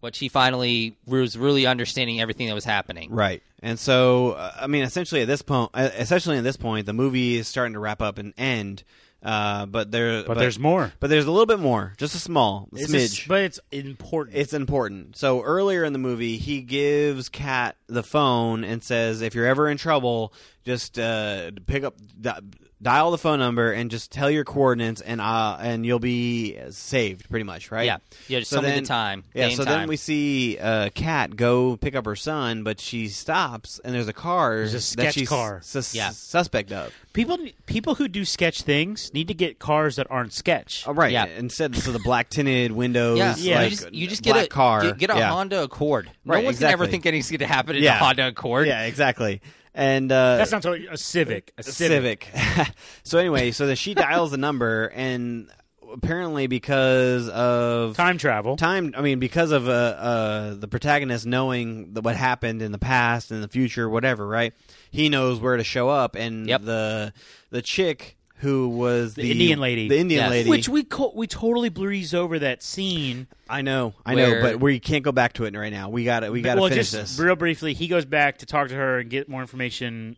C: Which he finally was really understanding everything that was happening.
B: Right. And so, uh, I mean, essentially at this point, essentially at this point, the movie is starting to wrap up and end. Uh, but there,
A: but, there's more.
B: but there's a little bit more, just a small
A: It's a s-
B: smidge.
A: but it's important.
B: It's important. So earlier in the movie, he gives Kat the phone and says, "If you're ever in trouble, just uh, pick up, di- dial the phone number, and just tell your coordinates, and uh, and you'll be saved, pretty much, right?
C: Yeah. Yeah, just tell me the time, day
B: Yeah.
C: and
B: So
C: time.
B: then we see uh, Kat go pick up her son, but she stops, and there's a car
A: There's a
B: that
A: sketch
B: she's
A: car.
B: sus-
C: Yeah.
B: suspect of.
A: people people who do sketch things need to get cars that aren't sketch.
B: Oh, right.
C: Yeah.
B: Instead, so the black
C: [LAUGHS]
B: tinted windows.
C: Yeah,
A: Yeah.
B: Like,
C: you just, you just
B: black
C: get a
B: car.
C: Get, get a
B: yeah.
C: Honda Accord. No
B: Right,
C: one's gonna ever
B: exactly.
C: think anything's gonna happen in
B: Yeah.
C: a Honda Accord.
B: Yeah, exactly. And uh,
A: That's not totally, a Civic. A Civic.
B: Civic. [LAUGHS] so anyway, so then she dials the number, and apparently because of
A: Time travel.
B: time, I mean, because of uh, uh, the protagonist knowing the, what happened in the past and the future, whatever, right? He knows where to show up, and
C: Yep.
B: the the chick who was the,
A: Indian lady.
B: the Indian
C: Yes.
B: lady,
A: Which we co- we totally breeze over that scene.
B: I know, I know,
C: Where-
B: but we can't go back to it right now. We got to We got to
A: well,
B: finish
A: just
B: this.
A: real briefly, he goes back to talk to her and get more information.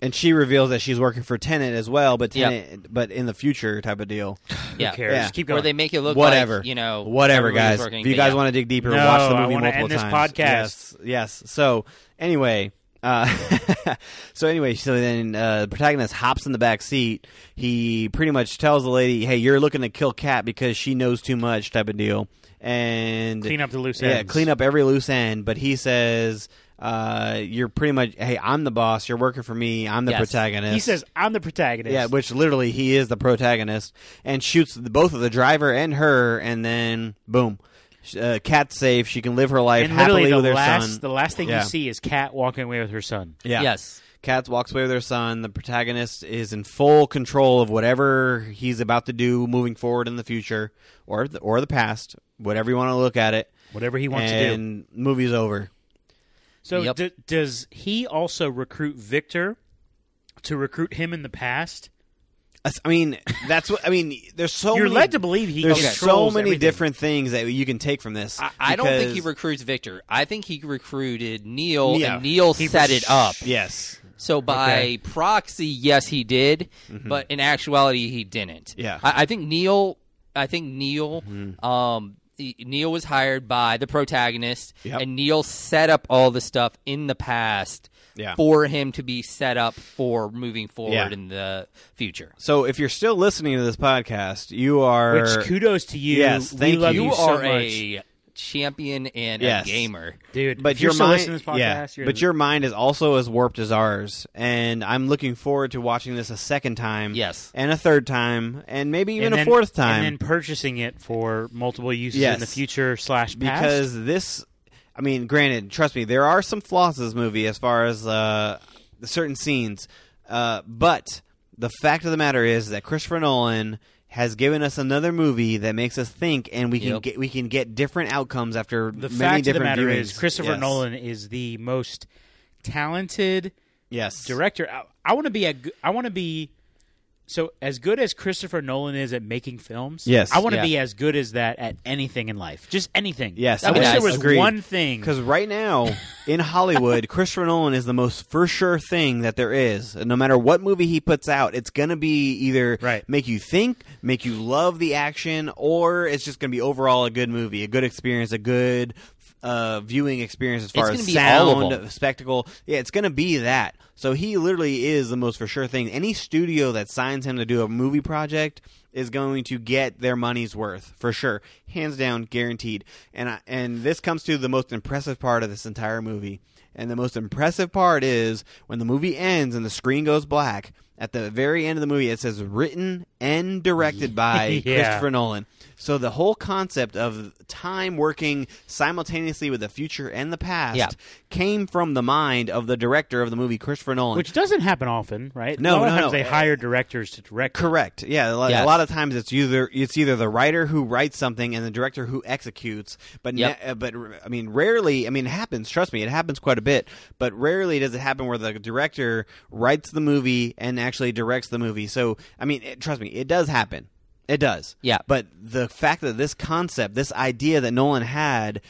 B: and she reveals that she's working for Tenant as well, but
C: Yep.
B: Tenet, but in the future type of deal.
A: Who
C: yeah.
A: cares?
B: Yeah.
A: Just keep going.
C: Where they make it look
B: whatever
C: like, you know
B: whatever guys
C: everybody's working,
B: if you
C: but
B: guys
C: yeah.
B: want to dig deeper
A: No,
B: watch the
A: I
B: movie
A: wanna
B: multiple
A: end this
B: times
A: podcast.
B: yes yes so anyway uh, [LAUGHS] so anyway so then uh, the protagonist hops in the back seat he pretty much tells the lady hey you're looking to kill cat because she knows too much type of deal and
A: clean up the loose
B: yeah,
A: ends.
B: clean up every loose end. But he says, uh, "You're pretty much, hey, I'm the boss. You're working for me. I'm the
C: Yes.
B: protagonist."
A: He says, "I'm the protagonist."
B: Yeah, which literally he is the protagonist and shoots the- both of the driver and her, and then boom, Sh- uh, cat's safe. She can live her life
A: and
B: happily
A: literally the
B: with her
A: last
B: son.
A: the last thing
B: Yeah.
A: you see is Kat walking away with her son.
B: yeah.
C: Yes.
B: Cat walks away with her son. The protagonist is in full control of whatever he's about to do moving forward in the future or the, or the past, whatever you want to look at it.
A: Whatever he wants to do.
B: and movie's over.
A: So
C: Yep.
A: d- does he also recruit Victor to recruit him in the past?
B: That's- I mean, that's what I mean. There's so
A: You're
B: many,
A: led to believe he
B: there's so
A: controls
B: many
A: everything.
B: different things that you can take from this.
C: I, I don't think
B: because-
C: he recruits Victor. I think he recruited Neil,
B: Yeah.
C: and Neil
A: He
C: set
A: was-
C: it up.
B: yes,
C: So by
A: Okay.
C: proxy, yes, he did, but in actuality, he didn't.
B: Mm-hmm. Yeah. Mm-hmm.
C: I, I think Neil. I think Neil. Um, he- Neil was hired by the protagonist,
B: Yep.
C: and Neil set up all the stuff in the past
B: Yeah.
C: for him to be set up for moving forward
B: Yeah.
C: in the future.
B: So if you're still listening to this podcast, you are
A: Which kudos to you.
B: Yes,
A: we
B: thank
A: love
B: you.
A: you,
C: You
A: so
C: are
A: much.
C: a champion and
B: Yes.
C: a gamer.
A: dude.
B: But
A: if you're
B: your
A: still
B: mind,
A: listening to this podcast,
B: yeah.
A: you're
B: but your mind is also as warped as ours, and I'm looking forward to watching this a second time.
C: Yes.
B: and a third time, and maybe even
A: and
B: a
A: then-
B: fourth time.
A: and then purchasing it for multiple uses in the
B: Yes.
A: future slash past.
B: because this i mean granted trust me there are some flaws in this movie as far as uh, certain scenes uh, but the fact of the matter is that christopher nolan has given us another movie that makes us think and we can
C: Yep.
B: get we can get different outcomes after
A: the
B: many
A: fact of the
B: different
A: matter
B: viewings.
A: is Christopher
B: Yes.
A: Nolan is the most talented
B: yes
A: director. I, I want to be a g- I want to be so as good as Christopher Nolan is at making films.
B: Yes.
A: I want to
C: Yeah.
A: be as good as that at anything in life, just anything.
B: Yes,
A: I wish
C: yes,
A: there was
B: agreed.
A: one thing.
B: Because right now in
C: [LAUGHS]
B: Hollywood, Christopher Nolan is the most for sure thing that there is. And no matter what movie he puts out, it's gonna be either
A: Right.
B: make you think, make you love the action, or it's just gonna be overall a good movie, a good experience, a good uh, viewing experience as far
C: gonna
B: as
C: be all of
B: sound,
C: them.
B: spectacle. Yeah, it's gonna be that. So he literally is the most for sure thing. Any studio that signs him to do a movie project is going to get their money's worth for sure, hands down, guaranteed. And I, and this comes to the most impressive part of this entire movie. And the most impressive part is when the movie ends and the screen goes black. At the very end of the movie, it says written and directed by
A: Yeah.
B: Christopher Nolan. So the whole concept of time working simultaneously with the future and the past
C: Yeah.
B: came from the mind of the director of the movie, Christopher Nolan.
A: which doesn't happen often, right? a
B: No,
A: lot of
B: no,
A: times
B: no.
A: they hire directors to direct.
B: Correct. Yeah, a lot,
C: Yes.
B: a lot of times it's either it's either the writer who writes something and the director who executes. But
C: Yep.
B: ne- uh, but r- I mean, rarely. I mean, it happens. Trust me, it happens quite a bit. But rarely does it happen where the director writes the movie and actually directs the movie. So I mean, it, trust me, it does happen. It does.
C: Yeah.
B: But the fact that this concept, this idea that Nolan had.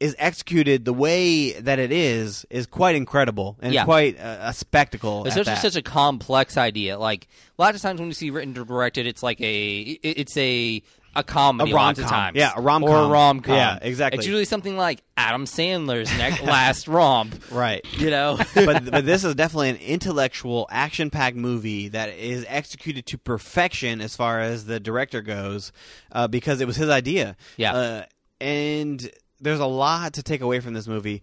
B: Is executed the way that it is is quite incredible and
C: Yeah.
B: quite a, a spectacle. at
C: Especially
B: that.
C: such a complex idea. Like a lot of times when you see written and directed, it's like a it- it's a a comedy
B: A
C: lots of
B: rom-com.
C: times.
B: Yeah, a rom-com.
C: or a rom com.
B: Yeah, exactly.
C: It's usually something like Adam Sandler's next [LAUGHS] last romp.
B: right. [LAUGHS]
C: You know,
B: but but this is definitely an intellectual, action packed movie that is executed to perfection as far as the director goes, uh, because it was his idea.
C: Yeah.
B: uh, and there's a lot to take away from this movie.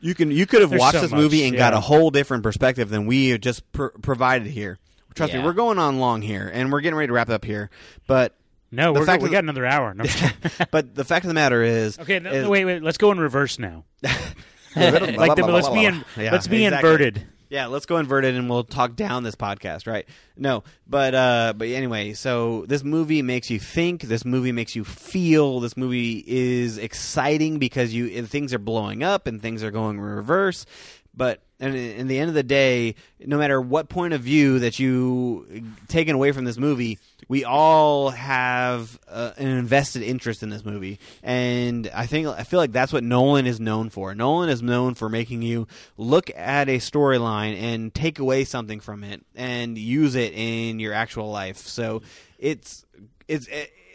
B: You can you could have
A: There's
B: watched
A: so
B: this movie
A: much,
B: and
A: yeah.
B: got a whole different perspective than we have just pr- provided here. Trust
C: Yeah.
B: me, we're going on long here, and we're getting ready to wrap up here. But
A: No,
B: The
A: we're,
B: fact
A: go- we
B: is-
A: got another hour. No, I'm
B: [LAUGHS]
A: just kidding.
B: but the fact of the matter is,
A: okay, no,
B: is-
A: wait, wait. Let's go in reverse now.
B: [LAUGHS] like
A: Like, the, let's be in, let's be inverted.
B: Yeah, let's go inverted and we'll talk down this podcast, right? No, but uh but anyway, so this movie makes you think, this movie makes you feel, this movie is exciting because you and things are blowing up and things are going in reverse, but and in the end of the day, no matter what point of view that you taken away from this movie, we all have uh, an invested interest in this movie, and I think I feel like that's what Nolan is known for. Nolan is known for making you look at a storyline and take away something from it and use it in your actual life. So it's it's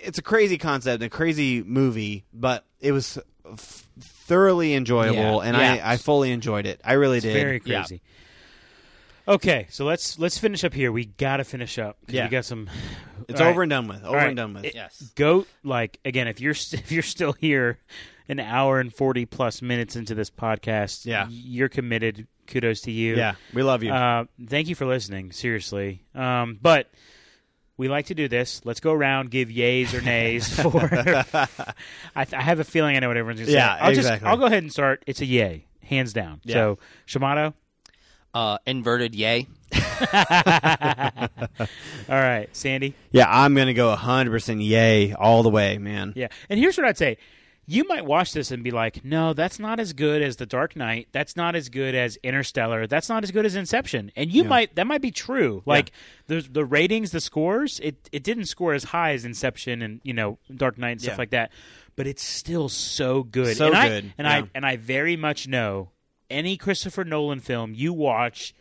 B: it's a crazy concept, a crazy movie, but it was f- thoroughly enjoyable,
C: Yeah.
B: and
C: Yeah.
B: I I fully enjoyed it. I really did.
A: Very
C: Yeah.
A: crazy. Okay, so let's let's finish up here. We gotta finish up. 'cause
B: Yeah.
A: we got some.
B: It's
A: All right.
B: over and done with. Over
A: right.
B: and done with.
A: It-
C: yes,
A: goat like again if you're st- [LAUGHS] if you're still here an hour and 40 plus minutes into this podcast
B: Yeah.
A: you're committed kudos to you
B: yeah, we love you.
A: uh, thank you for listening seriously um, but we like to do this let's go around give yays or nays
B: [LAUGHS]
A: for [LAUGHS] I, th- I have a feeling i know what everyone's gonna
B: Yeah,
A: say i'll just
B: exactly.
A: i'll go ahead and start it's a yay hands down
B: Yeah.
A: so shimano
C: uh,
B: [LAUGHS]
C: inverted. Yay.
A: all right sandy
B: Yeah, I'm gonna go 100 percent yay all the way, man.
A: Yeah. And here's what I'd say. You might watch this and be like, no, that's not as good as The Dark Knight. That's not as good as Interstellar. That's not as good as Inception. And you might, that might be true. Like the, the ratings, the scores, it, it didn't score as high as Inception and, you know, Dark Knight and stuff
B: Yeah.
A: like that. But it's still so good.
B: So
A: and I,
B: good,
A: and I,
B: yeah.
A: and I very much know any Christopher Nolan film you watch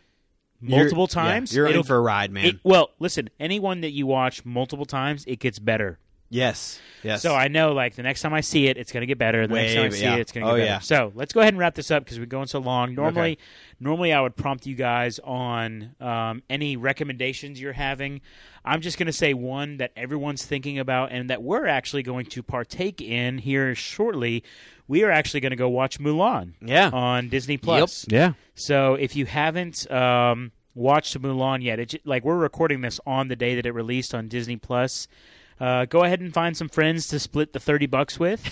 A: multiple
B: You're- yeah,
A: times,
B: you're in
A: it'll-
B: for a ride, man.
A: it- well, listen, anyone that you watch multiple times, it gets better.
B: Yes. Yes.
A: So I know, like, the next time I see it, it's going to get better. The next
B: Way
A: time I
B: be-
A: see
B: yeah.
A: it, it's going to get
B: Oh,
A: better.
B: yeah.
A: So let's go ahead and wrap this up because we're going so long. Normally,
B: Okay.
A: normally I would prompt you guys on um, any recommendations you're having. I'm just going to say one that everyone's thinking about and that we're actually going to partake in here shortly. We are actually going to go watch Mulan.
B: Yeah.
A: On Disney Plus.
B: yeah.
A: So if you haven't um, watched Mulan yet, it, j- like we're recording this on the day that it released on Disney Plus. Uh, go ahead and find some friends to split the thirty bucks with,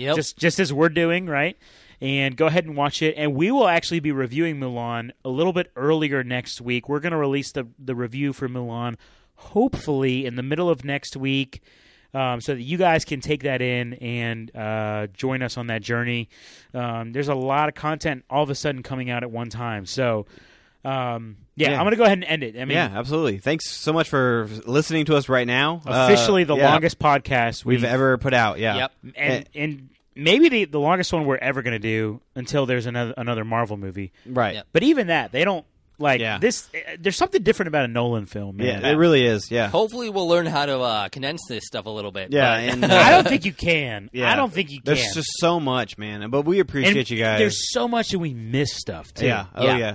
C: Yep.
A: just just as we're doing, right? And go ahead and watch it. And we will actually be reviewing Mulan a little bit earlier next week. We're going to release the the review for Mulan, hopefully in the middle of next week, um, so that you guys can take that in and uh, join us on that journey. Um, there's a lot of content all of a sudden coming out at one time. So, um, yeah,
B: Yeah.
A: I'm going to go ahead and end it. I mean,
B: Yeah, absolutely. Thanks so much for listening to us right now. Uh,
A: officially the
B: yeah,
A: longest podcast
B: we've
A: we've
B: ever put out. Yeah.
C: Yep.
B: Eh.
A: and and maybe the, the longest one we're ever going to do until there's another another Marvel movie.
B: Right.
C: Yep.
A: But even that, they don't like
B: Yeah.
A: this. eh, There's something different about a Nolan film, man.
B: Yeah, it really is. Yeah.
C: Hopefully, we'll learn how to uh, condense this stuff a little bit.
B: Yeah,
C: but-
B: and uh,
A: [LAUGHS] [LAUGHS] I don't think you can.
B: [LAUGHS] yeah.
A: I don't think you
B: There's
A: can.
B: just so much, man. But we appreciate
A: And
B: you guys.
A: There's so much that we miss stuff too.
B: yeah. Oh
C: Yeah.
B: yeah.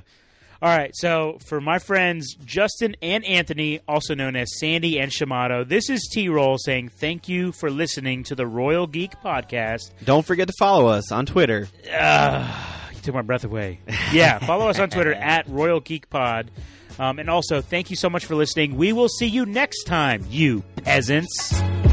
A: All right. So for my friends Justin and Anthony, also known as Sandy and Shamato, this is T Roll saying thank you for listening to the Royal Geek Podcast.
B: Don't forget to follow us on Twitter.
A: You took my breath away. Yeah, follow us on Twitter at Royal Geek Pod. Um, and also, thank you so much for listening. We will see you next time, you peasants.